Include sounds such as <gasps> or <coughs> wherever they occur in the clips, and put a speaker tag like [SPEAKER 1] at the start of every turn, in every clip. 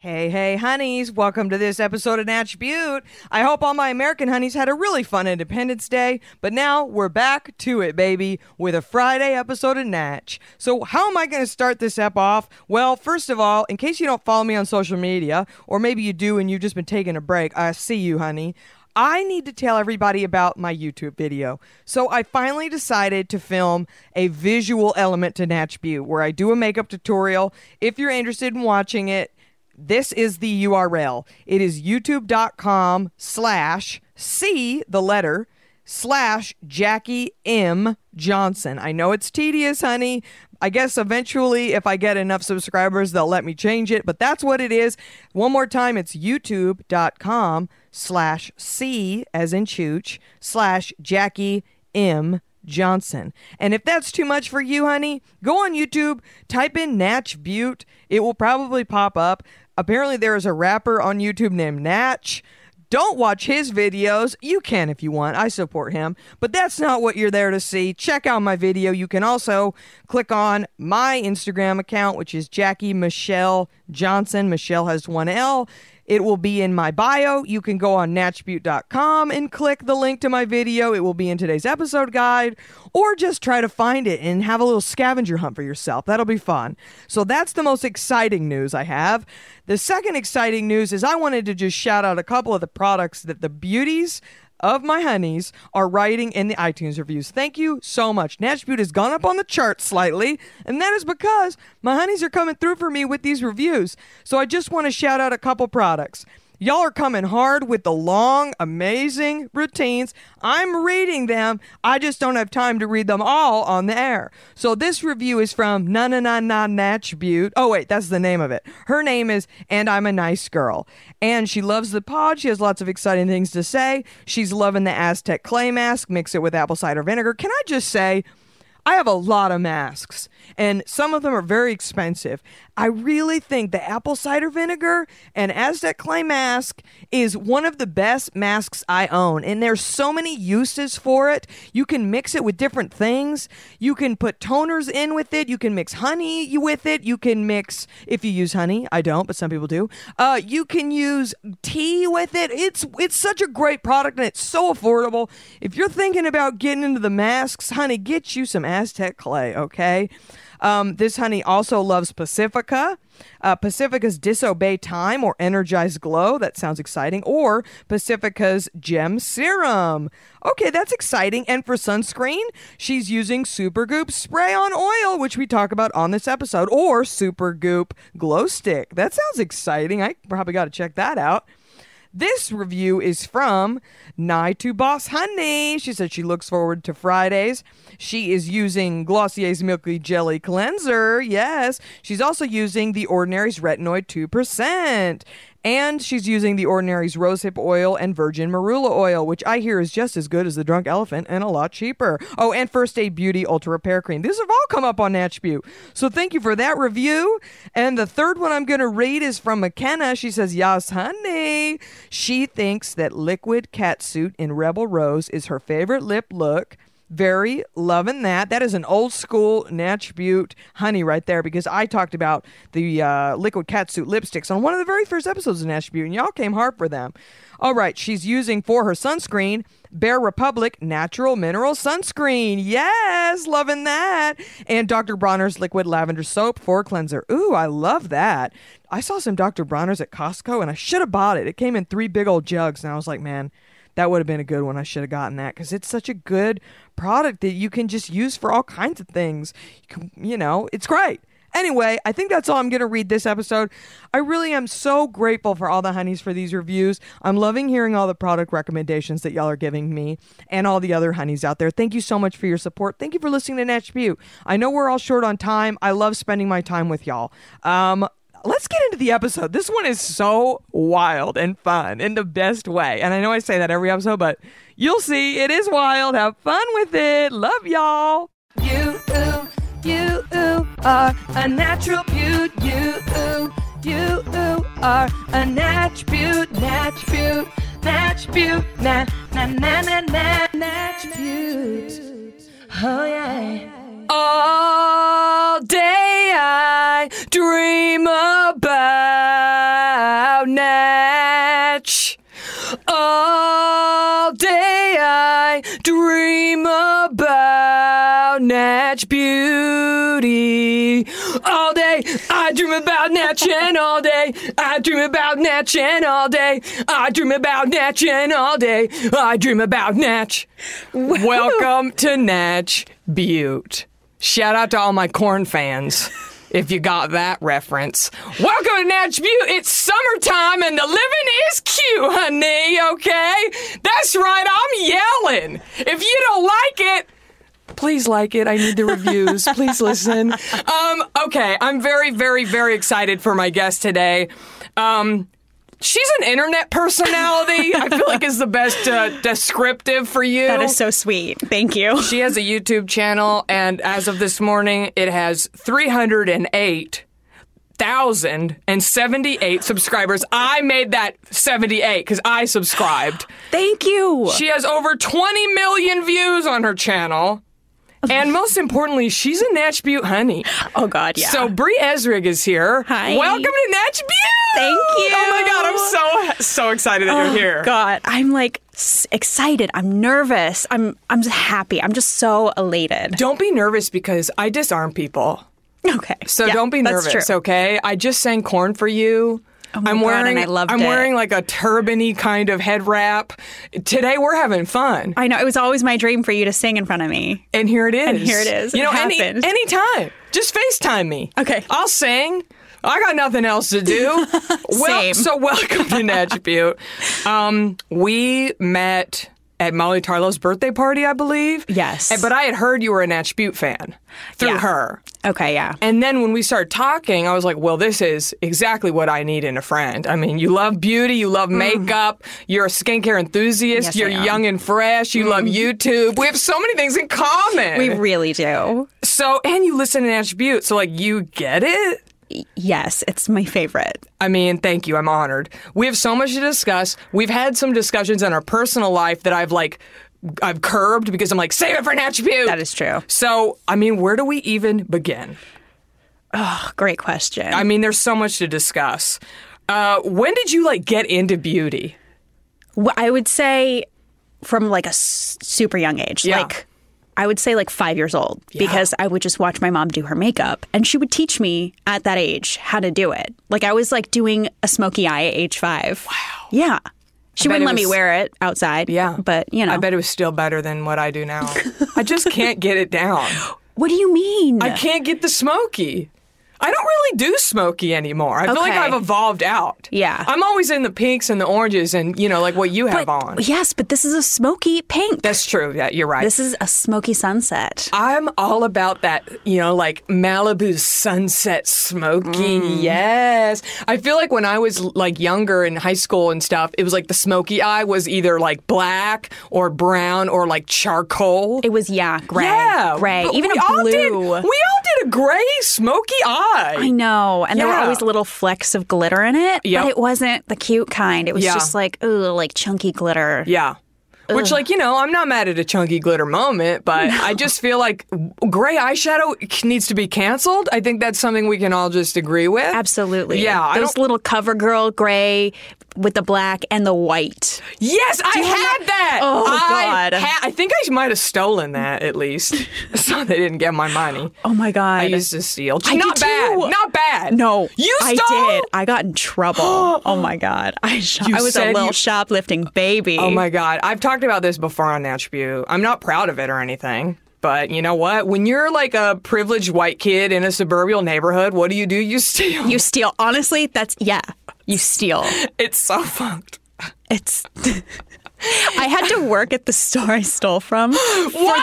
[SPEAKER 1] Hey, hey, honeys, welcome to this episode of Attribute. I hope all my American honeys had a really fun Independence Day, but now we're back to it, baby, with a Friday episode of Natch. So, how am I going to start this ep off? Well, first of all, in case you don't follow me on social media, or maybe you do and you've just been taking a break, I see you, honey. I need to tell everybody about my YouTube video. So I finally decided to film a visual element to Natch Butte where I do a makeup tutorial. If you're interested in watching it, this is the url it is youtube.com slash c the letter slash jackie m johnson i know it's tedious honey i guess eventually if i get enough subscribers they'll let me change it but that's what it is one more time it's youtube.com slash c as in chooch slash jackie m Johnson. And if that's too much for you, honey, go on YouTube, type in Natch Butte. It will probably pop up. Apparently, there is a rapper on YouTube named Natch. Don't watch his videos. You can if you want. I support him. But that's not what you're there to see. Check out my video. You can also click on my Instagram account, which is Jackie Michelle Johnson. Michelle has one L. It will be in my bio. You can go on natchbute.com and click the link to my video. It will be in today's episode guide, or just try to find it and have a little scavenger hunt for yourself. That'll be fun. So that's the most exciting news I have. The second exciting news is I wanted to just shout out a couple of the products that the beauties of my honeys are writing in the iTunes reviews. Thank you so much. Natch Butte has gone up on the chart slightly, and that is because my honeys are coming through for me with these reviews. So I just want to shout out a couple products. Y'all are coming hard with the long, amazing routines. I'm reading them. I just don't have time to read them all on the air. So this review is from Na Na Na Na Natch Butte. Oh wait, that's the name of it. Her name is And I'm a Nice Girl. And she loves the pod. She has lots of exciting things to say. She's loving the Aztec clay mask. Mix it with apple cider vinegar. Can I just say I have a lot of masks, and some of them are very expensive. I really think the apple cider vinegar and Aztec clay mask is one of the best masks I own, and there's so many uses for it. You can mix it with different things. You can put toners in with it. You can mix honey with it. You can mix if you use honey. I don't, but some people do. Uh, you can use tea with it. It's it's such a great product, and it's so affordable. If you're thinking about getting into the masks, honey, get you some. Aztec clay, okay? Um, this honey also loves Pacifica. Uh, Pacifica's Disobey Time or Energized Glow, that sounds exciting, or Pacifica's Gem Serum. Okay, that's exciting. And for sunscreen, she's using Supergoop Spray on Oil, which we talk about on this episode, or Supergoop Glow Stick. That sounds exciting. I probably got to check that out. This review is from Nye to Boss Honey. She said she looks forward to Fridays. She is using Glossier's Milky Jelly Cleanser. Yes. She's also using The Ordinary's Retinoid 2%. And she's using The Ordinary's Rosehip Oil and Virgin Marula Oil, which I hear is just as good as The Drunk Elephant and a lot cheaper. Oh, and First Aid Beauty Ultra Repair Cream. These have all come up on Attribute. So thank you for that review. And the third one I'm going to read is from McKenna. She says, Yas, honey. She thinks that liquid catsuit in Rebel Rose is her favorite lip look. Very loving that. That is an old school Natchbute honey right there because I talked about the uh, liquid catsuit lipsticks on one of the very first episodes of Natchbute, and y'all came hard for them. All right, she's using for her sunscreen Bear Republic Natural Mineral Sunscreen. Yes, loving that. And Dr. Bronner's Liquid Lavender Soap for Cleanser. Ooh, I love that. I saw some Dr. Bronner's at Costco and I should have bought it. It came in three big old jugs, and I was like, man that would have been a good one. I should have gotten that because it's such a good product that you can just use for all kinds of things. You, can, you know, it's great. Anyway, I think that's all I'm going to read this episode. I really am so grateful for all the honeys for these reviews. I'm loving hearing all the product recommendations that y'all are giving me and all the other honeys out there. Thank you so much for your support. Thank you for listening to Natch Butte. I know we're all short on time. I love spending my time with y'all. Um, let's get into the episode. This one is so wild and fun in the best way. And I know I say that every episode, but you'll see it is wild. Have fun with it. Love y'all. You, ooh, you, ooh, are a natural beaut. You, ooh, you, ooh, are a natch beaut, natch beaut, natch beaut, na, na, na, na, na, natch beaut. Oh, yeah. All day I dream about Natch. All day I dream about Natch Beauty. All day I dream about Natch and all day I dream about Natch and all day I dream about Natch and all day I dream about Natch. <laughs> Welcome to Natch Butte. Shout out to all my corn fans. If you got that reference, welcome to Natch Butte. It's summertime and the living is cute, honey. Okay, that's right. I'm yelling. If you don't like it, please like it. I need the
[SPEAKER 2] <laughs>
[SPEAKER 1] reviews. please listen. Um, okay, I'm very, very, very excited for my guest today. Um, she's an internet personality. I feel like is the best uh, descriptive for you.
[SPEAKER 2] That is so sweet.
[SPEAKER 1] <laughs>
[SPEAKER 2] Thank you.
[SPEAKER 1] She has a YouTube channel, and as of this morning, it has 308. Thousand and seventy-eight subscribers. I made that seventy-eight because I subscribed.
[SPEAKER 2] Thank you.
[SPEAKER 1] She has over twenty million views on her channel, and most importantly, she's a Natch Butte honey.
[SPEAKER 2] oh God, yeah.
[SPEAKER 1] So Bree Esrig is here.
[SPEAKER 2] Hi.
[SPEAKER 1] Welcome to Natch Butte.
[SPEAKER 2] Thank you. Oh,
[SPEAKER 1] Oh my God, I'm so so excited that you're here.
[SPEAKER 2] God, I'm like s- excited. I'm nervous. I'm I'm just happy. I'm just so elated.
[SPEAKER 1] Don't be nervous because I disarm people.
[SPEAKER 2] Okay.
[SPEAKER 1] So
[SPEAKER 2] Yeah,
[SPEAKER 1] don't be
[SPEAKER 2] that's
[SPEAKER 1] nervous,
[SPEAKER 2] True. Oh
[SPEAKER 1] okay? I just sang corn for you.
[SPEAKER 2] my
[SPEAKER 1] I'm
[SPEAKER 2] God,
[SPEAKER 1] wearing
[SPEAKER 2] and I loved
[SPEAKER 1] I'm
[SPEAKER 2] it.
[SPEAKER 1] wearing like a turbany kind of head wrap. Today we're having fun.
[SPEAKER 2] I know it was always my dream for you to sing in front of me.
[SPEAKER 1] and here it is.
[SPEAKER 2] And here it is.
[SPEAKER 1] You know,
[SPEAKER 2] It
[SPEAKER 1] any
[SPEAKER 2] happened.
[SPEAKER 1] any time. Just FaceTime me.
[SPEAKER 2] Okay.
[SPEAKER 1] I'll sing. I got nothing else to
[SPEAKER 2] <laughs>
[SPEAKER 1] do.
[SPEAKER 2] Same.
[SPEAKER 1] so welcome to Natch Butte. Um, we met at Molly Tarlow's birthday party, I believe.
[SPEAKER 2] Yes.
[SPEAKER 1] And- But I had heard you were a Natch Butte fan through
[SPEAKER 2] Yeah.
[SPEAKER 1] her.
[SPEAKER 2] Okay, yeah.
[SPEAKER 1] And then when we started talking, I was like, well, this is exactly what I need in a friend. I mean, you love beauty, you love makeup, you're a skincare enthusiast,
[SPEAKER 2] Mm. Yes, I
[SPEAKER 1] you're
[SPEAKER 2] am. Mm.
[SPEAKER 1] young and fresh, you love YouTube. We have so many things in common.
[SPEAKER 2] We really do.
[SPEAKER 1] so, and you listen to Nash Butte, so like, you get it?
[SPEAKER 2] Yes, it's my favorite.
[SPEAKER 1] I mean, thank you. I'm honored. We have so much to discuss. We've had some discussions in our personal life that I've like, I've curbed because I'm like, save it for Natch Butte.
[SPEAKER 2] That is true.
[SPEAKER 1] So, I mean, where do we even begin?
[SPEAKER 2] Great question.
[SPEAKER 1] I mean, there's so much to discuss. Uh, when did you like get into beauty?
[SPEAKER 2] Wh- I would say from like a s- super young age,
[SPEAKER 1] Yeah.
[SPEAKER 2] like I would say like five years old, because I would just watch my mom do her makeup, and she would teach me at that age how to do it. Like I was like doing a smoky eye at age five. Wow. Yeah. She
[SPEAKER 1] bet
[SPEAKER 2] wouldn't
[SPEAKER 1] it
[SPEAKER 2] let me
[SPEAKER 1] was-
[SPEAKER 2] wear it outside.
[SPEAKER 1] Yeah.
[SPEAKER 2] But you know,
[SPEAKER 1] I bet it was still better than what I do now. I just can't get it down.
[SPEAKER 2] what do you mean?
[SPEAKER 1] I can't get the smoky. I don't really do smoky anymore. I feel like
[SPEAKER 2] Okay.
[SPEAKER 1] I've evolved out.
[SPEAKER 2] Yeah.
[SPEAKER 1] I'm always in the pinks and the oranges and, you know, like what you have on.
[SPEAKER 2] Yes, but this is a smoky pink.
[SPEAKER 1] That's true. Yeah, you're right.
[SPEAKER 2] this is a smoky sunset.
[SPEAKER 1] I'm all about that, you know, like Malibu sunset smoky.
[SPEAKER 2] Mm.
[SPEAKER 1] Yes. I feel like when I was like younger in high school and stuff, it was like the smoky eye was either like black or brown or like charcoal.
[SPEAKER 2] It was yeah, gray,
[SPEAKER 1] yeah.
[SPEAKER 2] gray,
[SPEAKER 1] but
[SPEAKER 2] even
[SPEAKER 1] we
[SPEAKER 2] a
[SPEAKER 1] all
[SPEAKER 2] blue.
[SPEAKER 1] did- we all did a gray smoky eye.
[SPEAKER 2] I know. And there
[SPEAKER 1] Yeah.
[SPEAKER 2] were always little flecks of glitter in it,
[SPEAKER 1] Yep.
[SPEAKER 2] but it wasn't the cute kind. It was
[SPEAKER 1] Yeah.
[SPEAKER 2] just like, ooh, like chunky glitter.
[SPEAKER 1] Yeah. Which, like, you know, I'm not mad at a chunky glitter moment,
[SPEAKER 2] <laughs>
[SPEAKER 1] but I just feel like gray eyeshadow c- needs to be canceled. I think that's something we can all just agree with.
[SPEAKER 2] Absolutely.
[SPEAKER 1] Yeah. I
[SPEAKER 2] Those
[SPEAKER 1] don't-
[SPEAKER 2] little cover girl gray with the black and the white.
[SPEAKER 1] yes, I had
[SPEAKER 2] you remember-
[SPEAKER 1] that.
[SPEAKER 2] Oh,
[SPEAKER 1] I
[SPEAKER 2] God.
[SPEAKER 1] ha- I think I might have stolen that at least, <laughs> so they didn't get my money.
[SPEAKER 2] Oh my God.
[SPEAKER 1] I used to steal.
[SPEAKER 2] I
[SPEAKER 1] not
[SPEAKER 2] did
[SPEAKER 1] bad.
[SPEAKER 2] too.
[SPEAKER 1] Not bad.
[SPEAKER 2] no,
[SPEAKER 1] you stole.
[SPEAKER 2] I did. I got in
[SPEAKER 1] <gasps>
[SPEAKER 2] trouble. oh my god! I sho-
[SPEAKER 1] You
[SPEAKER 2] I was a
[SPEAKER 1] said
[SPEAKER 2] little
[SPEAKER 1] you-
[SPEAKER 2] shoplifting baby.
[SPEAKER 1] Oh my god, I've talked about this before on Attribute. I'm not proud of it or anything. But you know what? When you're like a privileged white kid in a suburban neighborhood, what do you do? You steal.
[SPEAKER 2] You steal. Honestly, that's yeah. You steal.
[SPEAKER 1] <laughs> it's so fucked.
[SPEAKER 2] It's. <laughs> I had to work at the store I
[SPEAKER 1] <gasps>
[SPEAKER 2] stole from for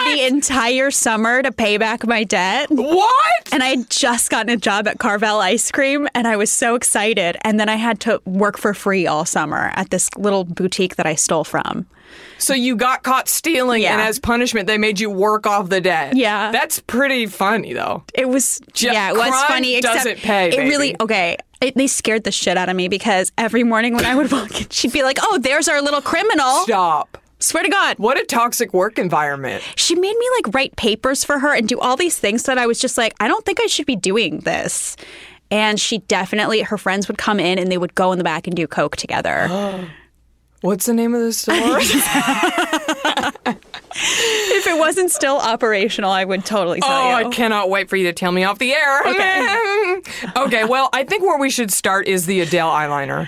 [SPEAKER 2] the entire summer to pay back my debt.
[SPEAKER 1] What?
[SPEAKER 2] And I had just gotten a job at Carvel Ice Cream and I was so excited. And then I had to work for free all summer at this little boutique that I stole from.
[SPEAKER 1] So you got caught stealing, and
[SPEAKER 2] Yeah.
[SPEAKER 1] as punishment, they made you work off the debt.
[SPEAKER 2] Yeah.
[SPEAKER 1] That's pretty funny, though.
[SPEAKER 2] It was
[SPEAKER 1] Ju-
[SPEAKER 2] yeah, it was
[SPEAKER 1] crime
[SPEAKER 2] funny. Except
[SPEAKER 1] doesn't pay,
[SPEAKER 2] It
[SPEAKER 1] baby.
[SPEAKER 2] really okay. It, they scared the shit out of me because every morning when I would walk in, she'd be like, "Oh, there's our little criminal."
[SPEAKER 1] Stop.
[SPEAKER 2] Swear to God,
[SPEAKER 1] What a toxic work environment.
[SPEAKER 2] she made me like write papers for her and do all these things that I was just like, I don't think I should be doing this. And she definitely, her friends would come in and they would go in the back and do coke together.
[SPEAKER 1] What's the name of the store?
[SPEAKER 2] if it wasn't still operational, I would totally tell
[SPEAKER 1] Oh,
[SPEAKER 2] you.
[SPEAKER 1] I cannot wait for you to tell me off the air. <laughs> Okay. well, I think where we should start is the Adele eyeliner.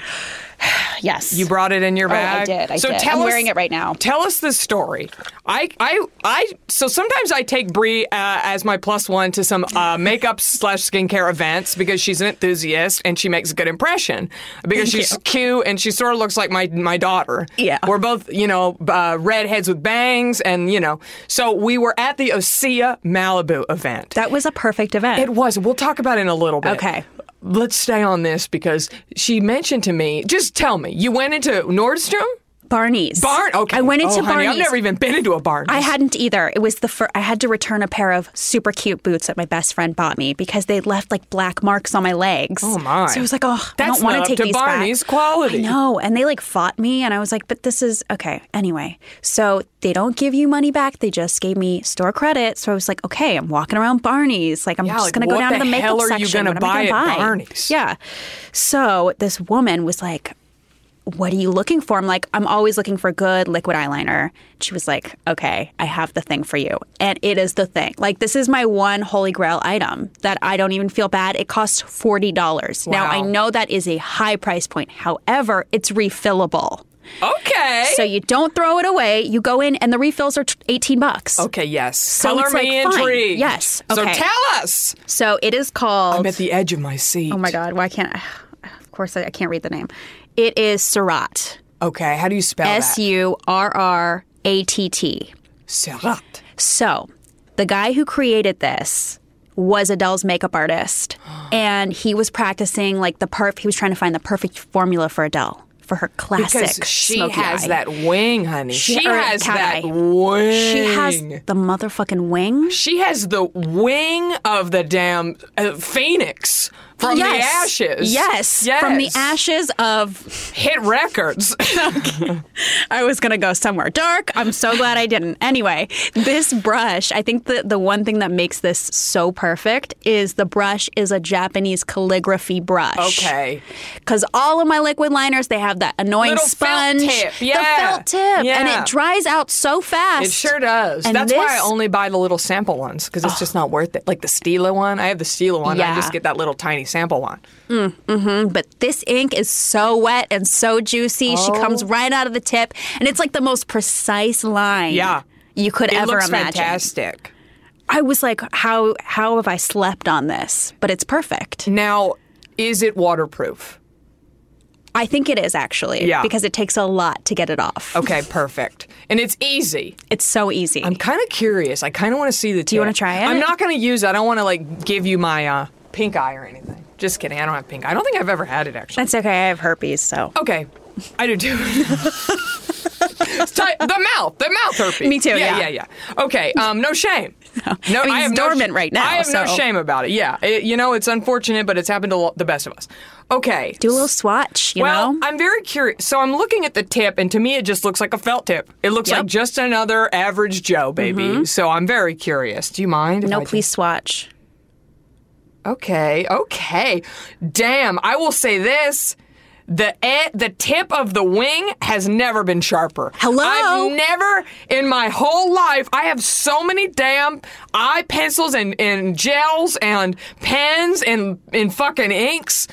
[SPEAKER 2] yes. Oh,
[SPEAKER 1] You brought it in your
[SPEAKER 2] I
[SPEAKER 1] bag.
[SPEAKER 2] did, I
[SPEAKER 1] so
[SPEAKER 2] did.
[SPEAKER 1] Tell
[SPEAKER 2] I'm
[SPEAKER 1] us,
[SPEAKER 2] wearing it right now.
[SPEAKER 1] Tell us the story. I, I, I. So sometimes I take Brie uh, as my plus one to some uh, makeup slash skincare events because she's an enthusiast and she makes a good impression because she's cute and she sort of looks like my my daughter.
[SPEAKER 2] Yeah.
[SPEAKER 1] We're both you know uh, redheads with bangs and you know. So we were at the Osea Malibu event.
[SPEAKER 2] that was a perfect event.
[SPEAKER 1] It was. We'll talk about it in a little bit.
[SPEAKER 2] Okay.
[SPEAKER 1] Let's stay on this because she mentioned to me, just tell me, you went into Nordstrom?
[SPEAKER 2] Barney's.
[SPEAKER 1] Barn? Okay.
[SPEAKER 2] I went into
[SPEAKER 1] oh, honey,
[SPEAKER 2] Barney's.
[SPEAKER 1] I've never even been into a barn.
[SPEAKER 2] I hadn't either. It was the fir- I had to return a pair of super cute boots that my best friend bought me because they left like black marks on my legs. Oh
[SPEAKER 1] my.
[SPEAKER 2] So I was like, oh, I
[SPEAKER 1] That's
[SPEAKER 2] don't want
[SPEAKER 1] not up
[SPEAKER 2] take
[SPEAKER 1] to
[SPEAKER 2] these
[SPEAKER 1] Barney's
[SPEAKER 2] back.
[SPEAKER 1] quality.
[SPEAKER 2] I know, and they like fought me, and I was like, but this is okay. Anyway, so they don't give you money back. They just gave me store credit. So I was like, okay, I'm walking around Barney's. Like I'm
[SPEAKER 1] Yeah,
[SPEAKER 2] just
[SPEAKER 1] like,
[SPEAKER 2] gonna go
[SPEAKER 1] what
[SPEAKER 2] down
[SPEAKER 1] the
[SPEAKER 2] to the makeup
[SPEAKER 1] hell are you
[SPEAKER 2] section.
[SPEAKER 1] gonna
[SPEAKER 2] what am I
[SPEAKER 1] buy
[SPEAKER 2] gonna
[SPEAKER 1] at
[SPEAKER 2] buy?
[SPEAKER 1] Barney's?
[SPEAKER 2] Yeah. So this woman was like, what are you looking for? I'm like, I'm always looking for good liquid eyeliner. She was like, okay, I have the thing for you. And it is the thing. Like, this is my one holy grail item that I don't even feel bad. It costs $40. Now, I
[SPEAKER 1] Wow.
[SPEAKER 2] know that is a high price point. However, it's refillable.
[SPEAKER 1] okay.
[SPEAKER 2] So you don't throw it away. You go in, and the refills are t- 18 bucks.
[SPEAKER 1] okay, yes. Color
[SPEAKER 2] it's,
[SPEAKER 1] me
[SPEAKER 2] like, fine.
[SPEAKER 1] intrigued.
[SPEAKER 2] Yes, okay.
[SPEAKER 1] So tell us.
[SPEAKER 2] So it is called.
[SPEAKER 1] I'm at the edge of my seat.
[SPEAKER 2] oh my God, why can't I? Of course, I, I can't read the name. It is Surratt.
[SPEAKER 1] Okay, how do you spell
[SPEAKER 2] S
[SPEAKER 1] that?
[SPEAKER 2] U R R A T T.
[SPEAKER 1] Serrat.
[SPEAKER 2] So, the guy who created this was Adele's
[SPEAKER 1] <gasps>
[SPEAKER 2] makeup artist, and he was practicing like the perf. He was trying to find the perfect formula for Adele for her classic.
[SPEAKER 1] Because she
[SPEAKER 2] smoky
[SPEAKER 1] has
[SPEAKER 2] eye.
[SPEAKER 1] that wing, honey. She,
[SPEAKER 2] or
[SPEAKER 1] has
[SPEAKER 2] cat
[SPEAKER 1] that
[SPEAKER 2] eye.
[SPEAKER 1] wing.
[SPEAKER 2] She has the motherfucking wing.
[SPEAKER 1] She has the wing of the damn uh, phoenix from
[SPEAKER 2] yes.
[SPEAKER 1] the ashes.
[SPEAKER 2] Yes. From the
[SPEAKER 1] Yes.
[SPEAKER 2] ashes of.
[SPEAKER 1] Hit records. <laughs>
[SPEAKER 2] I was going to go somewhere dark. I'm so glad I didn't. Anyway, this brush, I think the, the one thing that makes this so perfect is the brush is a Japanese calligraphy brush.
[SPEAKER 1] okay.
[SPEAKER 2] Because all of my liquid liners, they have that annoying
[SPEAKER 1] Little felt
[SPEAKER 2] sponge.
[SPEAKER 1] tip, yeah.
[SPEAKER 2] The felt tip. And
[SPEAKER 1] Yeah.
[SPEAKER 2] it dries out so fast.
[SPEAKER 1] It sure does.
[SPEAKER 2] And
[SPEAKER 1] That's why I
[SPEAKER 2] this-
[SPEAKER 1] only buy the little sample ones because it's just not worth it. Like the Stila one, I have the Stila one. I
[SPEAKER 2] Yeah.
[SPEAKER 1] just get that little tiny sample one.
[SPEAKER 2] But this ink is so wet and so juicy. She
[SPEAKER 1] Oh.
[SPEAKER 2] comes right out of the tip. And it's like the most precise line
[SPEAKER 1] Yeah.
[SPEAKER 2] you could
[SPEAKER 1] It
[SPEAKER 2] ever
[SPEAKER 1] looks
[SPEAKER 2] imagine.
[SPEAKER 1] fantastic.
[SPEAKER 2] I was like, how how have I slept on this? But it's perfect.
[SPEAKER 1] Now, is it waterproof?
[SPEAKER 2] I think it is actually.
[SPEAKER 1] Yeah.
[SPEAKER 2] Because it takes a lot to get it off.
[SPEAKER 1] Okay, perfect. And it's easy.
[SPEAKER 2] It's so easy.
[SPEAKER 1] I'm kind of curious. I kind of want to see the. Do
[SPEAKER 2] you wanna try it?
[SPEAKER 1] I'm not going to use. it. I don't want to like give you my uh, pink eye or anything. Just kidding. I don't have pink. eye. I don't think I've ever had it actually.
[SPEAKER 2] That's okay. I have herpes, so.
[SPEAKER 1] Okay, I do
[SPEAKER 2] <laughs>
[SPEAKER 1] too. Ty- the mouth, the mouth herpes.
[SPEAKER 2] Me too,
[SPEAKER 1] Yeah, yeah,
[SPEAKER 2] yeah.
[SPEAKER 1] yeah. Okay, um, no
[SPEAKER 2] <laughs>
[SPEAKER 1] shame. No,
[SPEAKER 2] I mean, it's dormant
[SPEAKER 1] sh-
[SPEAKER 2] right now,
[SPEAKER 1] I have no
[SPEAKER 2] so-
[SPEAKER 1] shame about it. Yeah, It- you know, it's unfortunate, but it's happened to lo- the best of us. Okay.
[SPEAKER 2] Do a little swatch, you
[SPEAKER 1] well,
[SPEAKER 2] know?
[SPEAKER 1] I'm very curious. So I'm looking at the tip, and to me, it just looks like a felt tip. It looks
[SPEAKER 2] Yep. Mm-hmm.
[SPEAKER 1] like just another average Joe, baby. So I'm very curious. Do you mind? if I
[SPEAKER 2] no,
[SPEAKER 1] just-
[SPEAKER 2] please swatch.
[SPEAKER 1] Okay, okay. Damn, I will say this. The e- the tip of the wing has never been sharper.
[SPEAKER 2] Hello?
[SPEAKER 1] I've never in my whole life. I have so many damn eye pencils and, and gels and pens and and fucking inks.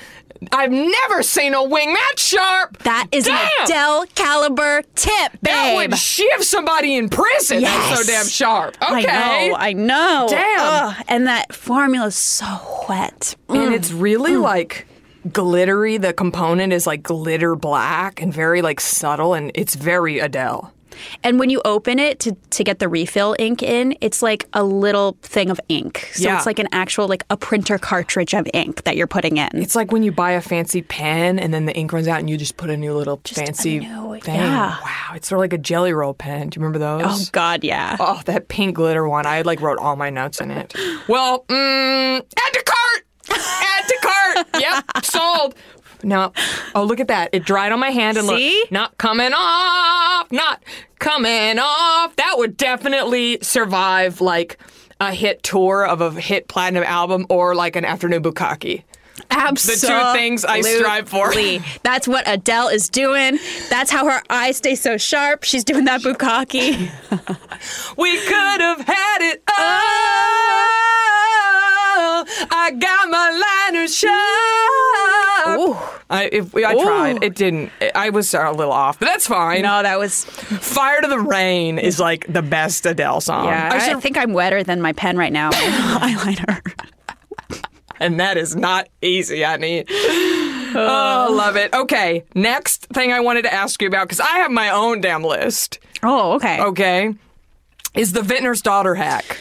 [SPEAKER 1] I've never seen a wing that sharp.
[SPEAKER 2] That is
[SPEAKER 1] damn.
[SPEAKER 2] an Adele caliber tip, babe.
[SPEAKER 1] That would shiv somebody in prison. That's
[SPEAKER 2] Yes.
[SPEAKER 1] so damn sharp. Okay.
[SPEAKER 2] I know, I know.
[SPEAKER 1] Damn.
[SPEAKER 2] Ugh, and that formula is so wet.
[SPEAKER 1] and it's
[SPEAKER 2] Mm.
[SPEAKER 1] really like glittery. The component is like glitter black and very like subtle, and it's very Adele.
[SPEAKER 2] And when you open it to, to get the refill ink in, it's like a little thing of ink. So
[SPEAKER 1] Yeah.
[SPEAKER 2] it's like an actual, like a printer cartridge of ink that you're putting in.
[SPEAKER 1] It's like when you buy a fancy pen and then the ink runs out and you just put a new little
[SPEAKER 2] a
[SPEAKER 1] fancy
[SPEAKER 2] new-
[SPEAKER 1] thing.
[SPEAKER 2] yeah.
[SPEAKER 1] Wow, it's sort of like a jelly roll pen. Do you remember
[SPEAKER 2] oh,
[SPEAKER 1] those?
[SPEAKER 2] God, yeah.
[SPEAKER 1] Oh, that pink glitter one. I like wrote all my notes in it. Well, mm, add to cart. Add to cart. Yep, sold. No. Oh, look at that. It dried on my hand and
[SPEAKER 2] See?
[SPEAKER 1] look, not coming off. Not coming off. That would definitely survive like a hit tour of a hit platinum album or like an afternoon bukkake.
[SPEAKER 2] Absolutely.
[SPEAKER 1] things I strive for.
[SPEAKER 2] That's what Adele is doing. That's how her eyes stay so sharp. She's doing that bukkake.
[SPEAKER 1] We could have had it all. I got my liner sharp. I, if, I tried. It didn't. I was a little off, but that's fine.
[SPEAKER 2] No, Oh, that was.
[SPEAKER 1] Fire to the Rain is like the best Adele song.
[SPEAKER 2] Yeah, I,
[SPEAKER 1] I should-
[SPEAKER 2] think I'm wetter than my pen
[SPEAKER 1] <coughs>
[SPEAKER 2] right now. Eyeliner.
[SPEAKER 1] and that is not easy, honey. Oh, love it. Okay, next thing I wanted to ask you about, because I have my own damn list,
[SPEAKER 2] Oh, okay.
[SPEAKER 1] okay, is the Vintner's Daughter hack.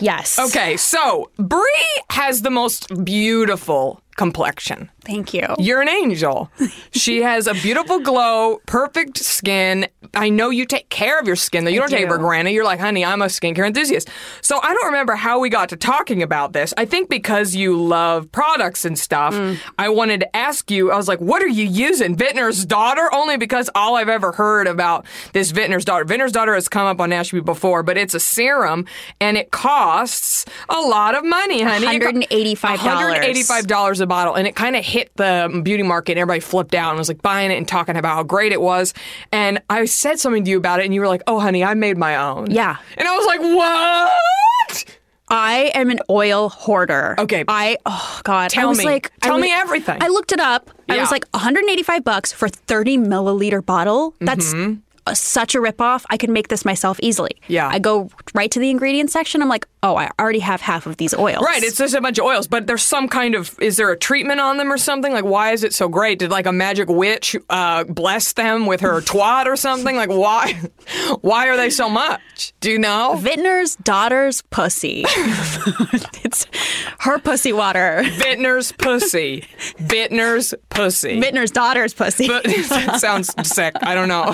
[SPEAKER 2] Yes.
[SPEAKER 1] Okay, so Brie has the most beautiful complexion.
[SPEAKER 2] Thank you.
[SPEAKER 1] You're an angel. She has a beautiful glow, perfect skin. I know you take care of your skin, though. You don't take it for
[SPEAKER 2] do.
[SPEAKER 1] granted. You're like, honey, I'm a skincare enthusiast. So I don't remember how we got to talking about this. I think because you love products and stuff, I wanted to ask you, I was like, what are you using? Vintner's Daughter? Only because all I've ever heard about this Vintner's Daughter. Vintner's Daughter has come up on Nash View before, but it's a serum and it costs a lot of money, honey. It co-
[SPEAKER 2] $185.
[SPEAKER 1] $185 dollars a bottle, and it kind of hit the um, beauty market. And everybody flipped out and was like buying it and talking about how great it was. And I said something to you about it, and you were like, "Oh, honey, I made my own."
[SPEAKER 2] Yeah.
[SPEAKER 1] and I was like, "What?"
[SPEAKER 2] I am an oil hoarder.
[SPEAKER 1] Okay.
[SPEAKER 2] I oh god.
[SPEAKER 1] Tell
[SPEAKER 2] I was
[SPEAKER 1] me.
[SPEAKER 2] like
[SPEAKER 1] Tell
[SPEAKER 2] I
[SPEAKER 1] me everything.
[SPEAKER 2] I looked it up. I
[SPEAKER 1] Yeah.
[SPEAKER 2] was like 185 bucks for 30 milliliter bottle. That's a- such a ripoff. I could make this myself easily.
[SPEAKER 1] Mm-hmm. Yeah.
[SPEAKER 2] I go right to the ingredient section. I'm like, oh, I already have half of these oils.
[SPEAKER 1] Right, it's just a bunch of oils, but there's some kind of is there a treatment on them or something? Like why is it so great? Did like a magic witch uh, bless them with her twat or something? Like why <laughs> why are they so much? Do you know?
[SPEAKER 2] Vintner's daughter's
[SPEAKER 1] <laughs>
[SPEAKER 2] pussy. it's her pussy water.
[SPEAKER 1] Vintner's pussy. Vintner's pussy.
[SPEAKER 2] Vintner's daughter's pussy.
[SPEAKER 1] but that <laughs> sounds sick. I don't know.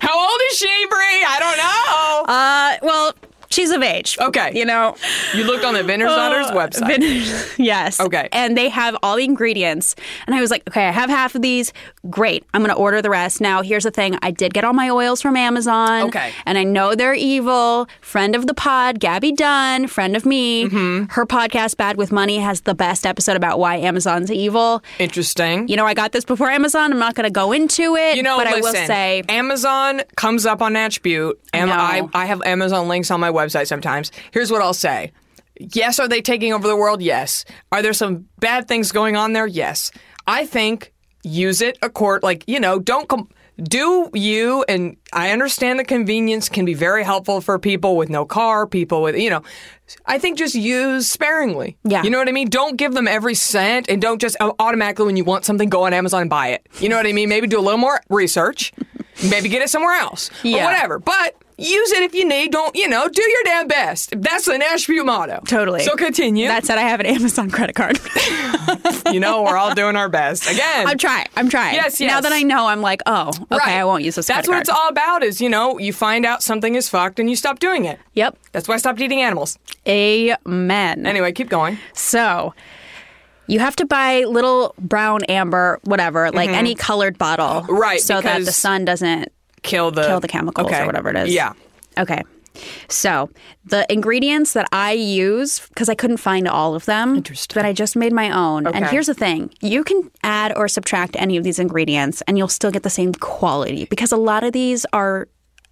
[SPEAKER 1] How old is she, Brie? I don't know.
[SPEAKER 2] <laughs> uh, well, she's of age.
[SPEAKER 1] Okay.
[SPEAKER 2] You know.
[SPEAKER 1] you looked on the Vintner's
[SPEAKER 2] <laughs>
[SPEAKER 1] Daughter's website.
[SPEAKER 2] uh, Vin- <laughs> yes.
[SPEAKER 1] Okay.
[SPEAKER 2] And they have all the ingredients. And I was like, okay, I have half of these. Great. I'm going to order the rest. Now, here's the thing I did get all my oils from Amazon.
[SPEAKER 1] Okay.
[SPEAKER 2] And I know they're evil. Friend of the pod, Gabby Dunn, friend of me.
[SPEAKER 1] Mm-hmm.
[SPEAKER 2] Her podcast, Bad with Money, has the best episode about why Amazon's evil.
[SPEAKER 1] Interesting.
[SPEAKER 2] You know, I got this before Amazon. I'm not going to go into it.
[SPEAKER 1] You know,
[SPEAKER 2] but
[SPEAKER 1] listen,
[SPEAKER 2] I will say,
[SPEAKER 1] Amazon comes up on Attribute. Am-
[SPEAKER 2] know.
[SPEAKER 1] I, I have Amazon links on my website sometimes. Here's what I'll say. Yes, are they taking over the world? Yes. Are there some bad things going on there? Yes. I think use it a court like, you know, don't com- do you and I understand the convenience can be very helpful for people with no car, people with, you know, I think just use sparingly.
[SPEAKER 2] Yeah.
[SPEAKER 1] You know what I mean? Don't give them every cent and don't just oh, automatically, when you want something, go on Amazon and buy it. You know what I mean? Maybe do a little more research, maybe get it somewhere else or
[SPEAKER 2] Yeah.
[SPEAKER 1] whatever. But use it if you need. Don't, you know, do your damn best. That's the Nashville motto.
[SPEAKER 2] totally.
[SPEAKER 1] So continue.
[SPEAKER 2] That said, I have an Amazon credit card. <laughs>
[SPEAKER 1] you know, we're all doing our best. Again.
[SPEAKER 2] I'm trying. I'm trying.
[SPEAKER 1] Yes,
[SPEAKER 2] Now
[SPEAKER 1] yes.
[SPEAKER 2] that I know, I'm like, oh, okay,
[SPEAKER 1] Right.
[SPEAKER 2] I won't use this.
[SPEAKER 1] That's
[SPEAKER 2] credit
[SPEAKER 1] what
[SPEAKER 2] card.
[SPEAKER 1] it's all about is, you know, you find out something is fucked and you stop doing it.
[SPEAKER 2] Yep.
[SPEAKER 1] That's why I stopped eating animals.
[SPEAKER 2] Mm. Amen.
[SPEAKER 1] Anyway, keep going.
[SPEAKER 2] So you have to buy little brown amber, whatever, like any colored bottle.
[SPEAKER 1] Mm-hmm. Right,
[SPEAKER 2] So that the
[SPEAKER 1] because-
[SPEAKER 2] sun doesn't
[SPEAKER 1] Kill the
[SPEAKER 2] kill the chemicals
[SPEAKER 1] Okay.
[SPEAKER 2] or whatever it is.
[SPEAKER 1] Yeah.
[SPEAKER 2] Okay. So the ingredients that I use, because I couldn't find all of them, that I just made my own. And here's the thing you can add or subtract any of these ingredients and you'll still get the same quality because a lot of these are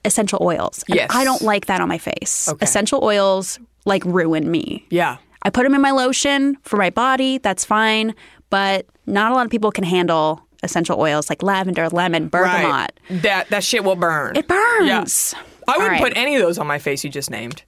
[SPEAKER 2] essential oils. And
[SPEAKER 1] Yes.
[SPEAKER 2] I don't like that on my face. Essential oils like ruin me.
[SPEAKER 1] Yeah.
[SPEAKER 2] I put them in my lotion for my body, that's fine, but not a lot of people can handle essential oils like lavender, lemon, bergamot.
[SPEAKER 1] Right. That that shit will burn.
[SPEAKER 2] It burns.
[SPEAKER 1] I wouldn't
[SPEAKER 2] All right.
[SPEAKER 1] put any of those on my face you just named.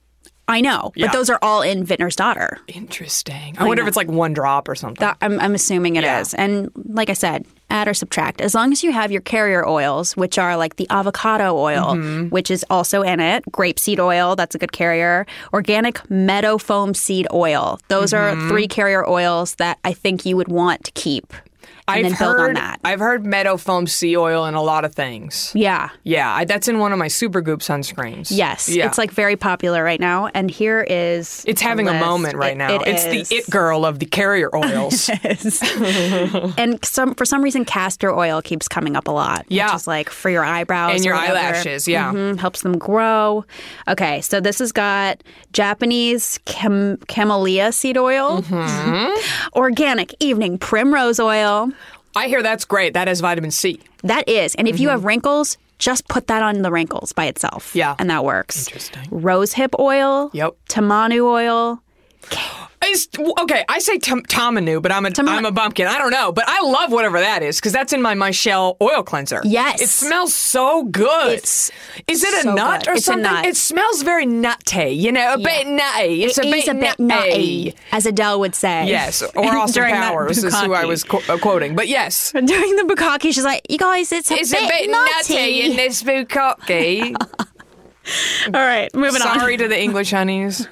[SPEAKER 2] I know,
[SPEAKER 1] Yeah.
[SPEAKER 2] but those are all in Vintner's Daughter.
[SPEAKER 1] Interesting. I, wonder if it's like one drop or something.
[SPEAKER 2] That- I'm, I'm assuming it is.
[SPEAKER 1] Yeah.
[SPEAKER 2] And like I said, add or subtract. As long as you have your carrier oils, which are like the avocado oil,
[SPEAKER 1] Mm-hmm.
[SPEAKER 2] which is also in it, grapeseed oil, that's a good carrier, organic meadow foam seed oil. Those
[SPEAKER 1] Mm-hmm.
[SPEAKER 2] are three carrier oils that I think you would want to keep and
[SPEAKER 1] I've
[SPEAKER 2] then build
[SPEAKER 1] heard
[SPEAKER 2] on that.
[SPEAKER 1] I've heard meadow foam sea oil in a lot of things.
[SPEAKER 2] yeah.
[SPEAKER 1] Yeah, I, that's in one of my Supergoop sunscreens.
[SPEAKER 2] Yes.
[SPEAKER 1] Yeah.
[SPEAKER 2] It's like very popular right now. And here is.
[SPEAKER 1] It's having
[SPEAKER 2] the
[SPEAKER 1] a
[SPEAKER 2] list.
[SPEAKER 1] moment right
[SPEAKER 2] It-
[SPEAKER 1] now.
[SPEAKER 2] it
[SPEAKER 1] it's
[SPEAKER 2] is.
[SPEAKER 1] the it girl of the carrier oils.
[SPEAKER 2] <laughs> and some for some reason castor oil keeps coming up a lot.
[SPEAKER 1] Yeah.
[SPEAKER 2] which is like for your eyebrows
[SPEAKER 1] And
[SPEAKER 2] or
[SPEAKER 1] your
[SPEAKER 2] whatever.
[SPEAKER 1] eyelashes, yeah.
[SPEAKER 2] Mhm, helps them grow. Okay, so this has got Japanese chem- camellia seed oil,
[SPEAKER 1] Mm-hmm.
[SPEAKER 2] organic evening primrose oil.
[SPEAKER 1] I hear that's great. That has vitamin C.
[SPEAKER 2] That is, and if you have wrinkles, just put that on the wrinkles by itself.
[SPEAKER 1] Mm-hmm. Yeah.
[SPEAKER 2] and that works.
[SPEAKER 1] Interesting.
[SPEAKER 2] Rosehip oil.
[SPEAKER 1] Yep.
[SPEAKER 2] Tamanu oil.
[SPEAKER 1] Is, okay, I say tam- tamanu, but I'm a
[SPEAKER 2] Tama-
[SPEAKER 1] am a bumpkin. I don't know, but I love whatever that is because that's in my Michelle oil cleanser.
[SPEAKER 2] Yes.
[SPEAKER 1] it smells so good.
[SPEAKER 2] It's
[SPEAKER 1] is it a
[SPEAKER 2] so
[SPEAKER 1] nut
[SPEAKER 2] good.
[SPEAKER 1] or
[SPEAKER 2] It's a
[SPEAKER 1] something?
[SPEAKER 2] nut.
[SPEAKER 1] It smells very nutty, you know, a bit nutty. It's
[SPEAKER 2] It
[SPEAKER 1] a,
[SPEAKER 2] is
[SPEAKER 1] bit
[SPEAKER 2] nutty, as Adele would say. <laughs>
[SPEAKER 1] Yes, or Austin
[SPEAKER 2] During that
[SPEAKER 1] Powers is who I
[SPEAKER 2] bukkake. <laughs>
[SPEAKER 1] was qu- uh, quoting, but yes.
[SPEAKER 2] during the bukkake, she's like, "You guys, it's a
[SPEAKER 1] It's
[SPEAKER 2] bit, Oh,
[SPEAKER 1] a bit nutty in this bukkake.
[SPEAKER 2] <laughs> All right, moving
[SPEAKER 1] Sorry to the English honeys.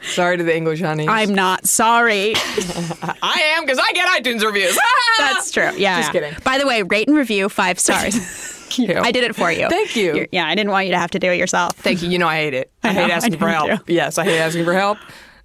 [SPEAKER 1] Sorry to the English honeys.
[SPEAKER 2] <laughs> I'm
[SPEAKER 1] <laughs>
[SPEAKER 2] not sorry.
[SPEAKER 1] I am because I get iTunes reviews. <laughs>
[SPEAKER 2] That's true. Yeah.
[SPEAKER 1] Just kidding.
[SPEAKER 2] By the way, rate and review five
[SPEAKER 1] <laughs>
[SPEAKER 2] stars.
[SPEAKER 1] you.
[SPEAKER 2] I did it for you.
[SPEAKER 1] Thank you.
[SPEAKER 2] You're- yeah, I didn't want you to have to do it yourself.
[SPEAKER 1] Thank you. You know I hate it. I,
[SPEAKER 2] I
[SPEAKER 1] hate
[SPEAKER 2] know,
[SPEAKER 1] asking
[SPEAKER 2] <laughs> I
[SPEAKER 1] for
[SPEAKER 2] do
[SPEAKER 1] help.
[SPEAKER 2] too.
[SPEAKER 1] Yes, I hate asking for help.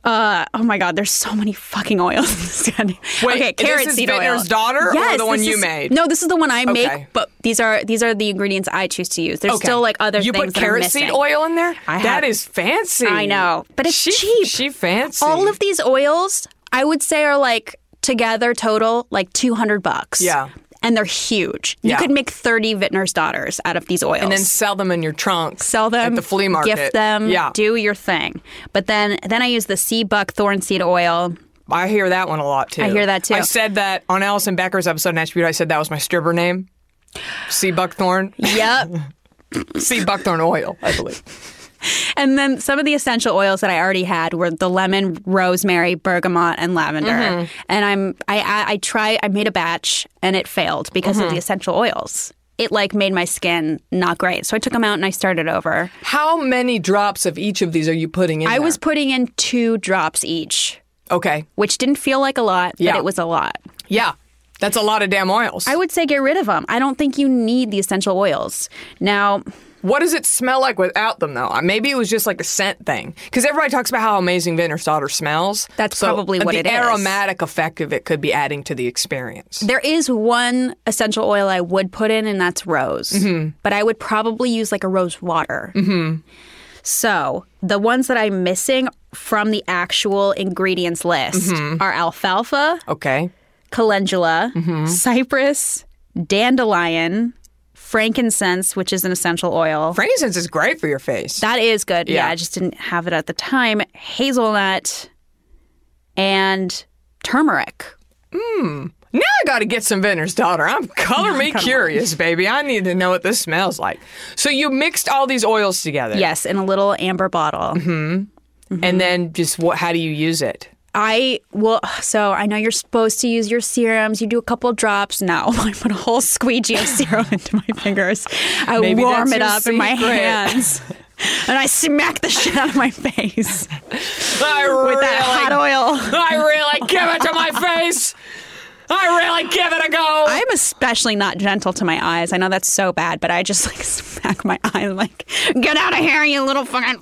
[SPEAKER 2] Uh, oh my God, there's so many fucking oils. in this goddamn-
[SPEAKER 1] Wait,
[SPEAKER 2] okay,
[SPEAKER 1] this
[SPEAKER 2] carrot
[SPEAKER 1] is
[SPEAKER 2] seed oil.
[SPEAKER 1] Vintner's daughter or
[SPEAKER 2] yes,
[SPEAKER 1] the one
[SPEAKER 2] this
[SPEAKER 1] you
[SPEAKER 2] is-
[SPEAKER 1] made?
[SPEAKER 2] No, this is the one I
[SPEAKER 1] Okay.
[SPEAKER 2] make. But these are these are the ingredients I choose to use. There's
[SPEAKER 1] Okay.
[SPEAKER 2] still like other
[SPEAKER 1] You
[SPEAKER 2] things
[SPEAKER 1] put
[SPEAKER 2] that I'm
[SPEAKER 1] carrot seed
[SPEAKER 2] missing.
[SPEAKER 1] oil in there.
[SPEAKER 2] I have-
[SPEAKER 1] that is fancy.
[SPEAKER 2] I know, but it's
[SPEAKER 1] she,
[SPEAKER 2] cheap.
[SPEAKER 1] She fancy.
[SPEAKER 2] all of these oils I would say are like together total like 200 bucks.
[SPEAKER 1] Yeah.
[SPEAKER 2] And they're huge.
[SPEAKER 1] Yeah.
[SPEAKER 2] You could make 30 vintner's daughters out of these oils.
[SPEAKER 1] and then sell them in your trunk.
[SPEAKER 2] sell them
[SPEAKER 1] at the flea market.
[SPEAKER 2] Gift them,
[SPEAKER 1] Yeah,
[SPEAKER 2] do your thing. But then then I use the sea buckthorn seed oil.
[SPEAKER 1] I hear that one a lot too.
[SPEAKER 2] I hear that, too.
[SPEAKER 1] I said that on Allison Becker's episode in Attribute. I said that was my stripper name. C Buckthorn. <laughs>
[SPEAKER 2] Yep.
[SPEAKER 1] C Buckthorn oil, I believe.
[SPEAKER 2] and then some of the essential oils that I already had were the lemon, rosemary, bergamot, and lavender. And I'm I I, I try I made a batch and it failed because of the essential oils. It like made my skin not great. So I took them out and I started over.
[SPEAKER 1] How many drops of each of these are you putting in?
[SPEAKER 2] I
[SPEAKER 1] there?
[SPEAKER 2] was putting in two drops each,
[SPEAKER 1] okay.
[SPEAKER 2] which didn't feel like a lot,
[SPEAKER 1] Yeah.
[SPEAKER 2] but it was a lot.
[SPEAKER 1] Yeah, that's a lot of damn oils.
[SPEAKER 2] I would say get rid of them. I don't think you need the essential oils. Now,
[SPEAKER 1] What does it smell like without them, though? Uh, Maybe it was just like a scent thing. Because everybody talks about how amazing Vintner's Daughter smells. uh,
[SPEAKER 2] That's probably what
[SPEAKER 1] the
[SPEAKER 2] it is.
[SPEAKER 1] aromatic effect of it could be adding to the experience.
[SPEAKER 2] there is one essential oil I would put in, and that's rose. But I would probably use like a rose water. So the ones that I'm missing from the actual ingredients list are alfalfa,
[SPEAKER 1] okay.
[SPEAKER 2] calendula, cypress, dandelion, frankincense, which is an essential oil.
[SPEAKER 1] Frankincense is great for your face.
[SPEAKER 2] That is good. Yeah.
[SPEAKER 1] Yeah.
[SPEAKER 2] I just didn't have it at the time. Hazelnut and turmeric.
[SPEAKER 1] now I got to get some Vintner's Daughter.
[SPEAKER 2] <laughs>
[SPEAKER 1] I'm color me curious, baby. I need to know what this smells like. So you mixed all these oils together.
[SPEAKER 2] Yes, in a little amber bottle.
[SPEAKER 1] And then just what, how do you use it?
[SPEAKER 2] I well, so I know you're supposed to use your serums. You do a couple drops. No, <laughs> I put a whole squeegee of serum <laughs> into my fingers. I
[SPEAKER 1] Maybe
[SPEAKER 2] warm
[SPEAKER 1] that's
[SPEAKER 2] it
[SPEAKER 1] your
[SPEAKER 2] up in my
[SPEAKER 1] secret.
[SPEAKER 2] hands, <laughs> and I smack the shit out of my face <laughs>
[SPEAKER 1] I really,
[SPEAKER 2] with that hot oil.
[SPEAKER 1] I really give it to my face. I really give it a go.
[SPEAKER 2] I'm especially not gentle to my eyes. I know that's so bad, but I just like <laughs> smack my eye like, get out of here, you little fucking.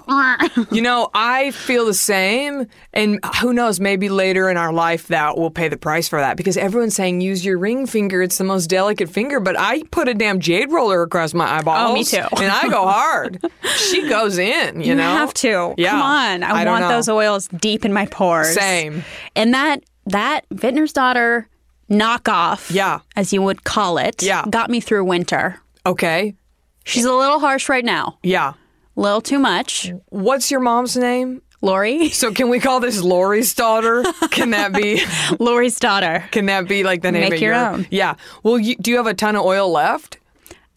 [SPEAKER 2] <laughs>
[SPEAKER 1] You know, I feel the same. And who knows, maybe later in our life that we'll pay the price for that because everyone's saying use your ring finger. It's the most delicate finger. But I put a damn jade roller across my eyeballs.
[SPEAKER 2] Oh, me too.
[SPEAKER 1] And I go hard. she goes in, you,
[SPEAKER 2] You
[SPEAKER 1] know?
[SPEAKER 2] have to.
[SPEAKER 1] Yeah.
[SPEAKER 2] Come on. I,
[SPEAKER 1] don't
[SPEAKER 2] want
[SPEAKER 1] know.
[SPEAKER 2] those oils deep in my pores.
[SPEAKER 1] Same.
[SPEAKER 2] And that that Vintner's daughter knockoff,
[SPEAKER 1] Yeah.
[SPEAKER 2] as you would call it,
[SPEAKER 1] Yeah.
[SPEAKER 2] got me through winter.
[SPEAKER 1] Okay.
[SPEAKER 2] She's a little harsh right now.
[SPEAKER 1] Yeah.
[SPEAKER 2] little too much.
[SPEAKER 1] What's your mom's name?
[SPEAKER 2] Lori,
[SPEAKER 1] So can we call this Lori's daughter? Can that be?
[SPEAKER 2] <laughs> Lori's daughter.
[SPEAKER 1] Can that be like the name
[SPEAKER 2] Make
[SPEAKER 1] of
[SPEAKER 2] your own.
[SPEAKER 1] Yeah. Well, you, do you have a ton of oil left?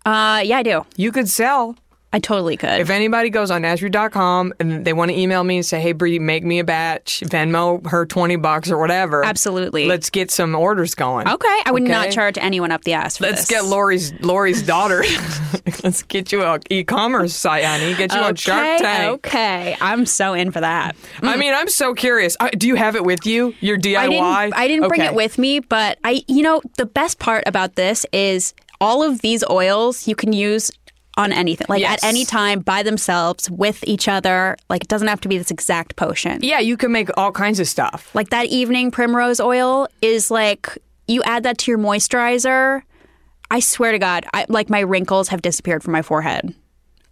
[SPEAKER 2] Uh, yeah, I do.
[SPEAKER 1] You could sell.
[SPEAKER 2] I totally could.
[SPEAKER 1] If anybody goes on Nasru.com and they want to email me and say, "Hey, Bree, make me a batch," Venmo her twenty bucks or whatever.
[SPEAKER 2] Absolutely.
[SPEAKER 1] Let's get some orders going.
[SPEAKER 2] okay, I would not
[SPEAKER 1] Okay.
[SPEAKER 2] charge anyone up the ass for
[SPEAKER 1] Let's
[SPEAKER 2] this.
[SPEAKER 1] get Lori's Lori's daughter.
[SPEAKER 2] <laughs>
[SPEAKER 1] <laughs> Let's get you a e-commerce site, honey. Get you on Shark
[SPEAKER 2] Okay,
[SPEAKER 1] Tank.
[SPEAKER 2] okay, I'm so in for that.
[SPEAKER 1] I mean, I'm so curious. Uh, do you have it with you? Your DIY?
[SPEAKER 2] I didn't. I didn't bring
[SPEAKER 1] Okay.
[SPEAKER 2] it with me, but I. You know, the best part about this is all of these oils you can use on anything, like
[SPEAKER 1] Yes.
[SPEAKER 2] at any time by themselves with each other. Like it doesn't have to be this exact potion.
[SPEAKER 1] Yeah, you can make all kinds of stuff.
[SPEAKER 2] Like that evening primrose oil is like you add that to your moisturizer. I swear to God, I, like my wrinkles have disappeared from my forehead.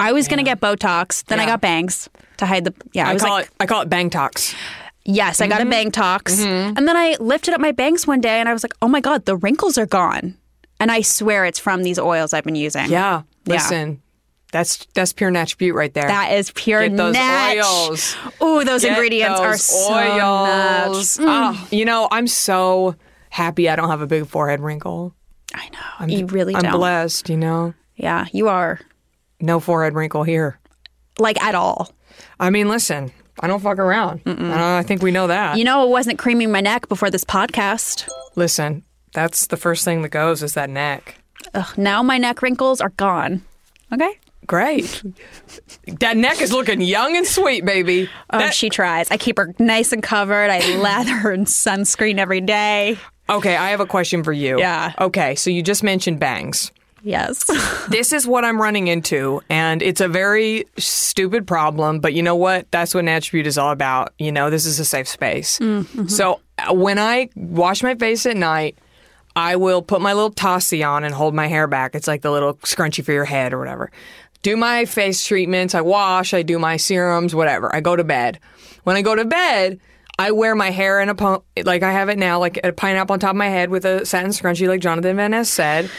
[SPEAKER 2] I was gonna get Botox, then I got bangs to hide the. Yeah, I,
[SPEAKER 1] I
[SPEAKER 2] was
[SPEAKER 1] call
[SPEAKER 2] like,
[SPEAKER 1] it I call it bang talks.
[SPEAKER 2] yes, I got a bang tox,
[SPEAKER 1] Mm-hmm.
[SPEAKER 2] and then I lifted up my bangs one day, and I was like, oh my God, the wrinkles are gone, and I swear it's from these oils I've been using.
[SPEAKER 1] Yeah.
[SPEAKER 2] Yeah.
[SPEAKER 1] Listen, that's that's pure natural beauty right there.
[SPEAKER 2] That is pure
[SPEAKER 1] Get those
[SPEAKER 2] natch.
[SPEAKER 1] oils.
[SPEAKER 2] Ooh, those
[SPEAKER 1] Get
[SPEAKER 2] ingredients are
[SPEAKER 1] those
[SPEAKER 2] so
[SPEAKER 1] oils.
[SPEAKER 2] natch. Mm,
[SPEAKER 1] Ah, you know, I'm so happy I don't have a big forehead wrinkle.
[SPEAKER 2] I know. you really
[SPEAKER 1] I'm
[SPEAKER 2] don't.
[SPEAKER 1] blessed, you know.
[SPEAKER 2] Yeah, you are
[SPEAKER 1] No forehead wrinkle here.
[SPEAKER 2] like at all.
[SPEAKER 1] I mean, listen, I don't fuck around. Uh, I think we know that.
[SPEAKER 2] You know, it wasn't creaming my neck before this podcast.
[SPEAKER 1] listen, that's the first thing that goes is that neck.
[SPEAKER 2] Ugh, now my neck wrinkles are gone. Okay. <laughs>
[SPEAKER 1] Great. that neck is looking young and sweet, baby.
[SPEAKER 2] Oh,
[SPEAKER 1] That-
[SPEAKER 2] she tries. I keep her nice and covered. I <laughs> lather her in sunscreen every day.
[SPEAKER 1] okay, I have a question for you.
[SPEAKER 2] Yeah.
[SPEAKER 1] Okay, so you just mentioned bangs.
[SPEAKER 2] Yes.
[SPEAKER 1] this is what I'm running into, and it's a very stupid problem, but you know what? That's what an attribute is all about. You know, this is a safe space. So uh, when I wash my face at night, I will put my little tossie on and hold my hair back. It's like the little scrunchie for your head or whatever. Do my face treatments, I wash, I do my serums, whatever. I go to bed. When I go to bed, I wear my hair in a po- like I have it now, like a pineapple on top of my head with a satin scrunchie, like Jonathan Van Ness said.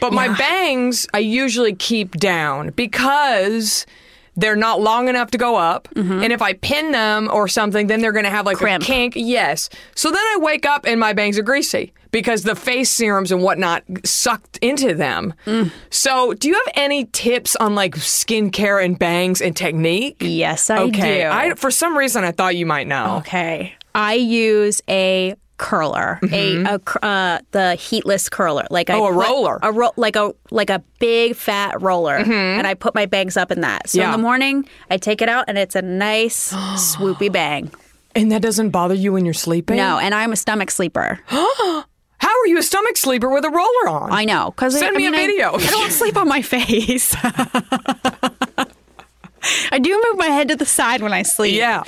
[SPEAKER 1] But my bangs, I usually keep down because they're not long enough to go up.
[SPEAKER 2] Mm-hmm.
[SPEAKER 1] And if I pin them or something, then they're going to have like
[SPEAKER 2] Crimp.
[SPEAKER 1] a kink. Yes. So then I wake up and my bangs are greasy because the face serums and whatnot sucked into them.
[SPEAKER 2] Mm.
[SPEAKER 1] So, do you have any tips on like skincare and bangs and technique?
[SPEAKER 2] yes, I
[SPEAKER 1] okay.
[SPEAKER 2] do.
[SPEAKER 1] I for some reason I thought you might know.
[SPEAKER 2] okay. I use a curler, a, a cr- uh, the heatless curler, like I
[SPEAKER 1] Mm-hmm. Oh, a
[SPEAKER 2] put-
[SPEAKER 1] roller. Mm-hmm.
[SPEAKER 2] a ro- like a like a big fat roller, and I put my bangs up in that. So in
[SPEAKER 1] Yeah.
[SPEAKER 2] the morning, I take it out, and it's a
[SPEAKER 1] <gasps>
[SPEAKER 2] nice swoopy bang.
[SPEAKER 1] And that doesn't bother you when you're sleeping?
[SPEAKER 2] No, and I'm a stomach sleeper.
[SPEAKER 1] How are you a stomach sleeper with a roller on?
[SPEAKER 2] I know.
[SPEAKER 1] <gasps>
[SPEAKER 2] Cause
[SPEAKER 1] Send
[SPEAKER 2] I, I
[SPEAKER 1] me a
[SPEAKER 2] mean, I-
[SPEAKER 1] video.
[SPEAKER 2] I,
[SPEAKER 1] <laughs>
[SPEAKER 2] don't sleep on my face. <laughs> I do move my head to the side when I sleep.
[SPEAKER 1] Yeah.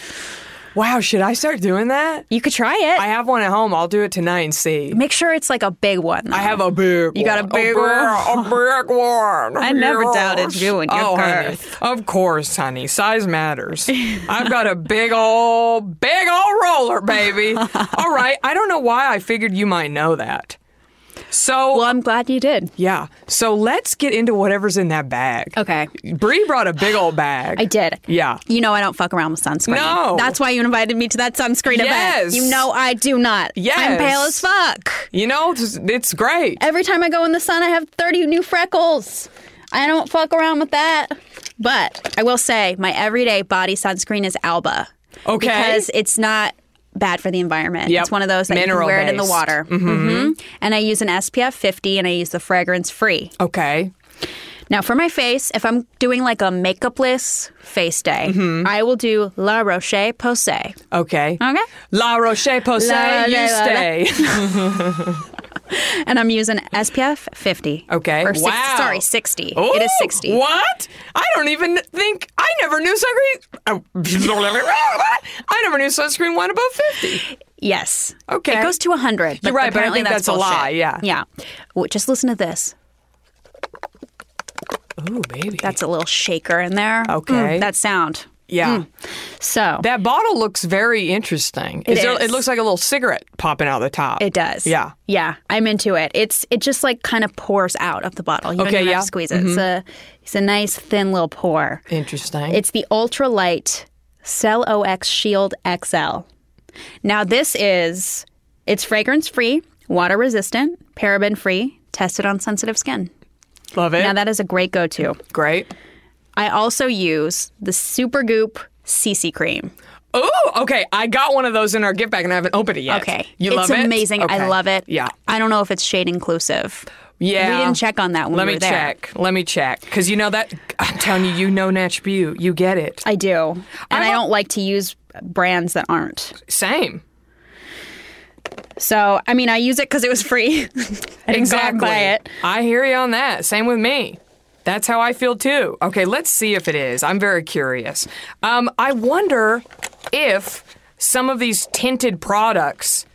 [SPEAKER 1] Wow, should I start doing that?
[SPEAKER 2] You could try it.
[SPEAKER 1] I have one at home. I'll do it tonight and see.
[SPEAKER 2] Make sure it's like a big one. though.
[SPEAKER 1] I have a big.
[SPEAKER 2] You got a
[SPEAKER 1] one.
[SPEAKER 2] big
[SPEAKER 1] a big, a big one.
[SPEAKER 2] <laughs> I never doubted you and your
[SPEAKER 1] oh, honey.
[SPEAKER 2] girth.
[SPEAKER 1] Of course, honey. Size
[SPEAKER 2] <laughs>
[SPEAKER 1] matters. I've got a big old, big old roller, baby.
[SPEAKER 2] <laughs>
[SPEAKER 1] All right. I don't know why I figured you might know that. So
[SPEAKER 2] Well, I'm glad you did.
[SPEAKER 1] yeah. So let's get into whatever's in that bag.
[SPEAKER 2] Okay.
[SPEAKER 1] Bree brought a big old bag.
[SPEAKER 2] I did.
[SPEAKER 1] Yeah.
[SPEAKER 2] You know I don't fuck around with sunscreen.
[SPEAKER 1] No.
[SPEAKER 2] That's why you invited me to that sunscreen
[SPEAKER 1] Yes.
[SPEAKER 2] event. You know I do not.
[SPEAKER 1] Yes.
[SPEAKER 2] I'm pale as fuck.
[SPEAKER 1] You know, it's, it's great.
[SPEAKER 2] Every time I go in the sun, I have 30 new freckles. I don't fuck around with that. But I will say, my everyday body sunscreen is Alba.
[SPEAKER 1] Okay.
[SPEAKER 2] Because it's not bad for the environment.
[SPEAKER 1] Yep.
[SPEAKER 2] It's one of those that you can wear it in the
[SPEAKER 1] Mineral-based.
[SPEAKER 2] water. Mm-hmm. And I use an SPF 50 and I use the fragrance free.
[SPEAKER 1] Okay.
[SPEAKER 2] Now, for my face, if I'm doing like a makeupless face day,
[SPEAKER 1] Mm-hmm.
[SPEAKER 2] I will do La Roche Posay.
[SPEAKER 1] Okay.
[SPEAKER 2] Okay.
[SPEAKER 1] La Roche Posay,
[SPEAKER 2] La- la-
[SPEAKER 1] you
[SPEAKER 2] la- la.
[SPEAKER 1] stay.
[SPEAKER 2] and I'm using SPF 50.
[SPEAKER 1] Okay.
[SPEAKER 2] Or 60,
[SPEAKER 1] Wow.
[SPEAKER 2] sorry, 60. it is
[SPEAKER 1] Ooh,
[SPEAKER 2] 60.
[SPEAKER 1] Oh, What? I don't even think I never knew sunscreen. oh, I never knew sunscreen went above fifty.
[SPEAKER 2] Yes.
[SPEAKER 1] Okay.
[SPEAKER 2] It goes to 100. But
[SPEAKER 1] You're right, but I
[SPEAKER 2] apparently
[SPEAKER 1] think that's a
[SPEAKER 2] bullshit.
[SPEAKER 1] lie, yeah.
[SPEAKER 2] Yeah. Well, just listen to this.
[SPEAKER 1] Ooh, baby.
[SPEAKER 2] That's a little shaker in there.
[SPEAKER 1] Okay.
[SPEAKER 2] Mm, that sound.
[SPEAKER 1] yeah.
[SPEAKER 2] mm. So
[SPEAKER 1] That bottle looks very interesting.
[SPEAKER 2] It
[SPEAKER 1] Is there-
[SPEAKER 2] is.
[SPEAKER 1] it looks like a little cigarette popping out the top.
[SPEAKER 2] it does.
[SPEAKER 1] Yeah.
[SPEAKER 2] Yeah. I'm into it. It's it just like kind of pours out of the bottle. You don't
[SPEAKER 1] Okay,
[SPEAKER 2] even
[SPEAKER 1] yeah. Mm-hmm.
[SPEAKER 2] have to squeeze it. It's a it's a nice thin little pour.
[SPEAKER 1] Interesting.
[SPEAKER 2] It's the ultralight Cell OX Shield XL. Now this is it's fragrance free, water resistant, paraben free, tested on sensitive skin.
[SPEAKER 1] Love it.
[SPEAKER 2] Now that is a great go to.
[SPEAKER 1] Great.
[SPEAKER 2] I also use the Super Goop CC cream.
[SPEAKER 1] Oh, okay. I got one of those in our gift bag and I haven't opened it yet.
[SPEAKER 2] Okay.
[SPEAKER 1] You love
[SPEAKER 2] it's
[SPEAKER 1] it?
[SPEAKER 2] amazing. I
[SPEAKER 1] Okay.
[SPEAKER 2] love it.
[SPEAKER 1] Yeah.
[SPEAKER 2] I don't know if it's shade inclusive.
[SPEAKER 1] Yeah.
[SPEAKER 2] We didn't check on that when
[SPEAKER 1] Let
[SPEAKER 2] we
[SPEAKER 1] me
[SPEAKER 2] were there.
[SPEAKER 1] check. Let me check. Because you know that, I'm telling you, you know Natch Butte. You get it.
[SPEAKER 2] I do. And
[SPEAKER 1] I'm
[SPEAKER 2] I
[SPEAKER 1] a-
[SPEAKER 2] don't like to use brands that aren't.
[SPEAKER 1] Same.
[SPEAKER 2] So, I mean, I use it because it was free. <laughs> I didn't
[SPEAKER 1] exactly.
[SPEAKER 2] go out and buy it.
[SPEAKER 1] I hear you on that. Same with me. That's how I feel too. Okay, let's see if it is. I'm very curious. Um, I wonder if some of these tinted products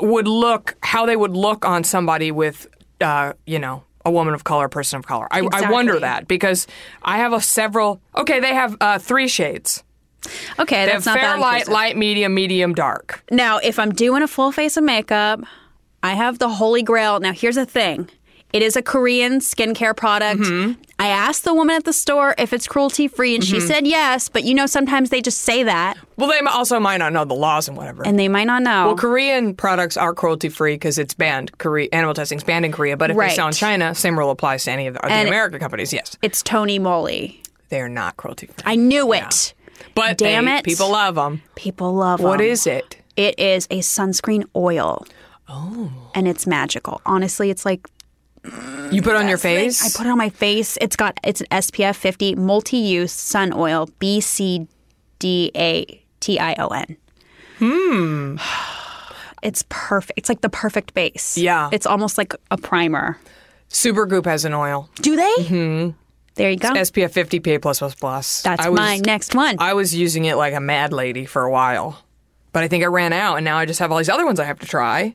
[SPEAKER 1] would look how they would look on somebody with, uh, you know, a woman of color, person of color. I, I wonder
[SPEAKER 2] Exactly.
[SPEAKER 1] that because I have a several. Okay, they have uh, three shades.
[SPEAKER 2] Okay,
[SPEAKER 1] They
[SPEAKER 2] that's
[SPEAKER 1] have
[SPEAKER 2] not
[SPEAKER 1] fair
[SPEAKER 2] that
[SPEAKER 1] light,
[SPEAKER 2] inclusive.
[SPEAKER 1] light, medium, medium, dark.
[SPEAKER 2] Now, if I'm doing a full face of makeup, I have the holy grail. Now, here's the thing it is a Korean skincare product.
[SPEAKER 1] Mm-hmm.
[SPEAKER 2] I asked the woman at the store if it's cruelty free, and she said yes, but you know, sometimes they just say that
[SPEAKER 1] Well, they also might not know the laws and whatever.
[SPEAKER 2] and they might not know.
[SPEAKER 1] Well, Korean products are cruelty free because it's banned. Korea, animal testing is banned in Korea, but if
[SPEAKER 2] Right.
[SPEAKER 1] they sell in China, same rule applies to any of the, the
[SPEAKER 2] And-
[SPEAKER 1] American companies. Yes,
[SPEAKER 2] it's Tony Moly.
[SPEAKER 1] they are not cruelty free.
[SPEAKER 2] I knew it.
[SPEAKER 1] But
[SPEAKER 2] Damn
[SPEAKER 1] they-
[SPEAKER 2] it.
[SPEAKER 1] people love them.
[SPEAKER 2] People love
[SPEAKER 1] What
[SPEAKER 2] them.
[SPEAKER 1] is it?
[SPEAKER 2] It is a sunscreen oil. Oh. And it's magical. Honestly, it's like
[SPEAKER 1] You put on your face.
[SPEAKER 2] I put it on my face. It's got it's an SPF 50 multi-use sun oil B C D A T I O N. Hmm. It's perfect. It's like the perfect base.
[SPEAKER 1] Yeah.
[SPEAKER 2] It's almost like a primer.
[SPEAKER 1] Supergoop has an oil.
[SPEAKER 2] Do they? Mm-hmm. There you go.
[SPEAKER 1] SPF 50 PA++. That's
[SPEAKER 2] That's my next one.
[SPEAKER 1] I was using it like a mad lady for a while, but I think I ran out, and now I just have all these other ones I have to try.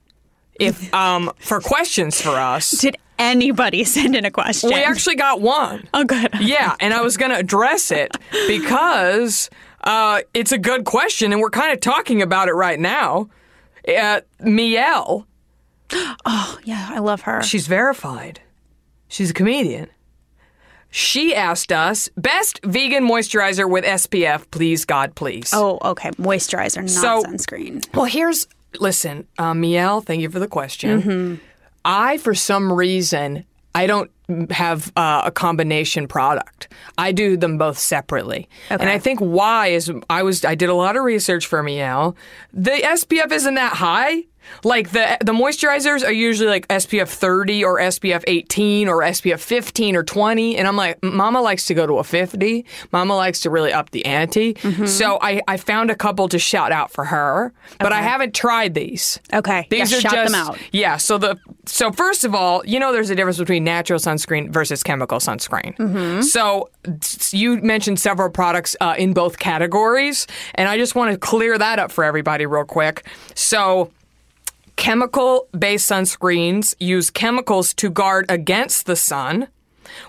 [SPEAKER 2] <laughs>
[SPEAKER 1] if um, for questions for us.
[SPEAKER 2] Did anybody <laughs> send in a question?
[SPEAKER 1] We actually got one.
[SPEAKER 2] Oh good. <gasps>
[SPEAKER 1] Yeah, and I was going to address
[SPEAKER 2] <laughs>
[SPEAKER 1] it because uh, it's a good question, and we're kind of talking about it right now. Uh, Miel,
[SPEAKER 2] Yeah, I love her.
[SPEAKER 1] she's verified. She's a comedian. She asked us best vegan moisturizer with SPF, please, God, please.
[SPEAKER 2] Oh, okay. Moisturizer, not
[SPEAKER 1] So-
[SPEAKER 2] sunscreen.
[SPEAKER 1] Well, here's listen, uh, Miel. Thank you for the question.
[SPEAKER 2] Mm-hmm.
[SPEAKER 1] I, for some reason, I don't have uh, a combination product. I do them both separately, and I think why is I was I did a lot of research for Miel. The SPF isn't that high. Like the the moisturizers are usually like SPF 30 or SPF 18 or SPF 15 or 20 and I'm like mama likes to go to a 50 mama likes to really up the ante
[SPEAKER 2] Mm-hmm.
[SPEAKER 1] so I, I found a couple to shout out for her but I haven't tried these
[SPEAKER 2] Okay.
[SPEAKER 1] these
[SPEAKER 2] yeah,
[SPEAKER 1] are
[SPEAKER 2] shout
[SPEAKER 1] just
[SPEAKER 2] them out.
[SPEAKER 1] yeah. So the so first of all, you know, there's a difference between natural sunscreen versus chemical sunscreen. So s- you mentioned several products uh, in both categories, and I just want to clear that up for everybody real quick. So. Chemical based sunscreens use chemicals to guard against the sun.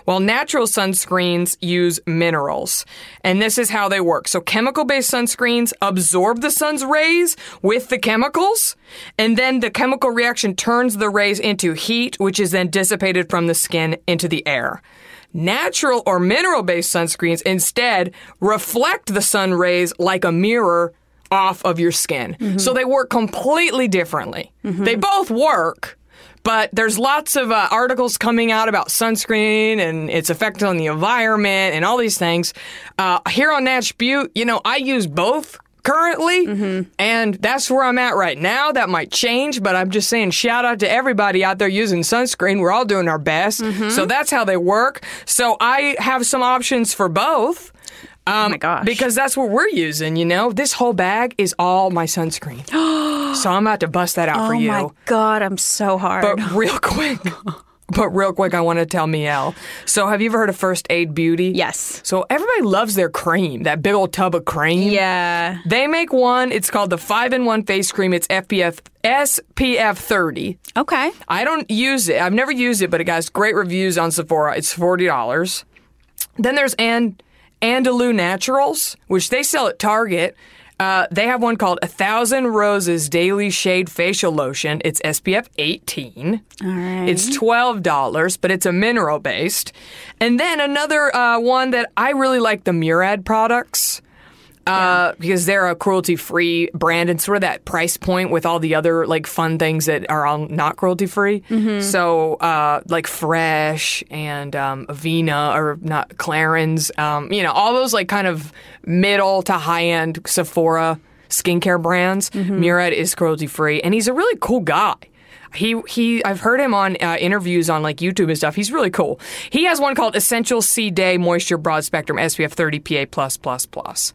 [SPEAKER 1] while natural sunscreens use minerals. And this is how they work. So chemical based sunscreens absorb the sun's rays with the chemicals, and then the chemical reaction turns the rays into heat, which is then dissipated from the skin into the air. Natural or mineral based sunscreens instead reflect the sun rays like a mirror off of your skin. So they work completely differently. They both work, but there's lots of uh, articles coming out about sunscreen and its effect on the environment and all these things. Uh, here on Natch Butte, you know, I use both currently, and that's where I'm at right now. That might change, but I'm just saying shout out to everybody out there using sunscreen. We're all doing our best. So that's how they work. So I have some options for both. Um, oh
[SPEAKER 2] my gosh.
[SPEAKER 1] Because that's what we're using, you know? This whole bag is all my
[SPEAKER 2] <gasps>
[SPEAKER 1] sunscreen. so I'm about to bust that out for
[SPEAKER 2] oh
[SPEAKER 1] you.
[SPEAKER 2] my god, I'm so hard.
[SPEAKER 1] But real <laughs> quick, but real quick, I want to tell Miel. So, have you ever heard of First Aid Beauty?
[SPEAKER 2] Yes.
[SPEAKER 1] So everybody loves their cream, that big old tub of cream.
[SPEAKER 2] yeah.
[SPEAKER 1] They make one. It's called the Five in One Face Cream. It's FPF SPF 30.
[SPEAKER 2] Okay.
[SPEAKER 1] I don't use it. I've never used it, but it has great reviews on Sephora. It's forty dollars. Then there's and Andalou Naturals, which they sell at Target. Uh, they have one called A Thousand Roses Daily Shade Facial Lotion. It's SPF 18. All right. It's $12, but it's a mineral based. And then another uh, one that I really like the Murad products uh, because they're a cruelty free brand and sort of that price point with all the other like fun things that are all not cruelty free. So uh, like Fresh and um, Avena or not Clarins, um, you know, all those like kind of middle to high end Sephora skincare brands. Murad is cruelty free, and he's a really cool guy. He he I've heard him on uh, interviews on like YouTube and stuff. He's really cool. He has one called Essential C Day Moisture Broad Spectrum SPF 30 PA plus plus plus.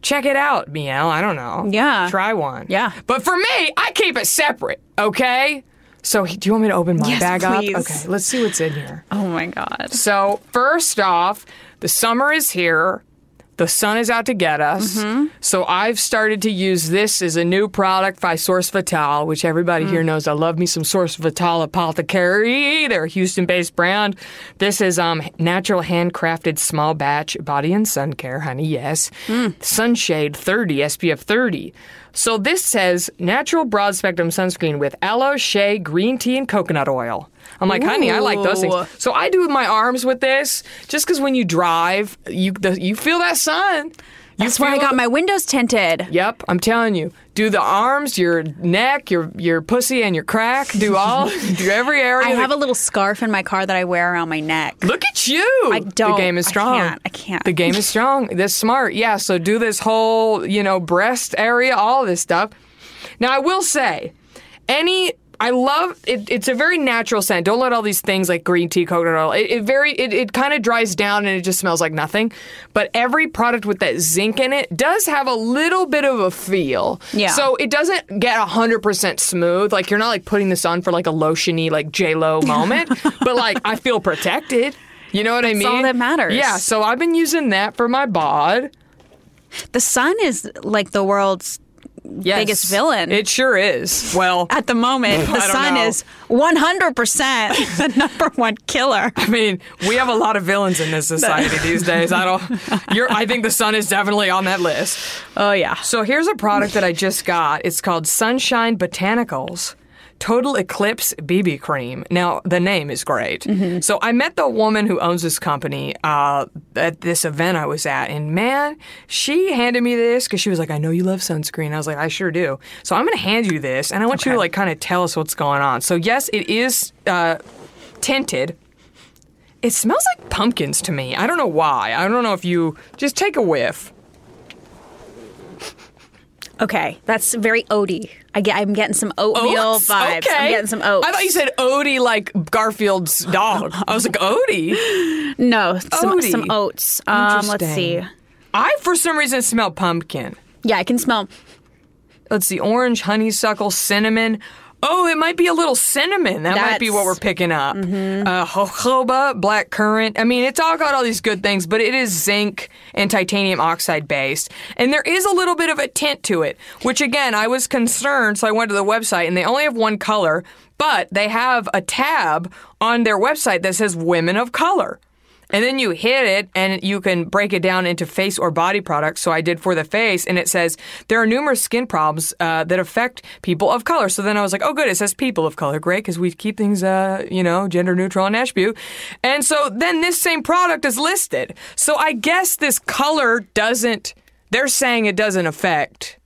[SPEAKER 1] Check it out, Miel. I don't know.
[SPEAKER 2] Yeah.
[SPEAKER 1] Try one.
[SPEAKER 2] Yeah.
[SPEAKER 1] But for me, I keep it separate, okay? So he- do you want me to open my
[SPEAKER 2] Yes,
[SPEAKER 1] bag
[SPEAKER 2] please.
[SPEAKER 1] up? Okay, let's see what's in here.
[SPEAKER 2] Oh my god.
[SPEAKER 1] So, first off, the summer is here. The sun is out to get us. So, I've started to use this as a new product by Source Vital, which everybody here knows I love me some Source Vital Apothecary. They're a Houston based brand. This is um, natural handcrafted small batch body and sun care, honey. Yes. Sunshade 30, SPF 30. So, this says natural broad spectrum sunscreen with aloe, shea, green tea, and coconut oil. I'm like, honey, I like those things.
[SPEAKER 2] Ooh.
[SPEAKER 1] So I do my arms with this, just because when you drive, you the, you feel that sun. You
[SPEAKER 2] That's why I
[SPEAKER 1] feel-
[SPEAKER 2] got my windows tinted.
[SPEAKER 1] Yep, I'm telling you, do the arms, your neck, your your pussy, and your crack. Do
[SPEAKER 2] <laughs>
[SPEAKER 1] all, do every area.
[SPEAKER 2] I
[SPEAKER 1] that-
[SPEAKER 2] have a little scarf in my car that I wear around my neck.
[SPEAKER 1] Look at you.
[SPEAKER 2] I don't-
[SPEAKER 1] The game is
[SPEAKER 2] I
[SPEAKER 1] strong.
[SPEAKER 2] can't, I can't.
[SPEAKER 1] The game is strong. This smart. Yeah. So do this whole, you know, breast area, all this stuff. Now I will say, any. I love it. It's a very natural scent. Don't let all these things like green tea, coconut oil. It, it very it, it kind of dries down and it just smells like nothing. But every product with that zinc in it does have a little bit of a feel.
[SPEAKER 2] Yeah.
[SPEAKER 1] So it doesn't get 100% smooth. Like, you're not like putting this on for like a lotiony, like
[SPEAKER 2] <laughs>
[SPEAKER 1] J-Lo moment, but like, I feel protected. You know what I mean?
[SPEAKER 2] all that matters.
[SPEAKER 1] Yeah. So I've been using that for my bod.
[SPEAKER 2] The sun is like the world's
[SPEAKER 1] Yes.
[SPEAKER 2] Biggest villain.
[SPEAKER 1] It sure is. Well,
[SPEAKER 2] at the <laughs> moment. The
[SPEAKER 1] I don't
[SPEAKER 2] sun
[SPEAKER 1] know.
[SPEAKER 2] is 100% <laughs> the number one killer.
[SPEAKER 1] I mean, we have a lot of villains in this society these days. I don't. You're, I think the sun is definitely on that list.
[SPEAKER 2] Oh yeah.
[SPEAKER 1] <laughs> So here's a product that I just got. It's called Sunshine Botanicals Total Eclipse BB Cream. Now the name is great. So I met the woman who owns this company uh, at this event I was at, and man, she handed me this because she was like, "I know you love sunscreen." I was like, "I sure do." So I'm going to hand you this, and I want you to like kind of tell us what's going on. So yes, it is uh, tinted. It smells like pumpkins to me. I don't know why. I don't know if you just take a whiff.
[SPEAKER 2] Okay, that's very oaty. I get I'm getting some oatmeal
[SPEAKER 1] Oats?
[SPEAKER 2] vibes. I'm
[SPEAKER 1] Okay.
[SPEAKER 2] getting some oats.
[SPEAKER 1] I thought you said Odie like Garfield's dog. I was like, Odie?
[SPEAKER 2] no, some,
[SPEAKER 1] Oaty.
[SPEAKER 2] some oats. Um, let's see.
[SPEAKER 1] Interesting. I, for some reason, smell pumpkin.
[SPEAKER 2] Yeah, I can smell.
[SPEAKER 1] Let's see, orange, honeysuckle, cinnamon. Oh, it might be a little cinnamon. That might be what
[SPEAKER 2] That's-
[SPEAKER 1] we're picking up. Uh, jojoba, black currant. I mean, it's all got all these good things, but it is zinc and titanium oxide based. And there is a little bit of a tint to it, which again, I was concerned. So I went to the website and they only have one color, but they have a tab on their website that says women of color. And then you hit it and you can break it down into face or body products. So I did for the face and it says there are numerous skin problems uh, that affect people of color. So then I was like, oh, good. It says people of color. Great. Cause we keep things, uh, you know, gender neutral and attribute. And so then this same product is listed. So I guess this color doesn't, they're saying it doesn't affect.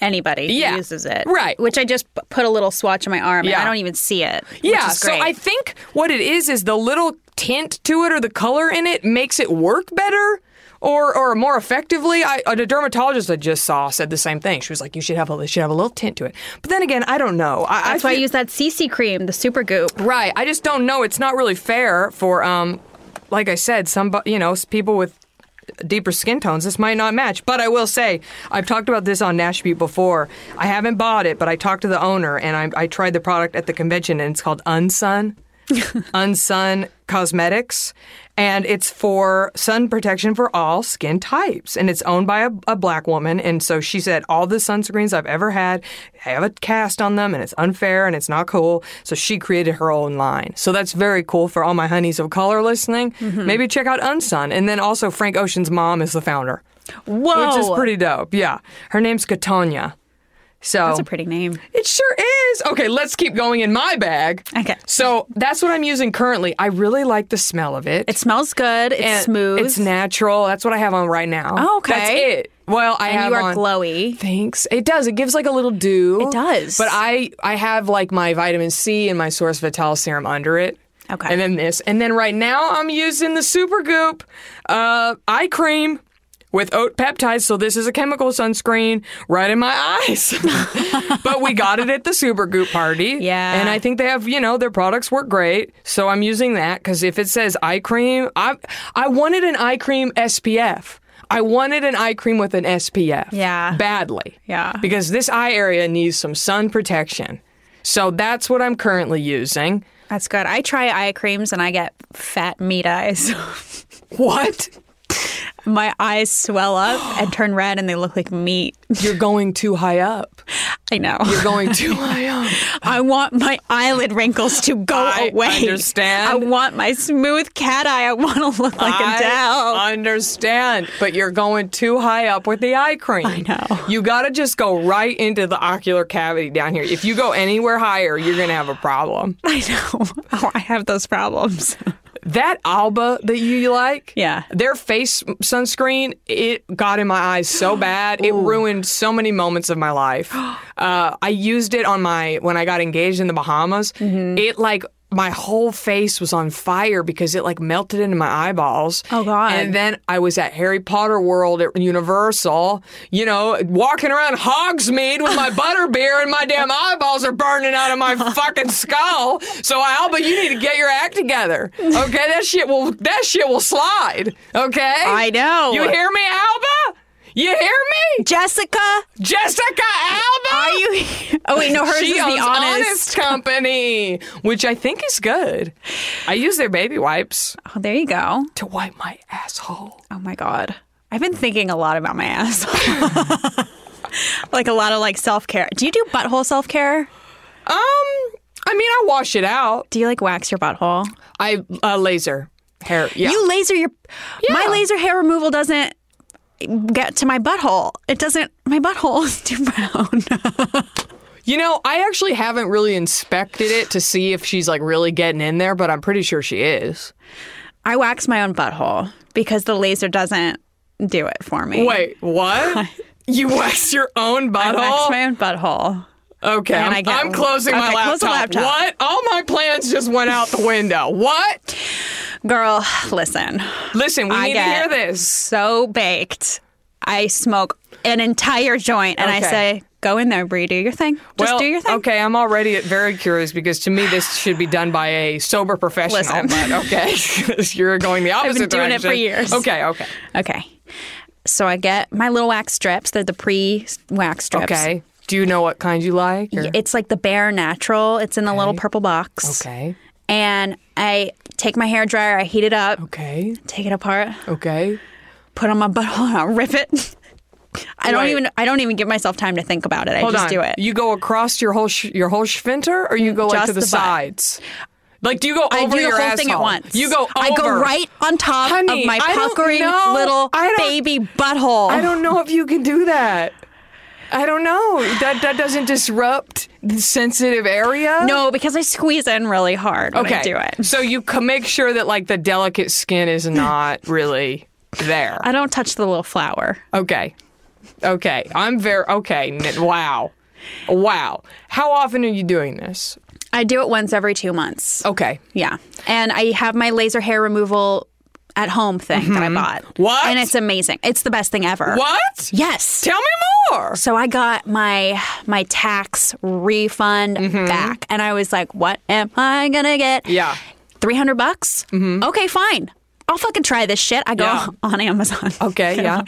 [SPEAKER 2] Anybody who
[SPEAKER 1] Yeah.
[SPEAKER 2] uses it.
[SPEAKER 1] Right.
[SPEAKER 2] Which I just p- put a little swatch on my arm and
[SPEAKER 1] Yeah.
[SPEAKER 2] I don't even see it.
[SPEAKER 1] yeah.
[SPEAKER 2] Which is
[SPEAKER 1] So
[SPEAKER 2] great.
[SPEAKER 1] I think what it is is the little tint to it or the color in it makes it work better. Or, or more effectively, I, a dermatologist I just saw said the same thing. She was like, "You should have a, it should have a little tint to it." But then again, I don't know. I,
[SPEAKER 2] That's
[SPEAKER 1] I
[SPEAKER 2] why I
[SPEAKER 1] feel-
[SPEAKER 2] use that CC cream, the super goop.
[SPEAKER 1] right. I just don't know. It's not really fair for, um, like I said, some bu- you know s- people with deeper skin tones. This might not match. But I will say, I've talked about this on Nashville before. I haven't bought it, but I talked to the owner and I, I tried the product at the convention, and it's called Unsun. Unsun Cosmetics, and it's for sun protection for all skin types. And it's owned by a, a black woman. And so she said, All the sunscreens I've ever had have a cast on them, and it's unfair and it's not cool. So she created her own line. So that's very cool for all my honeys of color listening.
[SPEAKER 2] Mm-hmm.
[SPEAKER 1] Maybe check out Unsun. And then also, Frank Ocean's mom is the founder,
[SPEAKER 2] Whoa.
[SPEAKER 1] which is pretty dope. Yeah. Her name's Katonia. So
[SPEAKER 2] That's a pretty name.
[SPEAKER 1] it sure is. Okay, let's keep going in my bag.
[SPEAKER 2] Okay.
[SPEAKER 1] So that's what I'm using currently. I really like the smell of it.
[SPEAKER 2] It smells good. It's
[SPEAKER 1] And
[SPEAKER 2] smooth.
[SPEAKER 1] It's natural. That's what I have on right now.
[SPEAKER 2] Oh, okay.
[SPEAKER 1] That's it. Well, I
[SPEAKER 2] and
[SPEAKER 1] have
[SPEAKER 2] you are
[SPEAKER 1] on.
[SPEAKER 2] glowy.
[SPEAKER 1] Thanks. It does. It gives like a little dew.
[SPEAKER 2] It does.
[SPEAKER 1] But I I have like my vitamin C and my Source Vital serum under it.
[SPEAKER 2] Okay.
[SPEAKER 1] And then this. And then right now I'm using the Super Goop uh, eye cream with oat peptides. So this is a chemical sunscreen right in my eyes. <laughs> but we got it at the Super Goop party.
[SPEAKER 2] <laughs> Yeah.
[SPEAKER 1] And I think they have, you know, their products work great. So I'm using that because if it says eye cream, I I wanted an eye cream SPF. I wanted an eye cream with an SPF
[SPEAKER 2] Yeah.
[SPEAKER 1] badly.
[SPEAKER 2] Yeah.
[SPEAKER 1] Because this eye area needs some sun protection. So that's what I'm currently using.
[SPEAKER 2] That's good. I try eye creams and I get fat meat eyes. <laughs>
[SPEAKER 1] What?
[SPEAKER 2] my eyes swell up and turn red and they look like meat.
[SPEAKER 1] You're going too high up.
[SPEAKER 2] I know.
[SPEAKER 1] You're going
[SPEAKER 2] <laughs>
[SPEAKER 1] too high up.
[SPEAKER 2] I want my eyelid wrinkles to go
[SPEAKER 1] I
[SPEAKER 2] away.
[SPEAKER 1] understand.
[SPEAKER 2] I want my smooth cat eye. I want to look like
[SPEAKER 1] I
[SPEAKER 2] Adele.
[SPEAKER 1] understand, but you're going too high up with the eye cream. I
[SPEAKER 2] know.
[SPEAKER 1] You got to just go right into the ocular cavity down here. If you go anywhere higher, you're going to have a problem.
[SPEAKER 2] <laughs> I know. Oh, I have those problems.
[SPEAKER 1] That Alba that you like,
[SPEAKER 2] Yeah.
[SPEAKER 1] their face sunscreen, it got in my eyes
[SPEAKER 2] <gasps>
[SPEAKER 1] so bad. It ruined so many moments of my life. Uh, I used it on my when I got engaged in the Bahamas.
[SPEAKER 2] Mm-hmm.
[SPEAKER 1] It like my whole face was on fire because it like melted into my eyeballs.
[SPEAKER 2] Oh, God.
[SPEAKER 1] And then I was at Harry Potter World at Universal, you know, walking around Hogsmeade with my <laughs> butterbeer and my damn eyeballs are burning out
[SPEAKER 2] <laughs>
[SPEAKER 1] of my fucking skull. So Alba, you need to get your act together. Okay, that shit will that shit will slide. Okay?
[SPEAKER 2] I know.
[SPEAKER 1] You hear me, Alba? You hear me?
[SPEAKER 2] Jessica,
[SPEAKER 1] Jessica Alba?
[SPEAKER 2] are you? Oh wait, no, hers
[SPEAKER 1] Ah! she
[SPEAKER 2] is
[SPEAKER 1] owns
[SPEAKER 2] the honest.
[SPEAKER 1] honest Company, which I think is good. I use their baby wipes
[SPEAKER 2] Oh, there you go.
[SPEAKER 1] to wipe my asshole.
[SPEAKER 2] Oh my god, I've been thinking a lot about my ass. <laughs> like a lot of like self care. Do you do butthole self care?
[SPEAKER 1] Um, I mean, I wash it out.
[SPEAKER 2] Do you like wax your butthole?
[SPEAKER 1] I uh, laser hair. Yeah.
[SPEAKER 2] You laser your. My laser hair removal doesn't get to my butthole. It doesn't. My butthole is <laughs> too brown.
[SPEAKER 1] You know, I actually haven't really inspected it to see if she's like really getting in there, but I'm pretty sure she is.
[SPEAKER 2] I wax my own butthole because the laser doesn't do it for me.
[SPEAKER 1] Wait,
[SPEAKER 2] <laughs>
[SPEAKER 1] what? you wax your own
[SPEAKER 2] I
[SPEAKER 1] butthole?
[SPEAKER 2] wax my own butthole.
[SPEAKER 1] okay,
[SPEAKER 2] and
[SPEAKER 1] I'm,
[SPEAKER 2] I get-
[SPEAKER 1] I'm closing my
[SPEAKER 2] Okay,
[SPEAKER 1] laptop.
[SPEAKER 2] close the laptop.
[SPEAKER 1] What? All my plans just went out the window. What?
[SPEAKER 2] Girl, listen.
[SPEAKER 1] Listen, we
[SPEAKER 2] I
[SPEAKER 1] need to
[SPEAKER 2] get
[SPEAKER 1] hear this.
[SPEAKER 2] So baked. I smoke an entire joint and I
[SPEAKER 1] Okay.
[SPEAKER 2] say, go in there, Brie, do your thing. Just
[SPEAKER 1] well,
[SPEAKER 2] do your thing.
[SPEAKER 1] Okay, I'm already very curious because to me this should be done by a sober professional.
[SPEAKER 2] Listen.
[SPEAKER 1] but okay, <laughs> 'Cause you're going the opposite
[SPEAKER 2] been doing it for
[SPEAKER 1] direction.
[SPEAKER 2] years.
[SPEAKER 1] Okay, okay,
[SPEAKER 2] Okay. So I get my little wax strips. They're the pre wax strips.
[SPEAKER 1] okay. Do you know what kind you like? or-
[SPEAKER 2] It's like the bare natural. It's in the little purple box.
[SPEAKER 1] Okay.
[SPEAKER 2] And I take my hair dryer, I heat it up,
[SPEAKER 1] Okay.
[SPEAKER 2] take it apart,
[SPEAKER 1] Okay.
[SPEAKER 2] put on my <laughs> butthole, and I'll rip it. I don't
[SPEAKER 1] Wait.
[SPEAKER 2] even. I don't even give myself time to think about it. I
[SPEAKER 1] Hold
[SPEAKER 2] just
[SPEAKER 1] on.
[SPEAKER 2] do it.
[SPEAKER 1] You go across your whole sh- your whole schvinter, or you go like
[SPEAKER 2] Just
[SPEAKER 1] to the,
[SPEAKER 2] the butt.
[SPEAKER 1] sides? Like, do you go over
[SPEAKER 2] I do the
[SPEAKER 1] your
[SPEAKER 2] whole
[SPEAKER 1] asshole?
[SPEAKER 2] thing at once.
[SPEAKER 1] You go. Over.
[SPEAKER 2] I go right on top
[SPEAKER 1] Honey,
[SPEAKER 2] of my
[SPEAKER 1] I don't
[SPEAKER 2] puckering
[SPEAKER 1] know.
[SPEAKER 2] little
[SPEAKER 1] I don't-
[SPEAKER 2] baby butthole.
[SPEAKER 1] I don't know if you can do that. I don't know. That that doesn't disrupt the sensitive area.
[SPEAKER 2] No, because I squeeze in really hard when
[SPEAKER 1] Okay.
[SPEAKER 2] I do it.
[SPEAKER 1] So you c- make sure that like the delicate skin is
[SPEAKER 2] <laughs>
[SPEAKER 1] not really there.
[SPEAKER 2] I don't touch the little flower.
[SPEAKER 1] Okay. Okay. I'm very okay. N- Wow. Wow. How often are you doing this?
[SPEAKER 2] I do it once every two months.
[SPEAKER 1] Okay.
[SPEAKER 2] Yeah. And I have my laser hair removal at home thing that I bought.
[SPEAKER 1] Mm-hmm. What?
[SPEAKER 2] And it's amazing. It's the best thing ever.
[SPEAKER 1] What?
[SPEAKER 2] Yes.
[SPEAKER 1] Tell me more.
[SPEAKER 2] So I got my my tax refund back and I was like, what am I going to get?
[SPEAKER 1] Mm-hmm. Yeah. Mm-hmm.
[SPEAKER 2] 300 bucks? Okay, fine. I'll fucking try this shit. I go
[SPEAKER 1] Yeah.
[SPEAKER 2] <laughs> on Amazon.
[SPEAKER 1] Okay,
[SPEAKER 2] <laughs>
[SPEAKER 1] yeah.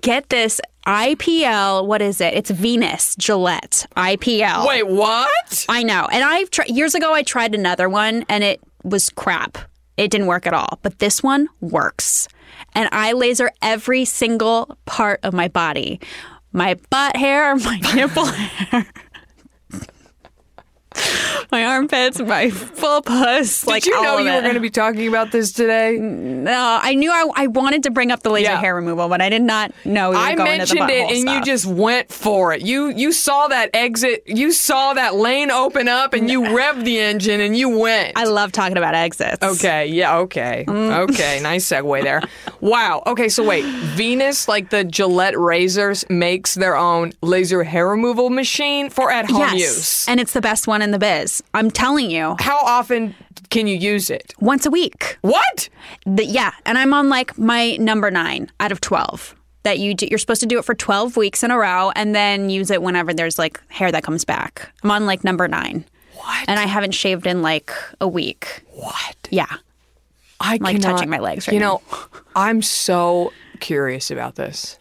[SPEAKER 2] Get this IPL, what is it? It's Venus Gillette IPL.
[SPEAKER 1] Wait, what?
[SPEAKER 2] I know. And I've tried years ago I tried another one and it was crap. It didn't work at all. But this one works. And I laser every single part of my body. My butt hair, <laughs> my nipple hair. My armpits, my full puss. like
[SPEAKER 1] Did you
[SPEAKER 2] all
[SPEAKER 1] know
[SPEAKER 2] of
[SPEAKER 1] you were
[SPEAKER 2] it. Mm,
[SPEAKER 1] going to be talking about this today?
[SPEAKER 2] No, I knew I, I wanted to bring up the laser
[SPEAKER 1] Yeah.
[SPEAKER 2] hair removal, but I did not know. We were
[SPEAKER 1] I
[SPEAKER 2] going to
[SPEAKER 1] mentioned
[SPEAKER 2] the
[SPEAKER 1] it, and
[SPEAKER 2] butthole
[SPEAKER 1] you
[SPEAKER 2] stuff.
[SPEAKER 1] just went for it. You you saw that exit, you saw that lane open up, and you revved the engine, and you went.
[SPEAKER 2] I love talking about
[SPEAKER 1] <laughs>
[SPEAKER 2] exits.
[SPEAKER 1] Okay. Yeah. Okay.
[SPEAKER 2] Mm.
[SPEAKER 1] Okay. Nice segue there. Wow. Okay. So wait, Venus, like the Gillette razors, makes their own laser hair removal machine for at-home
[SPEAKER 2] Yes,
[SPEAKER 1] use.
[SPEAKER 2] and it's the best one in the biz. I'm telling you,
[SPEAKER 1] How often can you use it?
[SPEAKER 2] once a week.
[SPEAKER 1] What?
[SPEAKER 2] The, yeah, and I'm on like my number nine out of twelve that you do, you're supposed to do it for twelve weeks in a row, and then use it whenever there's like hair that comes back. I'm on like number nine. What? And I haven't shaved in like a week.
[SPEAKER 1] What?
[SPEAKER 2] Yeah.
[SPEAKER 1] I
[SPEAKER 2] like
[SPEAKER 1] cannot-
[SPEAKER 2] touching my legs right
[SPEAKER 1] you
[SPEAKER 2] <laughs>
[SPEAKER 1] know, I'm so curious about this.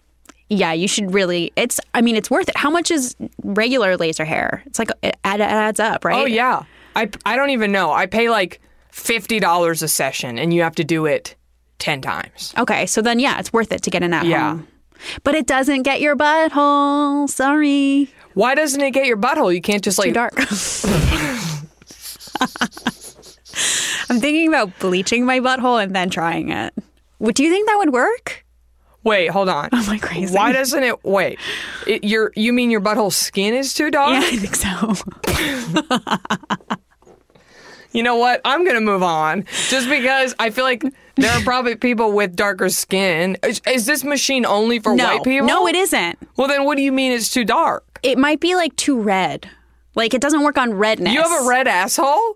[SPEAKER 2] yeah, you should really. It's. I mean, it's worth it. How much is regular laser hair? It's like it add- it adds up, right?
[SPEAKER 1] Oh yeah. I I don't even know. I pay like fifty dollars a session, and you have to do it ten times.
[SPEAKER 2] Okay, so then yeah, it's worth it to get an at
[SPEAKER 1] Yeah.
[SPEAKER 2] home. But it doesn't get your butthole. Sorry,
[SPEAKER 1] Why doesn't it get your butthole? You can't just like
[SPEAKER 2] too dark. I'm thinking about bleaching my butthole and then trying it. Would do you think that would work?
[SPEAKER 1] Wait, hold on.
[SPEAKER 2] <laughs> Am I crazy?
[SPEAKER 1] Why doesn't it wait? It, your you mean your butthole skin is too dark?
[SPEAKER 2] Yeah, I think so.
[SPEAKER 1] You know what? I'm gonna move on just because I feel like there are probably people with darker skin. Is, is this machine only for
[SPEAKER 2] no,
[SPEAKER 1] white people?
[SPEAKER 2] no, it isn't.
[SPEAKER 1] Well, then what do you mean it's too dark?
[SPEAKER 2] It might be like too red. Like it doesn't work on redness.
[SPEAKER 1] You have a red asshole.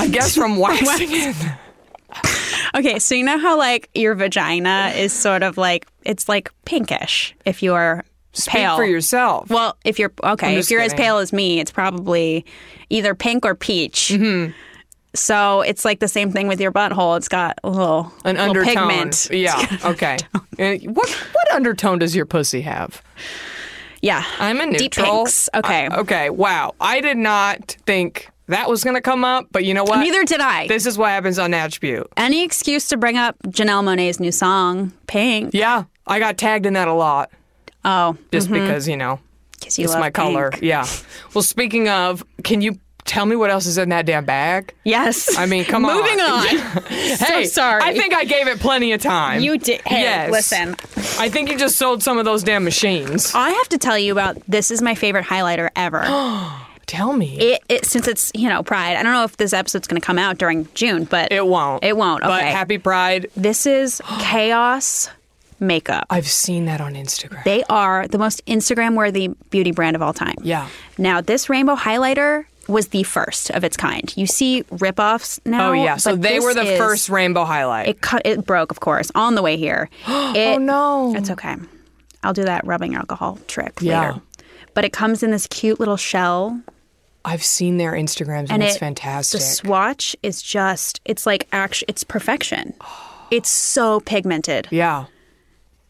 [SPEAKER 1] I
[SPEAKER 2] <laughs>
[SPEAKER 1] guess from waxing it.
[SPEAKER 2] Okay, so you know how like your vagina is sort of like it's like pinkish if you're pale.
[SPEAKER 1] Speak for yourself.
[SPEAKER 2] Well, if you're okay,
[SPEAKER 1] just
[SPEAKER 2] if you're as
[SPEAKER 1] kidding.
[SPEAKER 2] pale as me, it's probably either pink or peach.
[SPEAKER 1] Mm-hmm.
[SPEAKER 2] So it's like the same thing with your butthole. It's got a little
[SPEAKER 1] An
[SPEAKER 2] little
[SPEAKER 1] undertone.
[SPEAKER 2] pigment.
[SPEAKER 1] Yeah.
[SPEAKER 2] <laughs>
[SPEAKER 1] Okay. Uh, What what undertone does your pussy have?
[SPEAKER 2] yeah.
[SPEAKER 1] I'm a neutral.
[SPEAKER 2] deep pinks. Okay.
[SPEAKER 1] I- okay. Wow. I did not think that was going to come up, but you know what?
[SPEAKER 2] Neither did I.
[SPEAKER 1] This is what happens on attribute.
[SPEAKER 2] Any excuse to bring up Janelle Monet's new song, Pink?
[SPEAKER 1] Yeah, I got tagged in that a lot
[SPEAKER 2] Oh,
[SPEAKER 1] just because you know
[SPEAKER 2] because you
[SPEAKER 1] it's
[SPEAKER 2] love
[SPEAKER 1] my color.
[SPEAKER 2] pink.
[SPEAKER 1] Yeah. Well, speaking of, can you tell me what else is in that damn bag?
[SPEAKER 2] Yes.
[SPEAKER 1] I mean, come
[SPEAKER 2] Moving
[SPEAKER 1] <laughs> on.
[SPEAKER 2] Moving on.
[SPEAKER 1] hey,
[SPEAKER 2] sorry.
[SPEAKER 1] I think I gave it plenty of time.
[SPEAKER 2] You did. Hey,
[SPEAKER 1] yes.
[SPEAKER 2] listen. Uh,
[SPEAKER 1] I think you just sold some of those damn machines.
[SPEAKER 2] I have to tell you about this is my favorite highlighter
[SPEAKER 1] <gasps>
[SPEAKER 2] ever. <gasps>
[SPEAKER 1] Tell me.
[SPEAKER 2] it, it since it's you know Pride. I don't know if this episode's going to come out during June, but
[SPEAKER 1] It won't.
[SPEAKER 2] It won't. Okay.
[SPEAKER 1] But happy pride.
[SPEAKER 2] this is chaos makeup.
[SPEAKER 1] I've seen that on Instagram.
[SPEAKER 2] They are the most Instagram worthy beauty brand of all time.
[SPEAKER 1] Yeah.
[SPEAKER 2] Now this rainbow highlighter was the first of its kind. You see ripoffs now.
[SPEAKER 1] Oh yeah, so
[SPEAKER 2] but
[SPEAKER 1] they
[SPEAKER 2] this
[SPEAKER 1] were the
[SPEAKER 2] is-
[SPEAKER 1] first rainbow highlight.
[SPEAKER 2] It cut. It broke, of course, on the way here.
[SPEAKER 1] <gasps>
[SPEAKER 2] It,
[SPEAKER 1] oh no.
[SPEAKER 2] It's okay. I'll do that rubbing alcohol trick
[SPEAKER 1] Yeah.
[SPEAKER 2] later. But it comes in this cute little shell
[SPEAKER 1] I've seen their Instagrams and,
[SPEAKER 2] and
[SPEAKER 1] it's
[SPEAKER 2] it-
[SPEAKER 1] fantastic.
[SPEAKER 2] The swatch is just it's like act
[SPEAKER 1] <gasps>
[SPEAKER 2] it's perfection. It's so pigmented
[SPEAKER 1] yeah.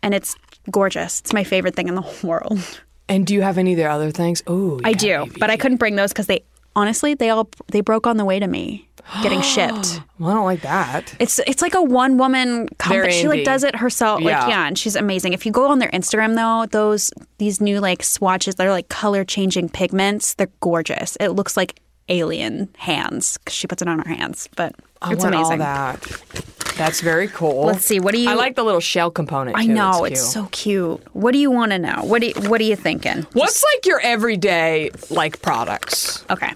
[SPEAKER 2] and it's gorgeous. It's my favorite thing in the <laughs> whole world.
[SPEAKER 1] And do you have any of their other things? Oh,
[SPEAKER 2] I do, but I couldn't bring those because they honestly they all they broke on the way to me
[SPEAKER 1] <gasps>
[SPEAKER 2] getting shipped.
[SPEAKER 1] Well, I don't like that.
[SPEAKER 2] It's it's like a one woman company.
[SPEAKER 1] Very
[SPEAKER 2] She like
[SPEAKER 1] indie.
[SPEAKER 2] does it herself.
[SPEAKER 1] Yeah.
[SPEAKER 2] Like yeah, and she's amazing. If you go on their Instagram though, those these new like swatches, they're like color changing pigments. They're gorgeous. It looks like alien hands 'cause she puts it on her hands. But
[SPEAKER 1] I
[SPEAKER 2] it's
[SPEAKER 1] want
[SPEAKER 2] amazing.
[SPEAKER 1] all that. That's very cool.
[SPEAKER 2] Let's see, what do
[SPEAKER 1] I
[SPEAKER 2] you-
[SPEAKER 1] like the little shell component.
[SPEAKER 2] I
[SPEAKER 1] too.
[SPEAKER 2] know it's,
[SPEAKER 1] cute.
[SPEAKER 2] so cute. What do you want to know? What do you, what are you thinking?
[SPEAKER 1] What's like your everyday like products?
[SPEAKER 2] Okay.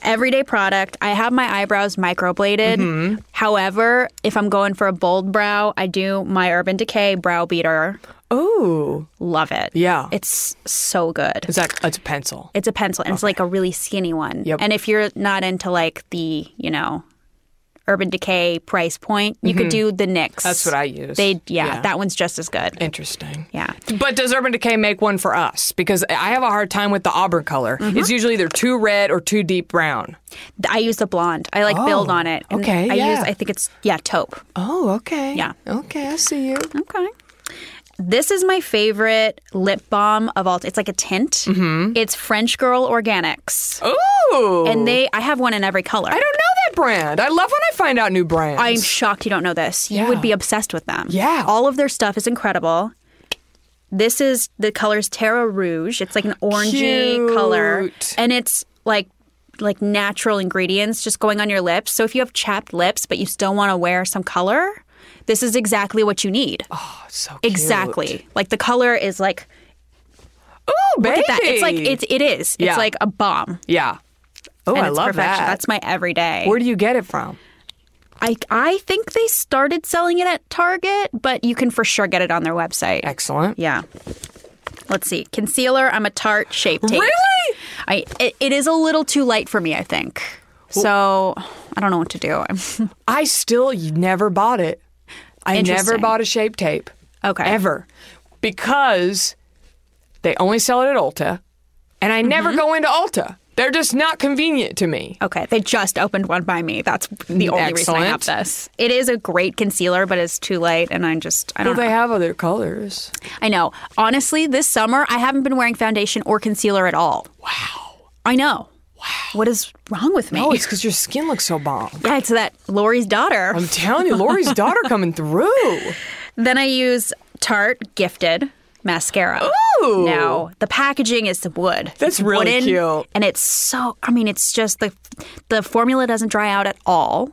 [SPEAKER 2] Everyday product. I have my eyebrows microbladed.
[SPEAKER 1] Mm-hmm.
[SPEAKER 2] However, if I'm going for a bold brow, I do my Urban Decay brow beater.
[SPEAKER 1] Oh,
[SPEAKER 2] Love it.
[SPEAKER 1] Yeah.
[SPEAKER 2] It's so good.
[SPEAKER 1] is that it's a pencil?
[SPEAKER 2] It's a pencil and it's like a really skinny one.
[SPEAKER 1] Yep.
[SPEAKER 2] And if you're not into like the, you know, Urban Decay price point, you could do the NYX.
[SPEAKER 1] Mm-hmm. That's what I use.
[SPEAKER 2] They yeah,
[SPEAKER 1] Yeah.
[SPEAKER 2] that one's just as good.
[SPEAKER 1] Interesting.
[SPEAKER 2] yeah.
[SPEAKER 1] But does Urban Decay make one for us? Because I have a hard time with the auburn color. It's usually either too red or too deep brown.
[SPEAKER 2] I use the blonde. I like build on it. And
[SPEAKER 1] Oh, okay,
[SPEAKER 2] I
[SPEAKER 1] yeah.
[SPEAKER 2] use I think it's yeah, taupe.
[SPEAKER 1] Oh, okay.
[SPEAKER 2] Yeah.
[SPEAKER 1] Okay, I see you.
[SPEAKER 2] Okay. This is my favorite lip balm of all. It's like a tint. Mm-hmm. It's French Girl Organics,
[SPEAKER 1] Ooh.
[SPEAKER 2] and they. I have one in every color.
[SPEAKER 1] Oh. I don't know that brand. I love when I find out new brands.
[SPEAKER 2] I'm shocked you don't know this. You would be obsessed with them.
[SPEAKER 1] Yeah.
[SPEAKER 2] All of their stuff is incredible. This is the colors Terra Rouge. It's like an orangey
[SPEAKER 1] Cute.
[SPEAKER 2] color, and it's like like natural ingredients just going on your lips. So if you have chapped lips but you still want to wear some color, this is exactly what you need.
[SPEAKER 1] so Oh, cute.
[SPEAKER 2] Exactly. Like the color is like
[SPEAKER 1] Ooh, baby.
[SPEAKER 2] Look at that. It's like it's it is.
[SPEAKER 1] Yeah.
[SPEAKER 2] It's like a bomb.
[SPEAKER 1] yeah. Oh,
[SPEAKER 2] and
[SPEAKER 1] I
[SPEAKER 2] it's
[SPEAKER 1] love
[SPEAKER 2] perfection.
[SPEAKER 1] that.
[SPEAKER 2] That's my everyday.
[SPEAKER 1] Where do you get it from?
[SPEAKER 2] I I think they started selling it at Target, but you can for sure get it on their website.
[SPEAKER 1] Excellent.
[SPEAKER 2] Yeah. Let's see. Concealer, I'm a tart shape tape.
[SPEAKER 1] Really?
[SPEAKER 2] I it, it is a little too light for me, I think. So I don't know what to do. I'm- <laughs>
[SPEAKER 1] I still never bought it. I never
[SPEAKER 2] Interesting.
[SPEAKER 1] bought a shape tape.
[SPEAKER 2] Okay.
[SPEAKER 1] Ever. Because they only sell it at Ulta and I never
[SPEAKER 2] Mm-hmm.
[SPEAKER 1] go into Ulta. They're just not convenient to me.
[SPEAKER 2] okay, they just opened one by me. That's the only reason I have
[SPEAKER 1] Excellent.
[SPEAKER 2] this. It is a great concealer, but it's too light, and I'm just I
[SPEAKER 1] Well,
[SPEAKER 2] don't. know.
[SPEAKER 1] they have other colors.
[SPEAKER 2] I know. Honestly, this summer I haven't been wearing foundation or concealer at all. Wow. I know. Wow. What is wrong with me?
[SPEAKER 1] Oh, it's because your skin looks so bomb.
[SPEAKER 2] yeah, it's that Lori's daughter.
[SPEAKER 1] I'm telling you,
[SPEAKER 2] <laughs>
[SPEAKER 1] Lori's daughter coming through.
[SPEAKER 2] then I use Tarte Gifted mascara.
[SPEAKER 1] Ooh.
[SPEAKER 2] Now the packaging is wood.
[SPEAKER 1] That's
[SPEAKER 2] It's
[SPEAKER 1] really
[SPEAKER 2] wooden,
[SPEAKER 1] cute.
[SPEAKER 2] and it's so. I mean, it's just the the formula doesn't dry out at all.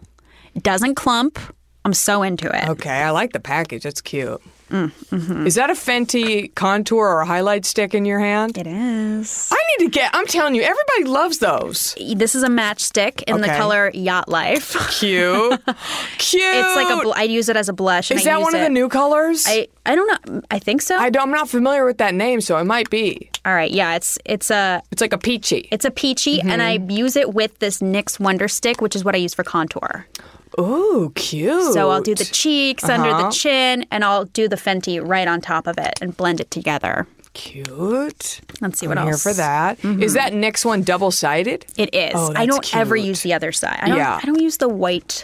[SPEAKER 2] It doesn't clump. I'm so into it.
[SPEAKER 1] Okay, I like the package. That's cute.
[SPEAKER 2] Mm-hmm.
[SPEAKER 1] Is that a Fenty contour or a highlight stick in your hand?
[SPEAKER 2] It is.
[SPEAKER 1] I need to get. I'm telling you, everybody loves those.
[SPEAKER 2] This is a matchstick in the
[SPEAKER 1] Okay.
[SPEAKER 2] color Yacht Life.
[SPEAKER 1] Cute, cute.
[SPEAKER 2] <laughs> It's like a. Bl- I use it as a blush. and
[SPEAKER 1] Is
[SPEAKER 2] I
[SPEAKER 1] that
[SPEAKER 2] use
[SPEAKER 1] one of
[SPEAKER 2] it-
[SPEAKER 1] the new colors?
[SPEAKER 2] I, I don't know. I think so.
[SPEAKER 1] I don't, I'm not familiar with that name, so it might be.
[SPEAKER 2] All right, yeah, it's it's a
[SPEAKER 1] It's like a peachy.
[SPEAKER 2] it's a peachy, and I
[SPEAKER 1] Mm-hmm.
[SPEAKER 2] use it with this NYX Wonder E Stick, which is what I use for contour.
[SPEAKER 1] Ooh, cute.
[SPEAKER 2] So I'll do the cheeks under
[SPEAKER 1] Uh-huh.
[SPEAKER 2] the chin, and I'll do the Fenty right on top of it, and blend it together.
[SPEAKER 1] cute.
[SPEAKER 2] Let's see what
[SPEAKER 1] I'm
[SPEAKER 2] else.
[SPEAKER 1] here for that. Is
[SPEAKER 2] Mm-hmm.
[SPEAKER 1] that next one double sided?
[SPEAKER 2] It is.
[SPEAKER 1] Oh,
[SPEAKER 2] I
[SPEAKER 1] that's
[SPEAKER 2] don't ever
[SPEAKER 1] cute.
[SPEAKER 2] use the other side. I don't,
[SPEAKER 1] Yeah.
[SPEAKER 2] I don't use the white.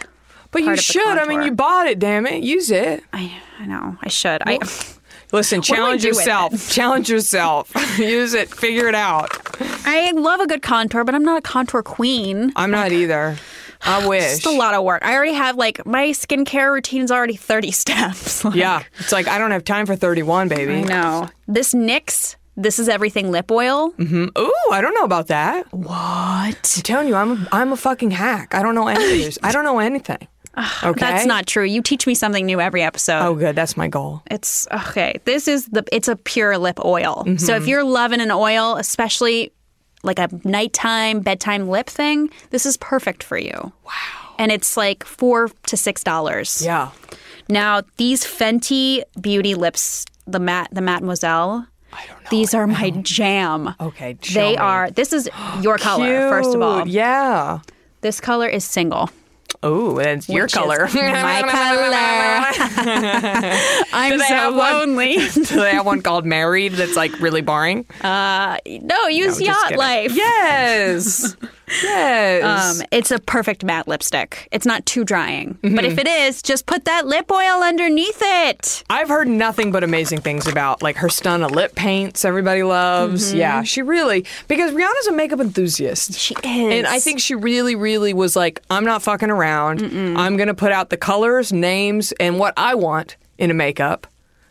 [SPEAKER 1] But you
[SPEAKER 2] Part of the
[SPEAKER 1] should. I mean,
[SPEAKER 2] contour.
[SPEAKER 1] you bought it. Damn it, use it.
[SPEAKER 2] I I know I should. I
[SPEAKER 1] Listen,
[SPEAKER 2] do I
[SPEAKER 1] challenge
[SPEAKER 2] do with
[SPEAKER 1] yourself. Challenge yourself. <laughs>
[SPEAKER 2] <laughs>
[SPEAKER 1] use it. Figure it out.
[SPEAKER 2] I love a good contour, but I'm not a contour queen.
[SPEAKER 1] I'm not either. I wish.
[SPEAKER 2] It's a lot of work. I already have like my skincare routine's already 30 <laughs> steps. Like,
[SPEAKER 1] Yeah, it's like I don't have time for 31, baby.
[SPEAKER 2] I know. This NYX, this is everything lip oil.
[SPEAKER 1] Mm-hmm. Ooh, I don't know about that. What? I'm telling you, I'm I'm a fucking hack. I don't know
[SPEAKER 2] <laughs>
[SPEAKER 1] any of this. I don't know anything. Okay,
[SPEAKER 2] That's not true. You teach me something new every episode.
[SPEAKER 1] Oh, good. That's my goal.
[SPEAKER 2] It's okay. This is the it's a pure lip oil. So
[SPEAKER 1] Mm-hmm.
[SPEAKER 2] if you're loving an oil, especially like a nighttime, bedtime lip thing, this is perfect for you. Wow. And it's like four to six dollars.
[SPEAKER 1] Yeah.
[SPEAKER 2] Now these Fenty Beauty lips, the matte, the Mademoiselle. I don't know. These are my jam.
[SPEAKER 1] Okay. show
[SPEAKER 2] They
[SPEAKER 1] me.
[SPEAKER 2] are. This is
[SPEAKER 1] <gasps>
[SPEAKER 2] your color, first of all.
[SPEAKER 1] Cute, Yeah.
[SPEAKER 2] This color is
[SPEAKER 1] <laughs>
[SPEAKER 2] single.
[SPEAKER 1] Oh, and it's your
[SPEAKER 2] Which is <laughs>
[SPEAKER 1] color.
[SPEAKER 2] my
[SPEAKER 1] <laughs>
[SPEAKER 2] color. I'm
[SPEAKER 1] they
[SPEAKER 2] so
[SPEAKER 1] have one?
[SPEAKER 2] lonely.
[SPEAKER 1] <laughs> Do they have one called Married that's like really boring?
[SPEAKER 2] no, use
[SPEAKER 1] just
[SPEAKER 2] yacht
[SPEAKER 1] kidding.
[SPEAKER 2] <laughs> life.
[SPEAKER 1] Yes. Yes.
[SPEAKER 2] Um, it's a perfect matte lipstick. It's not too drying. But
[SPEAKER 1] Mm-hmm.
[SPEAKER 2] if it is, just put that lip oil underneath it.
[SPEAKER 1] I've heard nothing but amazing things about like her stunna lip paints everybody loves. Yeah, she really because Rihanna's a makeup enthusiast. Mm-hmm. She is. And I think she really really was like I'm not fucking around. I'm going to put out the colors, names and what I want in a makeup.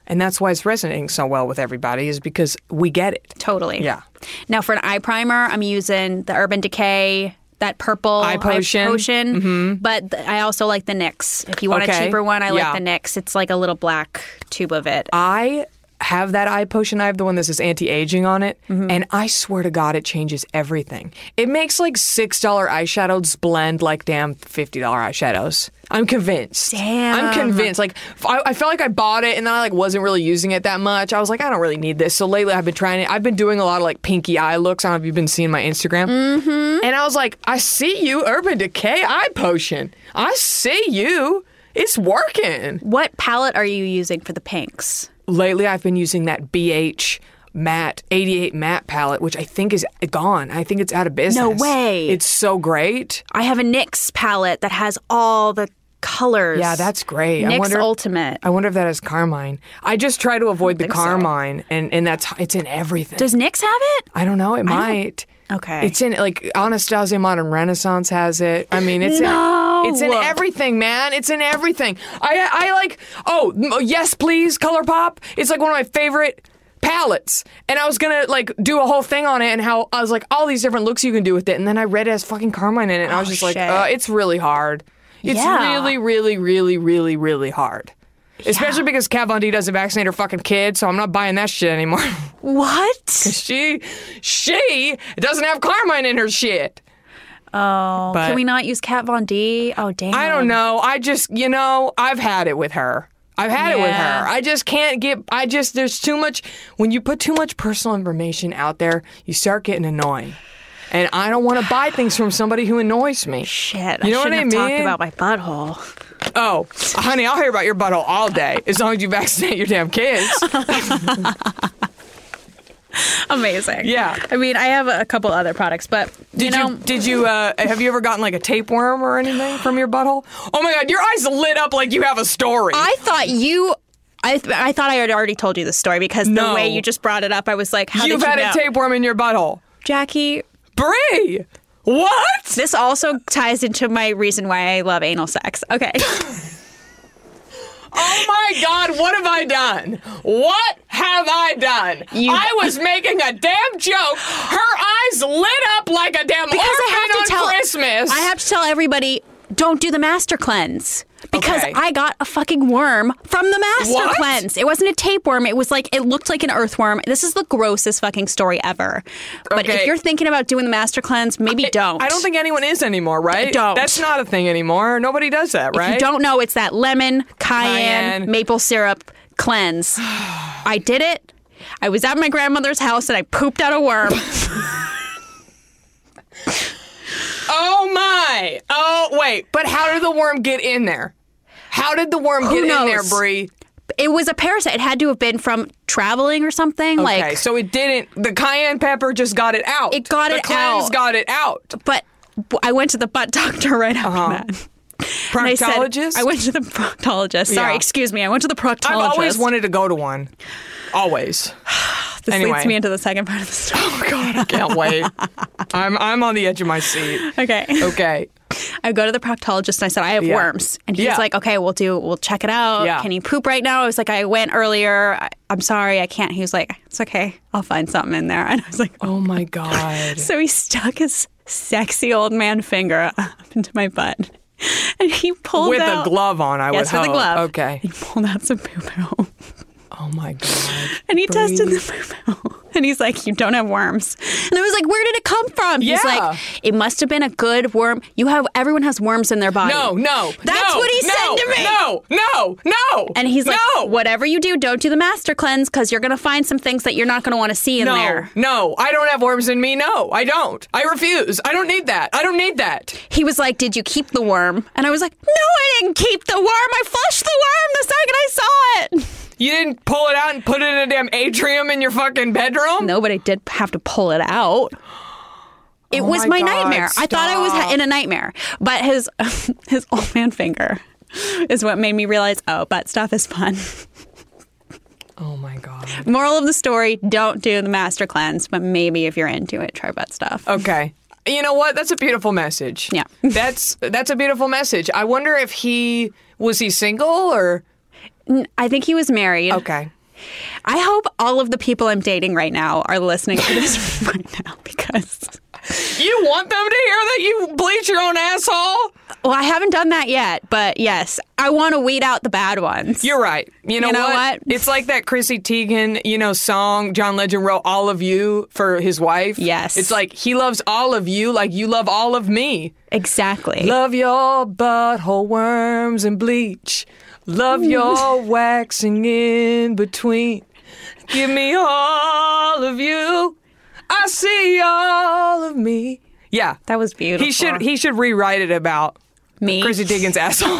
[SPEAKER 1] And that's why it's resonating so well with everybody is because we get it.
[SPEAKER 2] Totally.
[SPEAKER 1] Yeah.
[SPEAKER 2] Now for an eye primer, I'm using the Urban Decay, that purple
[SPEAKER 1] Eye potion. Mm-hmm.
[SPEAKER 2] potion. But th- I also like the NYX. If you want
[SPEAKER 1] Okay.
[SPEAKER 2] a cheaper one, I
[SPEAKER 1] Yeah. Uh,
[SPEAKER 2] like the NYX. It's like a little black tube of it.
[SPEAKER 1] I have that eye potion. I have the one that says anti aging on it, and I swear to God, it changes everything. It makes like six dollar eyeshadows blend like damn fifty dollar eyeshadows. I'm convinced.
[SPEAKER 2] Damn.
[SPEAKER 1] I'm convinced. Like f- I, I felt like I bought it, and then I like wasn't really using it that much. I was like, I don't really need this. So lately, I've been trying it. I've been doing a lot of like pinky eye looks. I don't know if you've been seeing my Instagram. And I was like, I see you, Urban Decay eye potion. I see you. It's working
[SPEAKER 2] What palette are you using for the pinks?
[SPEAKER 1] lately I've been using that BH matte 88 matte palette, which I think is gone. I think it's out of business.
[SPEAKER 2] way.
[SPEAKER 1] It's so great.
[SPEAKER 2] I have a NYX palette that has all the colors.
[SPEAKER 1] Yeah, that's great.
[SPEAKER 2] NYX
[SPEAKER 1] I wonder.
[SPEAKER 2] Ultimate.
[SPEAKER 1] I wonder if that is carmine. I just try to avoid the
[SPEAKER 2] think so.
[SPEAKER 1] carmine, and and that's it's in everything.
[SPEAKER 2] Does NYX have it?
[SPEAKER 1] I don't know. It might.
[SPEAKER 2] Okay.
[SPEAKER 1] It's in like Anastasia Modern Renaissance has it. I mean, it's
[SPEAKER 2] No.
[SPEAKER 1] in, it's in everything, man. It's in everything. I I like oh m- yes please ColourPop. It's like one of my favorite palettes, and I was gonna like do a whole thing on it and how I was like all these different looks you can do with it, and then I read it as fucking Carmine in it, and I was
[SPEAKER 2] Oh,
[SPEAKER 1] just like,
[SPEAKER 2] shit.
[SPEAKER 1] uh, it's really hard. It's
[SPEAKER 2] Yeah.
[SPEAKER 1] really, really, really, really, really hard. Especially because Kat Von D doesn't vaccinate her fucking kid, so I'm not buying that shit anymore. <laughs>
[SPEAKER 2] What?
[SPEAKER 1] she she doesn't have carmine in her shit.
[SPEAKER 2] Oh,
[SPEAKER 1] But-
[SPEAKER 2] can we not use Kat Von D? Oh, damn.
[SPEAKER 1] I don't know. I just you know I've had it with her. I've had it with
[SPEAKER 2] Yeah.
[SPEAKER 1] her. I just can't get. I just there's too much. When you put too much personal information out there, you start getting annoying. And I don't want to buy things from somebody who annoys me.
[SPEAKER 2] Shit.
[SPEAKER 1] You know
[SPEAKER 2] I
[SPEAKER 1] what I
[SPEAKER 2] shouldn't have
[SPEAKER 1] mean?
[SPEAKER 2] talked about my butthole.
[SPEAKER 1] Oh, honey, I'll hear about your butthole all day as long as you vaccinate your damn
[SPEAKER 2] <laughs>
[SPEAKER 1] kids.
[SPEAKER 2] <laughs> Amazing.
[SPEAKER 1] Yeah.
[SPEAKER 2] I mean, I have a couple other products, but
[SPEAKER 1] Did you,
[SPEAKER 2] you know,
[SPEAKER 1] did you uh, have you ever gotten like a tapeworm or anything from your butthole? Oh my god, your eyes lit up like you have a story.
[SPEAKER 2] I thought you. I, th- I thought I had already told you the story because
[SPEAKER 1] No.
[SPEAKER 2] the way you just brought it up, I was like, "How
[SPEAKER 1] You've
[SPEAKER 2] did you
[SPEAKER 1] had
[SPEAKER 2] know?
[SPEAKER 1] a tapeworm in your butthole.
[SPEAKER 2] Jackie,
[SPEAKER 1] Brie! What?
[SPEAKER 2] this also ties into my reason why I love anal sex. <laughs> Okay.
[SPEAKER 1] Oh my god, what have I done? What have I done?
[SPEAKER 2] You-
[SPEAKER 1] I was making a damn joke. Her eyes lit up like a damn
[SPEAKER 2] because
[SPEAKER 1] orphan
[SPEAKER 2] I have
[SPEAKER 1] on
[SPEAKER 2] to tell
[SPEAKER 1] Christmas.
[SPEAKER 2] I have to tell everybody don't do the master cleanse because
[SPEAKER 1] Okay.
[SPEAKER 2] I got a fucking worm from the master
[SPEAKER 1] What?
[SPEAKER 2] cleanse. It wasn't a tapeworm. It was like it looked like an earthworm. This is the grossest fucking story ever. But
[SPEAKER 1] Okay.
[SPEAKER 2] if you're thinking about doing the master cleanse, maybe don't.
[SPEAKER 1] I don't think anyone is anymore, right?
[SPEAKER 2] Don't.
[SPEAKER 1] That's not a thing anymore. Nobody does that,
[SPEAKER 2] If
[SPEAKER 1] right?
[SPEAKER 2] you don't know, it's that lemon, cayenne,
[SPEAKER 1] Cayenne.
[SPEAKER 2] maple syrup
[SPEAKER 1] <sighs>
[SPEAKER 2] cleanse. I did it. I was at my grandmother's house and I pooped out
[SPEAKER 1] <laughs>
[SPEAKER 2] a worm.
[SPEAKER 1] Oh my! Oh wait, but how did the worm get in there? How did the worm
[SPEAKER 2] Who
[SPEAKER 1] get in there,
[SPEAKER 2] knows?
[SPEAKER 1] Brie?
[SPEAKER 2] it was a parasite. It had to have been from traveling or something.
[SPEAKER 1] okay,
[SPEAKER 2] like
[SPEAKER 1] so it didn't. The cayenne pepper just got it out.
[SPEAKER 2] It got
[SPEAKER 1] the
[SPEAKER 2] it
[SPEAKER 1] cleanse
[SPEAKER 2] out.
[SPEAKER 1] Got it out.
[SPEAKER 2] but w- I went to the butt <laughs> doctor right after that. And I said-
[SPEAKER 1] Uh-huh. Proctologist.
[SPEAKER 2] I, went to the proctologist. Sorry,
[SPEAKER 1] Yeah.
[SPEAKER 2] excuse me. I went to the proctologist.
[SPEAKER 1] I've always wanted to go to one. Always.
[SPEAKER 2] This
[SPEAKER 1] anyway.
[SPEAKER 2] leads me into the second part of the story.
[SPEAKER 1] Oh God, I <laughs> can't wait. I'm I'm on the edge of my seat.
[SPEAKER 2] <laughs> Okay.
[SPEAKER 1] Okay.
[SPEAKER 2] I go to the proctologist and I said, I have
[SPEAKER 1] Oh. Yeah.
[SPEAKER 2] worms. And he's
[SPEAKER 1] Yeah.
[SPEAKER 2] like, okay, we'll do, we'll check it out.
[SPEAKER 1] Yeah.
[SPEAKER 2] Can you poop right now? I was like, I went earlier. I, I'm sorry, I can't. He was like, it's okay. I'll find something in there. <laughs> And I was like,
[SPEAKER 1] Oh my God.
[SPEAKER 2] so he stuck his sexy old man finger <laughs> up into my butt. And he pulled
[SPEAKER 1] With
[SPEAKER 2] out.
[SPEAKER 1] a glove on, I
[SPEAKER 2] Yes,
[SPEAKER 1] would
[SPEAKER 2] with a
[SPEAKER 1] hope.
[SPEAKER 2] glove.
[SPEAKER 1] Okay.
[SPEAKER 2] He pulled out some poop out.
[SPEAKER 1] Oh my God.
[SPEAKER 2] And he tested
[SPEAKER 1] Breathe.
[SPEAKER 2] the poop out. <laughs> And he's like, You don't have worms. And I was like, Where did it come from?
[SPEAKER 1] Yeah.
[SPEAKER 2] He's like, It must have been a good worm. You have, everyone has worms in their body.
[SPEAKER 1] No, no.
[SPEAKER 2] That's
[SPEAKER 1] no,
[SPEAKER 2] what he
[SPEAKER 1] no,
[SPEAKER 2] said to me.
[SPEAKER 1] No, no, no.
[SPEAKER 2] And he's like,
[SPEAKER 1] no.
[SPEAKER 2] whatever you do, don't do the master cleanse because you're going to find some things that you're not going to want to see in
[SPEAKER 1] No,
[SPEAKER 2] there.
[SPEAKER 1] no, I don't have worms in me. No, I don't. I refuse. I don't need that. I don't need that.
[SPEAKER 2] He was like, Did you keep the worm? And I was like, No, I didn't keep the worm. I flushed the worm the second I saw it. <laughs>
[SPEAKER 1] You didn't pull it out and put it in a damn atrium in your fucking bedroom? <gasps>
[SPEAKER 2] No, but I did have to pull it out. It
[SPEAKER 1] Oh
[SPEAKER 2] was
[SPEAKER 1] my
[SPEAKER 2] my,
[SPEAKER 1] God,
[SPEAKER 2] nightmare. I thought I was ha- in a nightmare, but his <laughs> his old man finger <laughs> is what made me realize. Oh, butt stuff is fun. <laughs>
[SPEAKER 1] Oh my god.
[SPEAKER 2] Moral of the story: Don't do the master cleanse, but maybe if you're into it, try butt stuff.
[SPEAKER 1] Okay. You know what? That's a beautiful message.
[SPEAKER 2] Yeah.
[SPEAKER 1] <laughs> that's that's a beautiful message. I wonder if he was he single or
[SPEAKER 2] I think he was married.
[SPEAKER 1] okay.
[SPEAKER 2] I hope all of the people I'm dating right now are listening to this <laughs> right now because.
[SPEAKER 1] You want them to hear that you bleach your own asshole?
[SPEAKER 2] Well, I haven't done that yet, but yes, I want to weed out the bad ones.
[SPEAKER 1] You're right. You know,
[SPEAKER 2] You know what?
[SPEAKER 1] It's like that Chrissy Teigen, you know, song John Legend wrote "All of You" for his wife.
[SPEAKER 2] Yes.
[SPEAKER 1] It's like he loves all of you, like you love all of me.
[SPEAKER 2] exactly.
[SPEAKER 1] Love your butthole worms and bleach. Love
[SPEAKER 2] Mm.
[SPEAKER 1] your waxing in between. Give me all of you. I see all of me. Yeah,
[SPEAKER 2] That was beautiful.
[SPEAKER 1] he should he should rewrite it about
[SPEAKER 2] me,
[SPEAKER 1] Chrissy Teigen's asshole.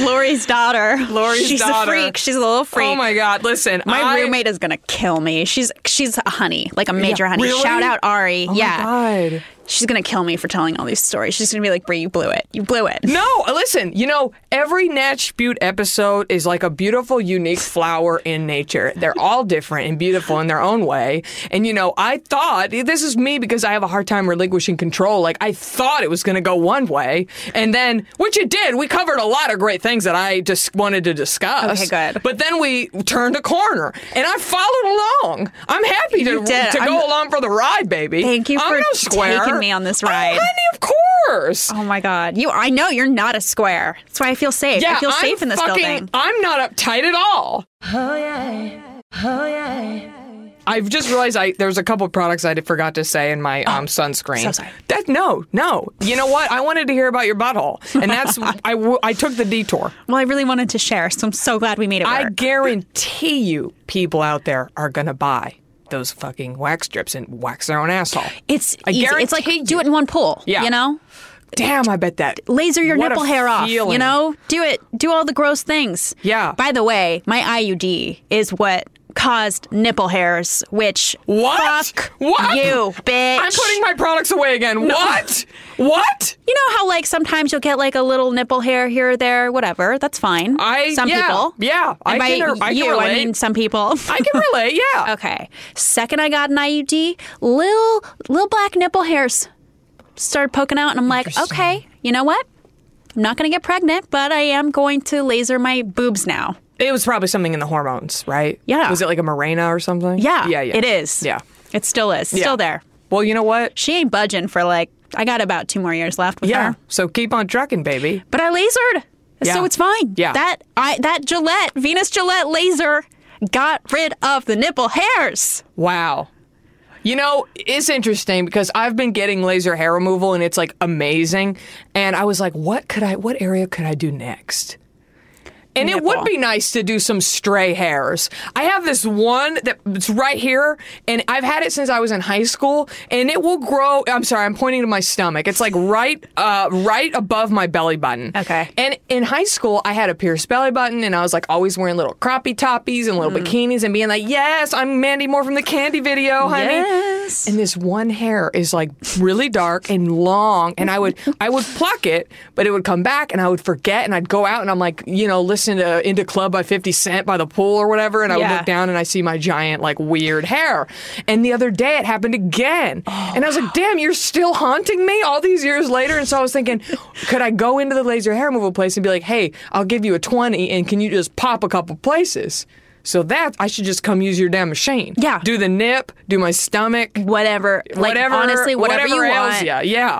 [SPEAKER 2] Lori's daughter.
[SPEAKER 1] Lori's
[SPEAKER 2] she's
[SPEAKER 1] daughter.
[SPEAKER 2] a freak. She's a little freak.
[SPEAKER 1] Oh my god! Listen,
[SPEAKER 2] My
[SPEAKER 1] I-
[SPEAKER 2] roommate is gonna kill me. She's she's a honey, like a major honey.
[SPEAKER 1] really?
[SPEAKER 2] Shout out Ari.
[SPEAKER 1] Oh my
[SPEAKER 2] yeah,
[SPEAKER 1] God.
[SPEAKER 2] she's gonna kill me for telling all these stories. She's gonna be like, "Brie, you blew it. You blew it."
[SPEAKER 1] No, listen, you know, every Natch Butte episode is like a beautiful, unique flower in nature. They're all different and beautiful in their own way. And, you know, I thought, this is me because I have a hard time relinquishing control. Like, I thought it was going to go one way. And then, which it did, we covered a lot of great things that I just wanted to discuss.
[SPEAKER 2] Okay, good.
[SPEAKER 1] But then we turned a corner and I followed along. I'm happy to,
[SPEAKER 2] You did.
[SPEAKER 1] to
[SPEAKER 2] I'm-
[SPEAKER 1] go along for the ride, baby.
[SPEAKER 2] Thank you
[SPEAKER 1] I'm
[SPEAKER 2] for
[SPEAKER 1] no square.
[SPEAKER 2] taking me on this
[SPEAKER 1] Oh,
[SPEAKER 2] ride.
[SPEAKER 1] honey, of course.
[SPEAKER 2] Oh my god, you! I know you're not a square. That's why I feel safe. I feel safe in this
[SPEAKER 1] fucking-
[SPEAKER 2] building.
[SPEAKER 1] I'm not uptight at all. I've just realized I there's a couple products I forgot to say in my um, sunscreen.
[SPEAKER 2] Oh, so sorry.
[SPEAKER 1] That no, no. You know what? I wanted to hear about your butthole, and
[SPEAKER 2] <laughs>
[SPEAKER 1] that's I, w- I took the detour.
[SPEAKER 2] Well, I really wanted to share, so I'm so glad we made it work.
[SPEAKER 1] I guarantee you, people out there are gonna buy those fucking wax strips and wax their own asshole.
[SPEAKER 2] It's
[SPEAKER 1] I
[SPEAKER 2] easy. It's like
[SPEAKER 1] guarantee
[SPEAKER 2] do it in one pull.
[SPEAKER 1] Yeah.
[SPEAKER 2] You know,
[SPEAKER 1] Damn, I bet that
[SPEAKER 2] laser your
[SPEAKER 1] What a
[SPEAKER 2] nipple hair off. You
[SPEAKER 1] feeling.
[SPEAKER 2] know, do it. Do all the gross things.
[SPEAKER 1] Yeah.
[SPEAKER 2] By the way, my IUD is what caused nipple hairs, which
[SPEAKER 1] What?
[SPEAKER 2] fuck
[SPEAKER 1] What?
[SPEAKER 2] you, bitch.
[SPEAKER 1] I'm putting my products away again. What? What?
[SPEAKER 2] you know how like sometimes you'll get like a little nipple hair here or there, whatever. That's fine.
[SPEAKER 1] I-
[SPEAKER 2] some
[SPEAKER 1] yeah,
[SPEAKER 2] people.
[SPEAKER 1] yeah. I
[SPEAKER 2] And by
[SPEAKER 1] can- I can
[SPEAKER 2] you, I
[SPEAKER 1] relate.
[SPEAKER 2] mean some people.
[SPEAKER 1] I can relate. Yeah.
[SPEAKER 2] <laughs> Okay. Second, I got an IUD. Little little black nipple hairs started poking out, and I'm like, okay, you know what? I'm not going to get pregnant, but I am going to laser my boobs now.
[SPEAKER 1] It was probably something in the hormones, right?
[SPEAKER 2] Yeah.
[SPEAKER 1] Was it like a Mirena or something?
[SPEAKER 2] Yeah.
[SPEAKER 1] Yeah. yeah.
[SPEAKER 2] It is.
[SPEAKER 1] Yeah.
[SPEAKER 2] It still is.
[SPEAKER 1] Yeah.
[SPEAKER 2] Still there.
[SPEAKER 1] Well, you know what?
[SPEAKER 2] She ain't budging for like I got about two more years left with
[SPEAKER 1] Yeah.
[SPEAKER 2] her.
[SPEAKER 1] So keep on trucking, baby.
[SPEAKER 2] But I lasered,
[SPEAKER 1] Yeah.
[SPEAKER 2] so it's fine.
[SPEAKER 1] Yeah.
[SPEAKER 2] That I that Gillette Venus Gillette laser got rid of the nipple hairs.
[SPEAKER 1] Wow. You know, it's interesting because I've been getting laser hair removal and it's like amazing. And I was like, what could I, what area could I do next? And it would
[SPEAKER 2] Nipple.
[SPEAKER 1] be nice to do some stray hairs. I have this one that's right here, and I've had it since I was in high school, and it will grow. I'm sorry, I'm pointing to my stomach. It's like right, uh, right above my belly button.
[SPEAKER 2] Okay.
[SPEAKER 1] And in high school, I had a pierced belly button, and I was like always wearing little croppy toppies and little bikinis, and being like, "Yes, I'm Mandy Moore from the Candy video, honey."
[SPEAKER 2] Yes.
[SPEAKER 1] And this one hair is like really dark and long, and I would I would pluck it, but it would come back, and I would forget, and I'd go out, and I'm like, you know, listen to Into Club by Fifty Cent by the pool or whatever, and I would
[SPEAKER 2] Yeah.
[SPEAKER 1] look down and I see my giant like weird hair. And the other day it happened again, and I was like, damn, you're still haunting me all these years later. And so I was thinking, could I go into the laser hair removal place and be like, hey, I'll give you a twenty, and can you just pop a couple places? So that I should just come use your damn machine.
[SPEAKER 2] Yeah.
[SPEAKER 1] Do the nip, do my stomach
[SPEAKER 2] Whatever.
[SPEAKER 1] whatever,
[SPEAKER 2] like honestly, whatever, you
[SPEAKER 1] ails
[SPEAKER 2] want.
[SPEAKER 1] ya. Yeah,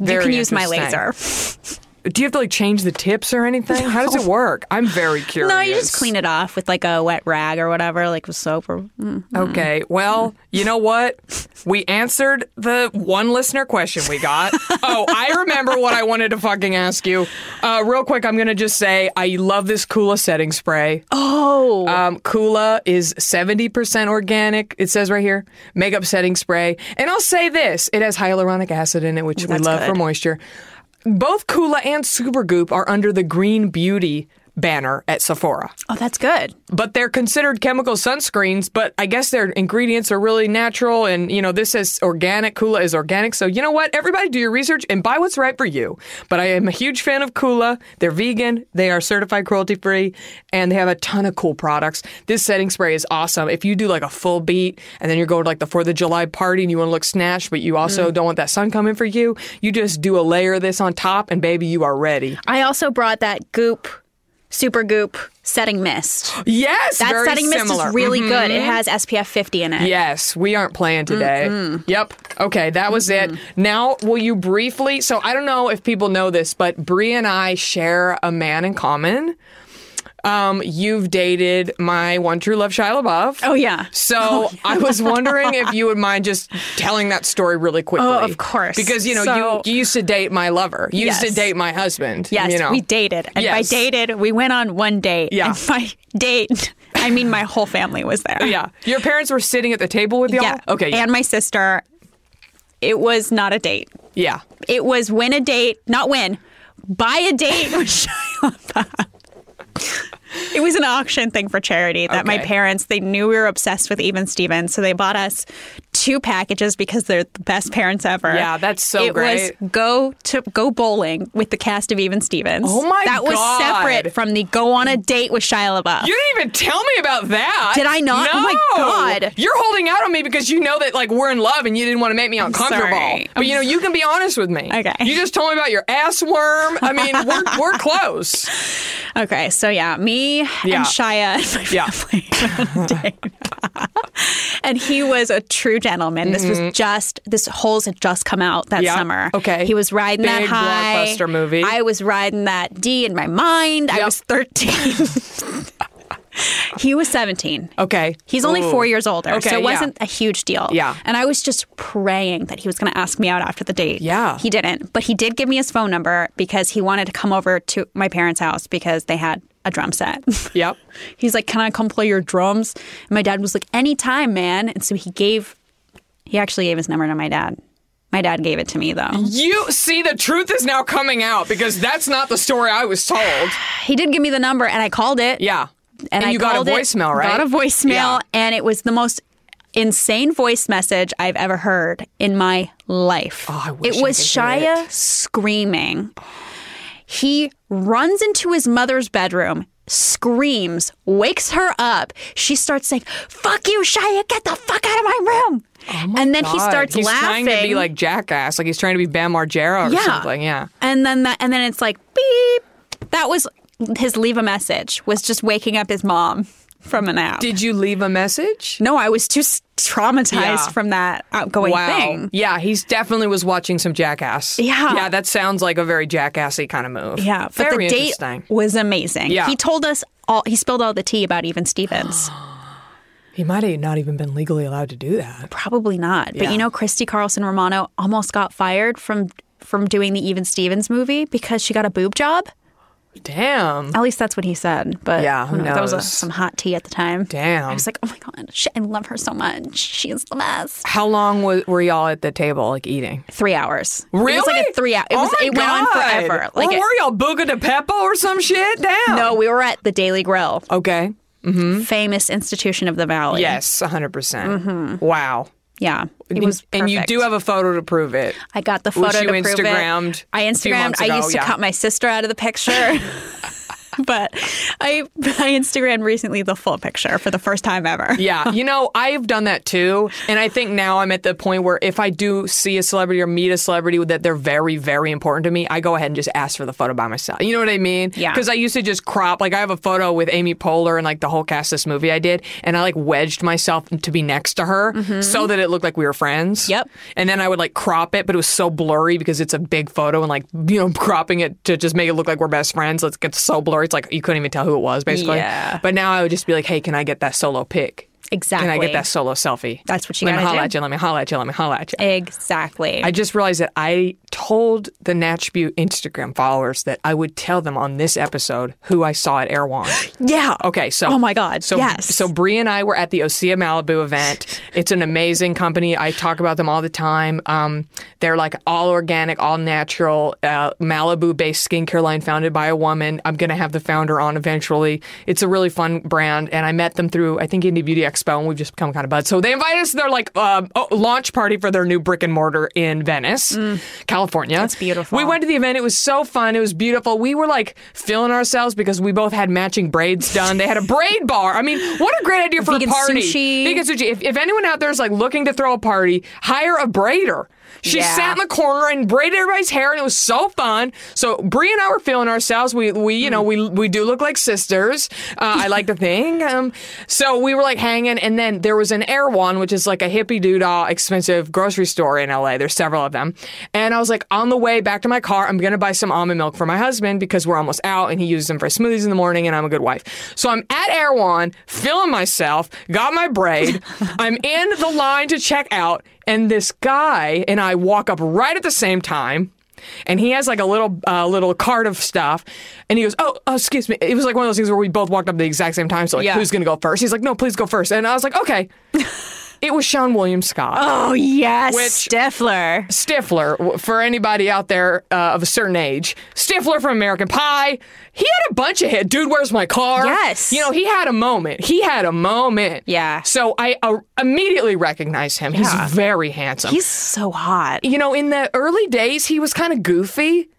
[SPEAKER 2] You can use my
[SPEAKER 1] interesting.
[SPEAKER 2] laser.
[SPEAKER 1] Do you have to like change the tips or anything? How does it work? I'm very curious.
[SPEAKER 2] No, you just clean it off with like a wet rag or whatever, like with soap or. Mm.
[SPEAKER 1] Okay. Well, you know what? We answered the one listener question we got.
[SPEAKER 2] <laughs>
[SPEAKER 1] oh, I remember what I wanted to fucking ask you. Uh, real quick, I'm gonna just say I love this Kula setting spray.
[SPEAKER 2] Oh,
[SPEAKER 1] Um, Kula is 70% organic. It says right here, makeup setting spray. And I'll say this it has hyaluronic acid in it, which we
[SPEAKER 2] that's
[SPEAKER 1] love for
[SPEAKER 2] good.
[SPEAKER 1] moisture. Both Kula and Supergoop are under the Green Beauty banner at Sephora.
[SPEAKER 2] Oh, that's good.
[SPEAKER 1] But they're considered chemical sunscreens, but I guess their ingredients are really natural and you know, this is organic, Kula is organic. So you know what? Everybody do your research and buy what's right for you. But I am a huge fan of Kula. They're vegan, they are certified cruelty free, and they have a ton of cool products. This setting spray is awesome. If you do like a full beat and then you're going to like the Fourth of July party and you want to look snatched, but you also
[SPEAKER 2] Mm.
[SPEAKER 1] don't want that sun coming for you, you just do a layer of this on top and baby, you are ready.
[SPEAKER 2] I also brought that Goop, Super Goop setting mist.
[SPEAKER 1] Yes,
[SPEAKER 2] That
[SPEAKER 1] very
[SPEAKER 2] setting mist
[SPEAKER 1] similar.
[SPEAKER 2] is really
[SPEAKER 1] Mhm.
[SPEAKER 2] good. It has SPF 50 in it.
[SPEAKER 1] Yes, we aren't playing today. Yep. Okay, that was it. Now, will you briefly? So, I don't know if people know this, but Brie and I share a man in common. Um, you've dated my one true love, Shia LaBeouf.
[SPEAKER 2] Oh, yeah.
[SPEAKER 1] So I was wondering if you would mind
[SPEAKER 2] <laughs>
[SPEAKER 1] just telling that story really quickly.
[SPEAKER 2] Oh, of course.
[SPEAKER 1] Because you know
[SPEAKER 2] So-
[SPEAKER 1] you, you used to date my lover. You used
[SPEAKER 2] Yes.
[SPEAKER 1] to date my husband.
[SPEAKER 2] Yes,
[SPEAKER 1] you know.
[SPEAKER 2] we dated. And
[SPEAKER 1] Yes.
[SPEAKER 2] by dated, we went on one date.
[SPEAKER 1] Yeah.
[SPEAKER 2] And by <laughs> date, I mean my whole family was there.
[SPEAKER 1] Yeah, your parents were sitting at the table with y'all.
[SPEAKER 2] Yeah.
[SPEAKER 1] Okay. Yeah.
[SPEAKER 2] And my sister. It was not a date.
[SPEAKER 1] yeah.
[SPEAKER 2] It was win a date, not win, buy a date with <laughs> Shia LaBeouf. It was an auction thing for charity that my
[SPEAKER 1] Okay.
[SPEAKER 2] parents they knew we were obsessed with Even Stevens, so they bought us two packages because they're the best parents ever.
[SPEAKER 1] Yeah, that's so
[SPEAKER 2] it was
[SPEAKER 1] great.
[SPEAKER 2] go to go bowling with the cast of Even Stevens.
[SPEAKER 1] Oh my
[SPEAKER 2] that was
[SPEAKER 1] God.
[SPEAKER 2] separate from the go on a date with Shia LaBeouf.
[SPEAKER 1] You didn't even tell me about that.
[SPEAKER 2] Did I not?
[SPEAKER 1] No.
[SPEAKER 2] Oh my God.
[SPEAKER 1] You're holding out on me because you know that like we're in love and you didn't want to make me uncomfortable.
[SPEAKER 2] sorry.
[SPEAKER 1] But you know, you can be honest with me.
[SPEAKER 2] Okay.
[SPEAKER 1] You just told me about your ass worm. I mean,
[SPEAKER 2] <laughs>
[SPEAKER 1] we're we're close.
[SPEAKER 2] Okay, so yeah, me
[SPEAKER 1] Yeah.
[SPEAKER 2] and Shia and my
[SPEAKER 1] Yeah.
[SPEAKER 2] family.
[SPEAKER 1] <laughs>
[SPEAKER 2] went on a date. and he was a true gentleman. This was just this holes had just come out that
[SPEAKER 1] Mm-hmm. Yeah,
[SPEAKER 2] summer.
[SPEAKER 1] okay.
[SPEAKER 2] he was riding that
[SPEAKER 1] Big
[SPEAKER 2] high
[SPEAKER 1] blockbuster movie.
[SPEAKER 2] I was riding that D in my mind. I
[SPEAKER 1] Yep.
[SPEAKER 2] was thirteen. he was seventeen.
[SPEAKER 1] Okay.
[SPEAKER 2] He's only
[SPEAKER 1] Ooh.
[SPEAKER 2] four years older,
[SPEAKER 1] Okay,
[SPEAKER 2] so it
[SPEAKER 1] yeah.
[SPEAKER 2] wasn't a huge deal.
[SPEAKER 1] Yeah.
[SPEAKER 2] And I was just praying that he was going to ask me out after the date.
[SPEAKER 1] Yeah.
[SPEAKER 2] He didn't, but he did give me his phone number because he wanted to come over to my parents' house because they had a drum set. <laughs>
[SPEAKER 1] Yep.
[SPEAKER 2] He's like, Can I come play your drums? And my dad was like, Anytime, man. And so he gave, he actually gave his number to my dad. My dad gave it to me, though.
[SPEAKER 1] You see, the truth is now coming out because that's not the story I was told.
[SPEAKER 2] He did give me the number and I called it.
[SPEAKER 1] Yeah.
[SPEAKER 2] and, I
[SPEAKER 1] you got a
[SPEAKER 2] called it,
[SPEAKER 1] voicemail, right?
[SPEAKER 2] Got a voicemail,
[SPEAKER 1] Yeah.
[SPEAKER 2] and it was the most insane voice message I've ever heard in my life.
[SPEAKER 1] Oh, I wish
[SPEAKER 2] it
[SPEAKER 1] I
[SPEAKER 2] was
[SPEAKER 1] could hear
[SPEAKER 2] Shia screaming. He runs into his mother's bedroom. Screams, wakes her up. She starts saying, "Fuck you, Shia! Get the fuck out of my room!" and then he
[SPEAKER 1] Oh God,
[SPEAKER 2] starts
[SPEAKER 1] he's
[SPEAKER 2] laughing.
[SPEAKER 1] trying to be like jackass, like he's trying to be Bam Margera or something. Yeah.
[SPEAKER 2] And then that, and then it's like beep. That was his leave a message. Was just waking up his mom <laughs> from a nap.
[SPEAKER 1] Did you leave a message?
[SPEAKER 2] No, I was just traumatized
[SPEAKER 1] Yeah.
[SPEAKER 2] from that outgoing
[SPEAKER 1] wow.
[SPEAKER 2] thing.
[SPEAKER 1] Yeah, he's definitely was watching some Jackass.
[SPEAKER 2] Yeah.
[SPEAKER 1] Yeah, that sounds like a very Jackassy kind of move.
[SPEAKER 2] Yeah, but
[SPEAKER 1] very
[SPEAKER 2] the date
[SPEAKER 1] interesting.
[SPEAKER 2] was amazing.
[SPEAKER 1] Yeah.
[SPEAKER 2] He told us all he spilled all the tea about
[SPEAKER 1] <gasps>
[SPEAKER 2] even Stevens.
[SPEAKER 1] He might have not even been legally allowed to do that.
[SPEAKER 2] Probably not. But you know Christy Carlson Romano almost got fired from from doing the Even Stevens movie because she got a boob job.
[SPEAKER 1] Damn.
[SPEAKER 2] At least that's what he said. But
[SPEAKER 1] Yeah, who
[SPEAKER 2] I don't know, that was uh,
[SPEAKER 1] knows?
[SPEAKER 2] some hot tea at the time.
[SPEAKER 1] Damn.
[SPEAKER 2] I was like, "Oh my god, shit, I love her so much. She is the best."
[SPEAKER 1] How long wa- were y'all at the table, like eating?
[SPEAKER 2] 3 hours. It
[SPEAKER 1] Really?
[SPEAKER 2] was like a 3 hour. It
[SPEAKER 1] oh
[SPEAKER 2] was
[SPEAKER 1] my
[SPEAKER 2] it went on
[SPEAKER 1] God.
[SPEAKER 2] forever. Like
[SPEAKER 1] Well,
[SPEAKER 2] it-
[SPEAKER 1] were y'all Buga de Pepo or some shit? Damn.
[SPEAKER 2] No, we were at the Daily Grill.
[SPEAKER 1] Okay. Mm-hmm.
[SPEAKER 2] famous institution of the valley.
[SPEAKER 1] Yes, 100%. percent Wow.
[SPEAKER 2] Yeah. Mm-hmm. It was
[SPEAKER 1] and you
[SPEAKER 2] perfect.
[SPEAKER 1] do have a photo to prove it.
[SPEAKER 2] I got the
[SPEAKER 1] which
[SPEAKER 2] photo
[SPEAKER 1] you
[SPEAKER 2] to prove
[SPEAKER 1] Instagrammed
[SPEAKER 2] it. I
[SPEAKER 1] a few
[SPEAKER 2] Instagrammed.
[SPEAKER 1] months
[SPEAKER 2] I
[SPEAKER 1] ago,
[SPEAKER 2] used to
[SPEAKER 1] yeah.
[SPEAKER 2] cut my sister out of
[SPEAKER 1] <laughs>
[SPEAKER 2] the picture. but I I Instagrammed recently the full picture for the first time ever.
[SPEAKER 1] Yeah, you know, I've done that too. And I think now I'm at the point where if I do see a celebrity or meet a celebrity that they're very, very important to me, I go ahead and just ask for the photo by myself. You know what I mean?
[SPEAKER 2] Yeah.
[SPEAKER 1] Because I used to just crop, like, I have a photo with Amy Poehler and, like, the whole cast of this movie I did, and I, like, wedged myself to be next to her so that it looked like we were friends.
[SPEAKER 2] Mm-hmm. Yep.
[SPEAKER 1] And then I would, like, crop it, but it was so blurry because it's a big photo and, like, you know, <laughs> cropping it to just make it look like we're best friends. Let's get so blurry. It's like you couldn't even tell who it was, basically.
[SPEAKER 2] Yeah.
[SPEAKER 1] But now I would just be like, hey, can I get that solo pic?
[SPEAKER 2] Exactly.
[SPEAKER 1] Can I get that solo selfie?
[SPEAKER 2] That's what you
[SPEAKER 1] let me
[SPEAKER 2] gotta
[SPEAKER 1] holla
[SPEAKER 2] do.
[SPEAKER 1] at you. Let me holla at you. Let me holla at you.
[SPEAKER 2] Exactly.
[SPEAKER 1] I just realized that I told the Natchbu Instagram followers that I would tell them on this episode who I saw at Erewhon.
[SPEAKER 2] yeah.
[SPEAKER 1] Okay, so
[SPEAKER 2] Oh my God.
[SPEAKER 1] so
[SPEAKER 2] yes.
[SPEAKER 1] so Bree and I were at the Osea Malibu
[SPEAKER 2] <laughs>
[SPEAKER 1] event. It's an amazing company. I talk about them all the time. Um, they're like all organic, all natural, uh, Malibu-based skincare line founded by a woman. I'm gonna have the founder on eventually. It's a really fun brand, and I met them through I think Indie Beauty Expo, and we've just become kind of buds. So they invited us to their like um, oh, launch party for their new brick and mortar in Venice, California. It's
[SPEAKER 2] Mm. beautiful.
[SPEAKER 1] We went to the event. It was so fun. It was beautiful. We were like feeling ourselves because we both had matching braids done. They had a braid bar. I mean, what a great idea for
[SPEAKER 2] Vegan
[SPEAKER 1] a party.
[SPEAKER 2] sushi.
[SPEAKER 1] Vegan sushi. If, if anyone out there is like looking to throw a party, hire a braider. She
[SPEAKER 2] Yeah.
[SPEAKER 1] sat in the corner and braided everybody's hair, and it was so fun. So Bree and I were feeling ourselves. We we you know we we do look like sisters. Uh, I like to think. Um, so we were like hanging, and then there was an Air One, which is like a hippie doodah expensive grocery store in LA. There's several of them, and I was like on the way back to my car, I'm gonna buy some almond milk for my husband because we're almost out, and he uses them for smoothies in the morning, and I'm a good wife. So I'm at Air One, feeling myself, got my braid. I'm in the line to check out and this guy and I walk up right at the same time. And he has like a little uh, little cart of stuff, and he goes, oh, "Oh, excuse me." It was like one of those things where we both walked up at the exact same time. So like,
[SPEAKER 2] Yeah.
[SPEAKER 1] who's gonna go first? He's like, "No, please go first. And I was like,
[SPEAKER 2] <laughs>
[SPEAKER 1] "Okay." it was Sean William Scott.
[SPEAKER 2] oh yes.
[SPEAKER 1] Which-
[SPEAKER 2] Stifler.
[SPEAKER 1] Stifler, w- for anybody out there uh, of a certain age, Stifler from American Pie. He had a bunch of hit. Dude, where's my car?
[SPEAKER 2] Yes.
[SPEAKER 1] You know, he had a moment. He had a moment.
[SPEAKER 2] Yeah.
[SPEAKER 1] So I uh, immediately recognized him. He's very handsome.
[SPEAKER 2] He's so hot.
[SPEAKER 1] you know, in the early days, he was kind of goofy.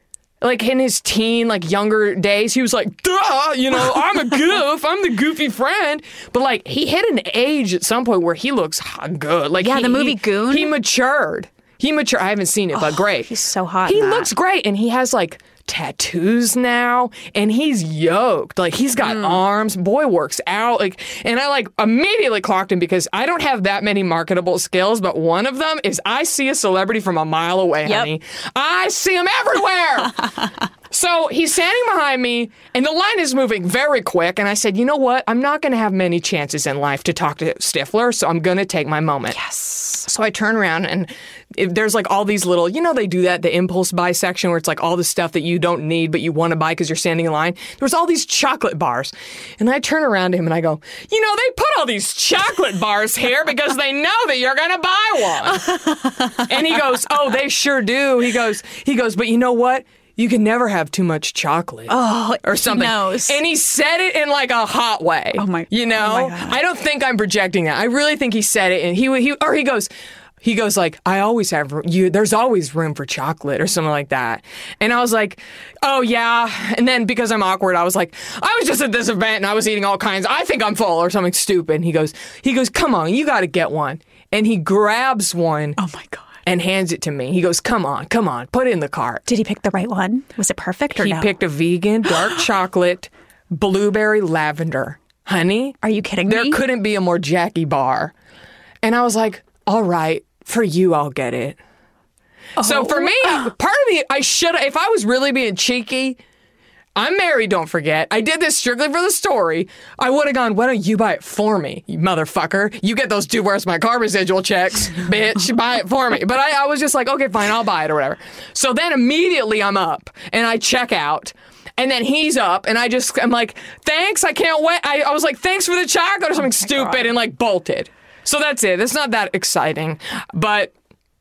[SPEAKER 1] Like in his teen, like younger days, he was like, duh, you know, I'm
[SPEAKER 2] <laughs>
[SPEAKER 1] a goof. I'm the goofy friend. But like, he hit an age at some point where he looks hot good. Like,
[SPEAKER 2] Yeah,
[SPEAKER 1] he-
[SPEAKER 2] the movie
[SPEAKER 1] he-
[SPEAKER 2] Goon?
[SPEAKER 1] He matured. He matured. I haven't seen it, but great.
[SPEAKER 2] Oh, he's so hot
[SPEAKER 1] He
[SPEAKER 2] in that.
[SPEAKER 1] looks great. And he has like tattoos now and he's yoked. Like, he's got
[SPEAKER 2] Mm-hmm.
[SPEAKER 1] arms. Boy works out. Like, and I like immediately clocked him because I don't have that many marketable skills, but one of them is I see a celebrity from a mile away,
[SPEAKER 2] Yep.
[SPEAKER 1] honey. I see him
[SPEAKER 2] <laughs>
[SPEAKER 1] everywhere. so he's standing behind me, and the line is moving very quick. And I said, You know what? I'm not going to have many chances in life to talk to Stifler, so I'm going to take my moment. Yes. So I turn around, and if there's like all these little, you know, they do that, the impulse buy section where it's like all the stuff that you don't need but you want to buy because you're standing in line. There was all these chocolate bars. And I turn around to him and I go, You know, they put all these chocolate bars here because they know that you're going to buy one. And he goes, "Oh, they sure do." He goes, he goes, "But you know what? You can never have too much chocolate." Oh, or something.
[SPEAKER 2] knows.
[SPEAKER 1] And he said it in like a hot way. Oh
[SPEAKER 2] my-
[SPEAKER 1] You know,
[SPEAKER 2] oh my God.
[SPEAKER 1] I don't think I'm projecting that. I really think he said it and he he or he goes he goes like, I always have ro- you. There's always room for chocolate or something like that. And I was like, oh yeah. And then because I'm awkward, I was like, I was just at this event and I was eating all kinds. I think I'm full or something stupid. And he goes, he goes, come on, you got to get one. And he grabs one
[SPEAKER 2] Oh my god.
[SPEAKER 1] and hands it to me. He goes, "Come on, come on, put it in the cart."
[SPEAKER 2] Did he pick the right one? Was it perfect or
[SPEAKER 1] He
[SPEAKER 2] no?
[SPEAKER 1] picked a vegan
[SPEAKER 2] <gasps>
[SPEAKER 1] dark chocolate blueberry lavender. Honey,
[SPEAKER 2] Are you kidding
[SPEAKER 1] there
[SPEAKER 2] me?
[SPEAKER 1] couldn't be a more Jackie bar. And I was like, "All right, for you, I'll get it." So
[SPEAKER 2] Oh.
[SPEAKER 1] for me, part of me, I should. If I was really being cheeky, I'm married. Don't forget, I did this strictly for the story. I would have gone. Why don't you buy it for me, you motherfucker? You get those dude where's my car residual checks, bitch. buy it for me. But I, I was just like, okay, fine, I'll buy it or whatever. So then immediately I'm up and I check out. And then he's up, and I just I'm like, thanks, I can't wait. I, I was like, thanks for the chocolate or
[SPEAKER 2] Oh
[SPEAKER 1] something stupid, and like bolted. So that's it. It's not that exciting, but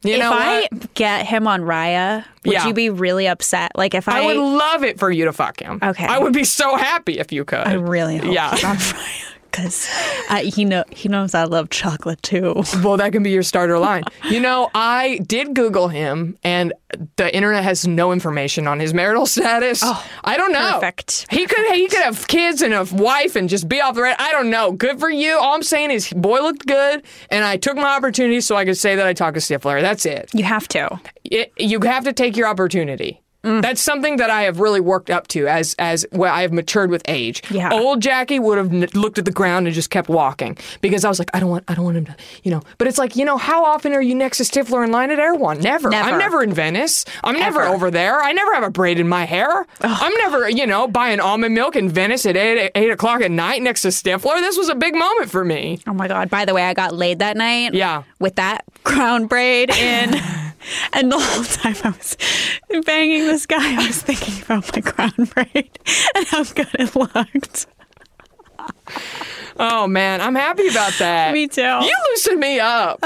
[SPEAKER 1] you
[SPEAKER 2] if
[SPEAKER 1] know
[SPEAKER 2] I
[SPEAKER 1] what?
[SPEAKER 2] get him on Raya, would
[SPEAKER 1] Yeah.
[SPEAKER 2] you be really upset? Like if I,
[SPEAKER 1] I would love it for you to fuck him.
[SPEAKER 2] Okay.
[SPEAKER 1] I would be so happy if you could.
[SPEAKER 2] I really hope
[SPEAKER 1] Yeah.
[SPEAKER 2] he's <laughs> on Raya because uh, he know he knows I love chocolate too.
[SPEAKER 1] well, that can be your starter line.
[SPEAKER 2] <laughs>
[SPEAKER 1] You know, I did Google him, and the internet has no information on his marital status. I don't know.
[SPEAKER 2] Oh, perfect.
[SPEAKER 1] He could he could have kids and a wife and just be off the red. I don't know. Good for you. All I'm saying is, boy looked good, and I took my opportunity so I could say that I talked to Stifler. That's it.
[SPEAKER 2] You have to.
[SPEAKER 1] it you have to take your opportunity.
[SPEAKER 2] Mm.
[SPEAKER 1] That's something that I have really worked up to as as well, I have matured with age.
[SPEAKER 2] Yeah.
[SPEAKER 1] Old Jackie would have n- looked at the ground and just kept walking because I was like, I don't want, I don't want him to, you know. But it's like, you know, how often are you next to Stifler in line at Air One? Never. I'm
[SPEAKER 2] Never.
[SPEAKER 1] never in Venice. I'm never over there. I never have a braid in my hair. I'm never, you know, buying almond milk in Venice at eight eight o'clock at night next to Stifler. This was a big moment for me.
[SPEAKER 2] Oh my god! By the way, I got laid that night.
[SPEAKER 1] Yeah.
[SPEAKER 2] with that crown braid <laughs> in, and the whole time I was banging this guy, I was thinking about my crown braid <laughs> and how good it looked.
[SPEAKER 1] Oh man, I'm happy about that.
[SPEAKER 2] <laughs> Me too. Uh.
[SPEAKER 1] You loosen me up.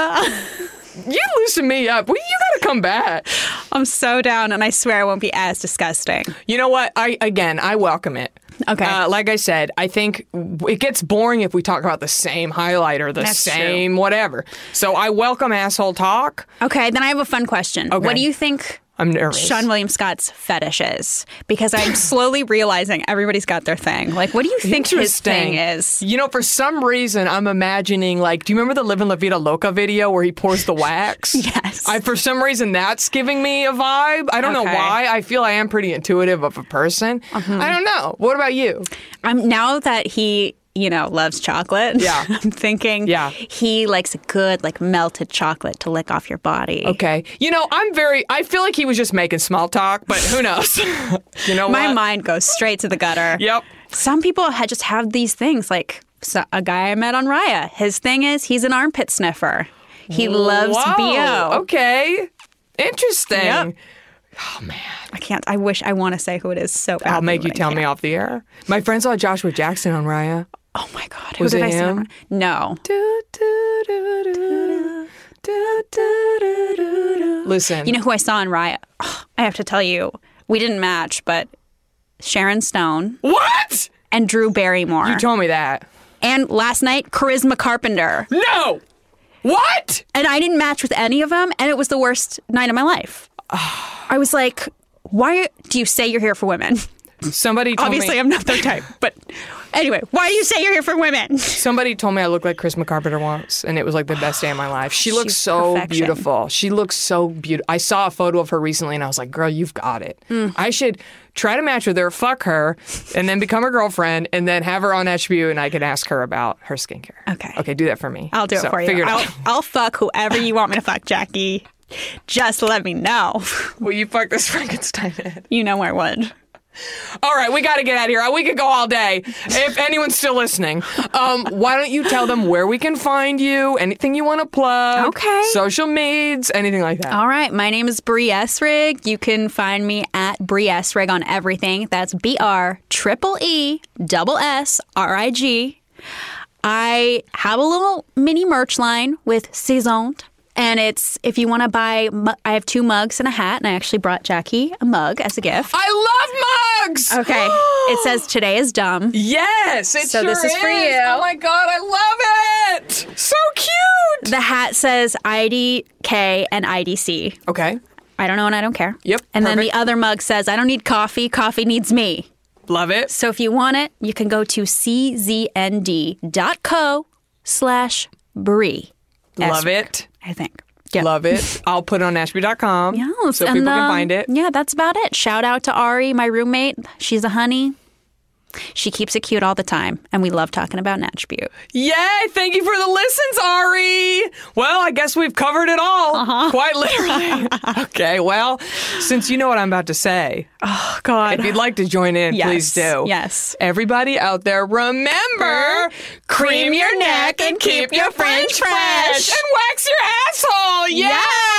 [SPEAKER 1] you loosen me up. We, you gotta come back.
[SPEAKER 2] I'm so down, and I swear I won't be as disgusting.
[SPEAKER 1] You know what? I again, I welcome it.
[SPEAKER 2] Okay.
[SPEAKER 1] Uh, like I said, I think w- it gets boring if we talk about the same highlighter, the
[SPEAKER 2] That's true.
[SPEAKER 1] same whatever. So I welcome asshole talk.
[SPEAKER 2] Okay, then I have a fun question.
[SPEAKER 1] Okay.
[SPEAKER 2] What do you think?
[SPEAKER 1] I'm nervous.
[SPEAKER 2] Sean William Scott's fetish is because I'm slowly realizing everybody's got their thing. Like, what do you think his thing is?
[SPEAKER 1] You know, for some reason, I'm imagining like, do you remember the "Live in La Vida Loca" video where he pours the wax?
[SPEAKER 2] <laughs> Yes.
[SPEAKER 1] I for some reason that's giving me a vibe. I don't know
[SPEAKER 2] Okay. Mm-hmm.
[SPEAKER 1] why. I feel I am pretty intuitive of a person. I don't know. What about you?
[SPEAKER 2] I'm now that he, you know, loves chocolate.
[SPEAKER 1] Yeah.
[SPEAKER 2] <laughs> I'm thinking.
[SPEAKER 1] Yeah.
[SPEAKER 2] He likes a good like melted chocolate to lick off your body.
[SPEAKER 1] Okay. You know, I'm very. I feel like he was just making small talk, but who knows? <laughs> you know,
[SPEAKER 2] My
[SPEAKER 1] what?
[SPEAKER 2] mind goes straight to the gutter.
[SPEAKER 1] Yep.
[SPEAKER 2] Some people ha- just have these things. Like so, a guy I met on Raya. His thing is he's an armpit sniffer. He loves
[SPEAKER 1] Whoa,
[SPEAKER 2] bo.
[SPEAKER 1] Okay. Interesting.
[SPEAKER 2] Yep. I can't. I wish I want to say who it is so badly.
[SPEAKER 1] I'll make
[SPEAKER 2] but
[SPEAKER 1] you
[SPEAKER 2] I
[SPEAKER 1] tell me
[SPEAKER 2] can't.
[SPEAKER 1] off the air. My friend saw Joshua Jackson on Raya.
[SPEAKER 2] Oh my god. Who
[SPEAKER 1] Was
[SPEAKER 2] did
[SPEAKER 1] it
[SPEAKER 2] I see on
[SPEAKER 1] him?
[SPEAKER 2] Raya? No.
[SPEAKER 1] Listen,
[SPEAKER 2] You know who I saw on Raya? Ugh, <sighs> I have to tell you, we didn't match, but Sharon Stone
[SPEAKER 1] what?
[SPEAKER 2] and Drew Barrymore.
[SPEAKER 1] You told me that.
[SPEAKER 2] and last night, Charisma Carpenter.
[SPEAKER 1] No. What?
[SPEAKER 2] And I didn't match with any of them, and it was the worst night of
[SPEAKER 1] <sighs>
[SPEAKER 2] my life. I was like, why do you say you're here
[SPEAKER 1] <laughs>
[SPEAKER 2] for women?
[SPEAKER 1] Somebody told
[SPEAKER 2] Obviously,
[SPEAKER 1] me.
[SPEAKER 2] I'm not their type, but anyway, why do you say you're here for women? <laughs>
[SPEAKER 1] Somebody told me I looked like Chris McCarpenter once, and it was like the best day of my life. She looks
[SPEAKER 2] She's
[SPEAKER 1] so
[SPEAKER 2] perfection.
[SPEAKER 1] beautiful. She looks so beautiful. I saw a photo of her recently, and I was like, "Girl, you've got it." I should try to match with her, fuck her, and then become her girlfriend, and then have her on HBO, and I could ask her about her skincare.
[SPEAKER 2] Okay.
[SPEAKER 1] Okay, do that for me.
[SPEAKER 2] I'll do it
[SPEAKER 1] So,
[SPEAKER 2] for you.
[SPEAKER 1] Figure it
[SPEAKER 2] I'll,
[SPEAKER 1] out.
[SPEAKER 2] I'll fuck whoever you want me to fuck, Jackie. Just let me know. <laughs>
[SPEAKER 1] Will you fuck this Frankenstein head?
[SPEAKER 2] You know I would.
[SPEAKER 1] All right, we got to get out of here. We could go all day. If anyone's still listening, um, why don't you tell them where we can find you, anything you want to plug,
[SPEAKER 2] Okay.
[SPEAKER 1] social meds, anything like that.
[SPEAKER 2] All right, my name is Bree Esrig. You can find me at Bree Esrig on everything. That's B R triple E double S R I G. I have a little mini merch line with Saisoned. And it's if you want to buy, mu- I have two mugs and a hat, and I actually brought Jackie a mug as a gift.
[SPEAKER 1] <gasps> I love mugs.
[SPEAKER 2] Okay,
[SPEAKER 1] <gasps>
[SPEAKER 2] it says today is dumb.
[SPEAKER 1] Yes, it
[SPEAKER 2] So
[SPEAKER 1] sure
[SPEAKER 2] this is for you.
[SPEAKER 1] Oh my god, I love it. So cute.
[SPEAKER 2] The hat says IDK and IDC.
[SPEAKER 1] Okay,
[SPEAKER 2] I don't know and I don't care.
[SPEAKER 1] Yep,
[SPEAKER 2] And then the
[SPEAKER 1] perfect.
[SPEAKER 2] other mug says, I don't need coffee, coffee needs me.
[SPEAKER 1] love it.
[SPEAKER 2] So if you want it, you can go to cznd.co slash brie.
[SPEAKER 1] Love it.
[SPEAKER 2] I think. Yeah.
[SPEAKER 1] Love it. I'll put it on Ashby.com
[SPEAKER 2] Yes,
[SPEAKER 1] so
[SPEAKER 2] and,
[SPEAKER 1] people can
[SPEAKER 2] um,
[SPEAKER 1] find it.
[SPEAKER 2] Yeah, that's about it. Shout out to Ari, my roommate. She's a honey. She keeps it cute all the time, and we love talking about Natch Butte.
[SPEAKER 1] Yay! Thank you for the listens, Ari. Well, I guess we've covered it all,
[SPEAKER 2] Uh-huh.
[SPEAKER 1] quite
[SPEAKER 2] <laughs>
[SPEAKER 1] literally. okay. Well, since you know what I'm about to say,
[SPEAKER 2] Oh, God.
[SPEAKER 1] if you'd like to join in,
[SPEAKER 2] Yes,
[SPEAKER 1] please do.
[SPEAKER 2] yes.
[SPEAKER 1] Everybody out there, remember cream your neck and keep your fringe fresh and wax your asshole. Yes.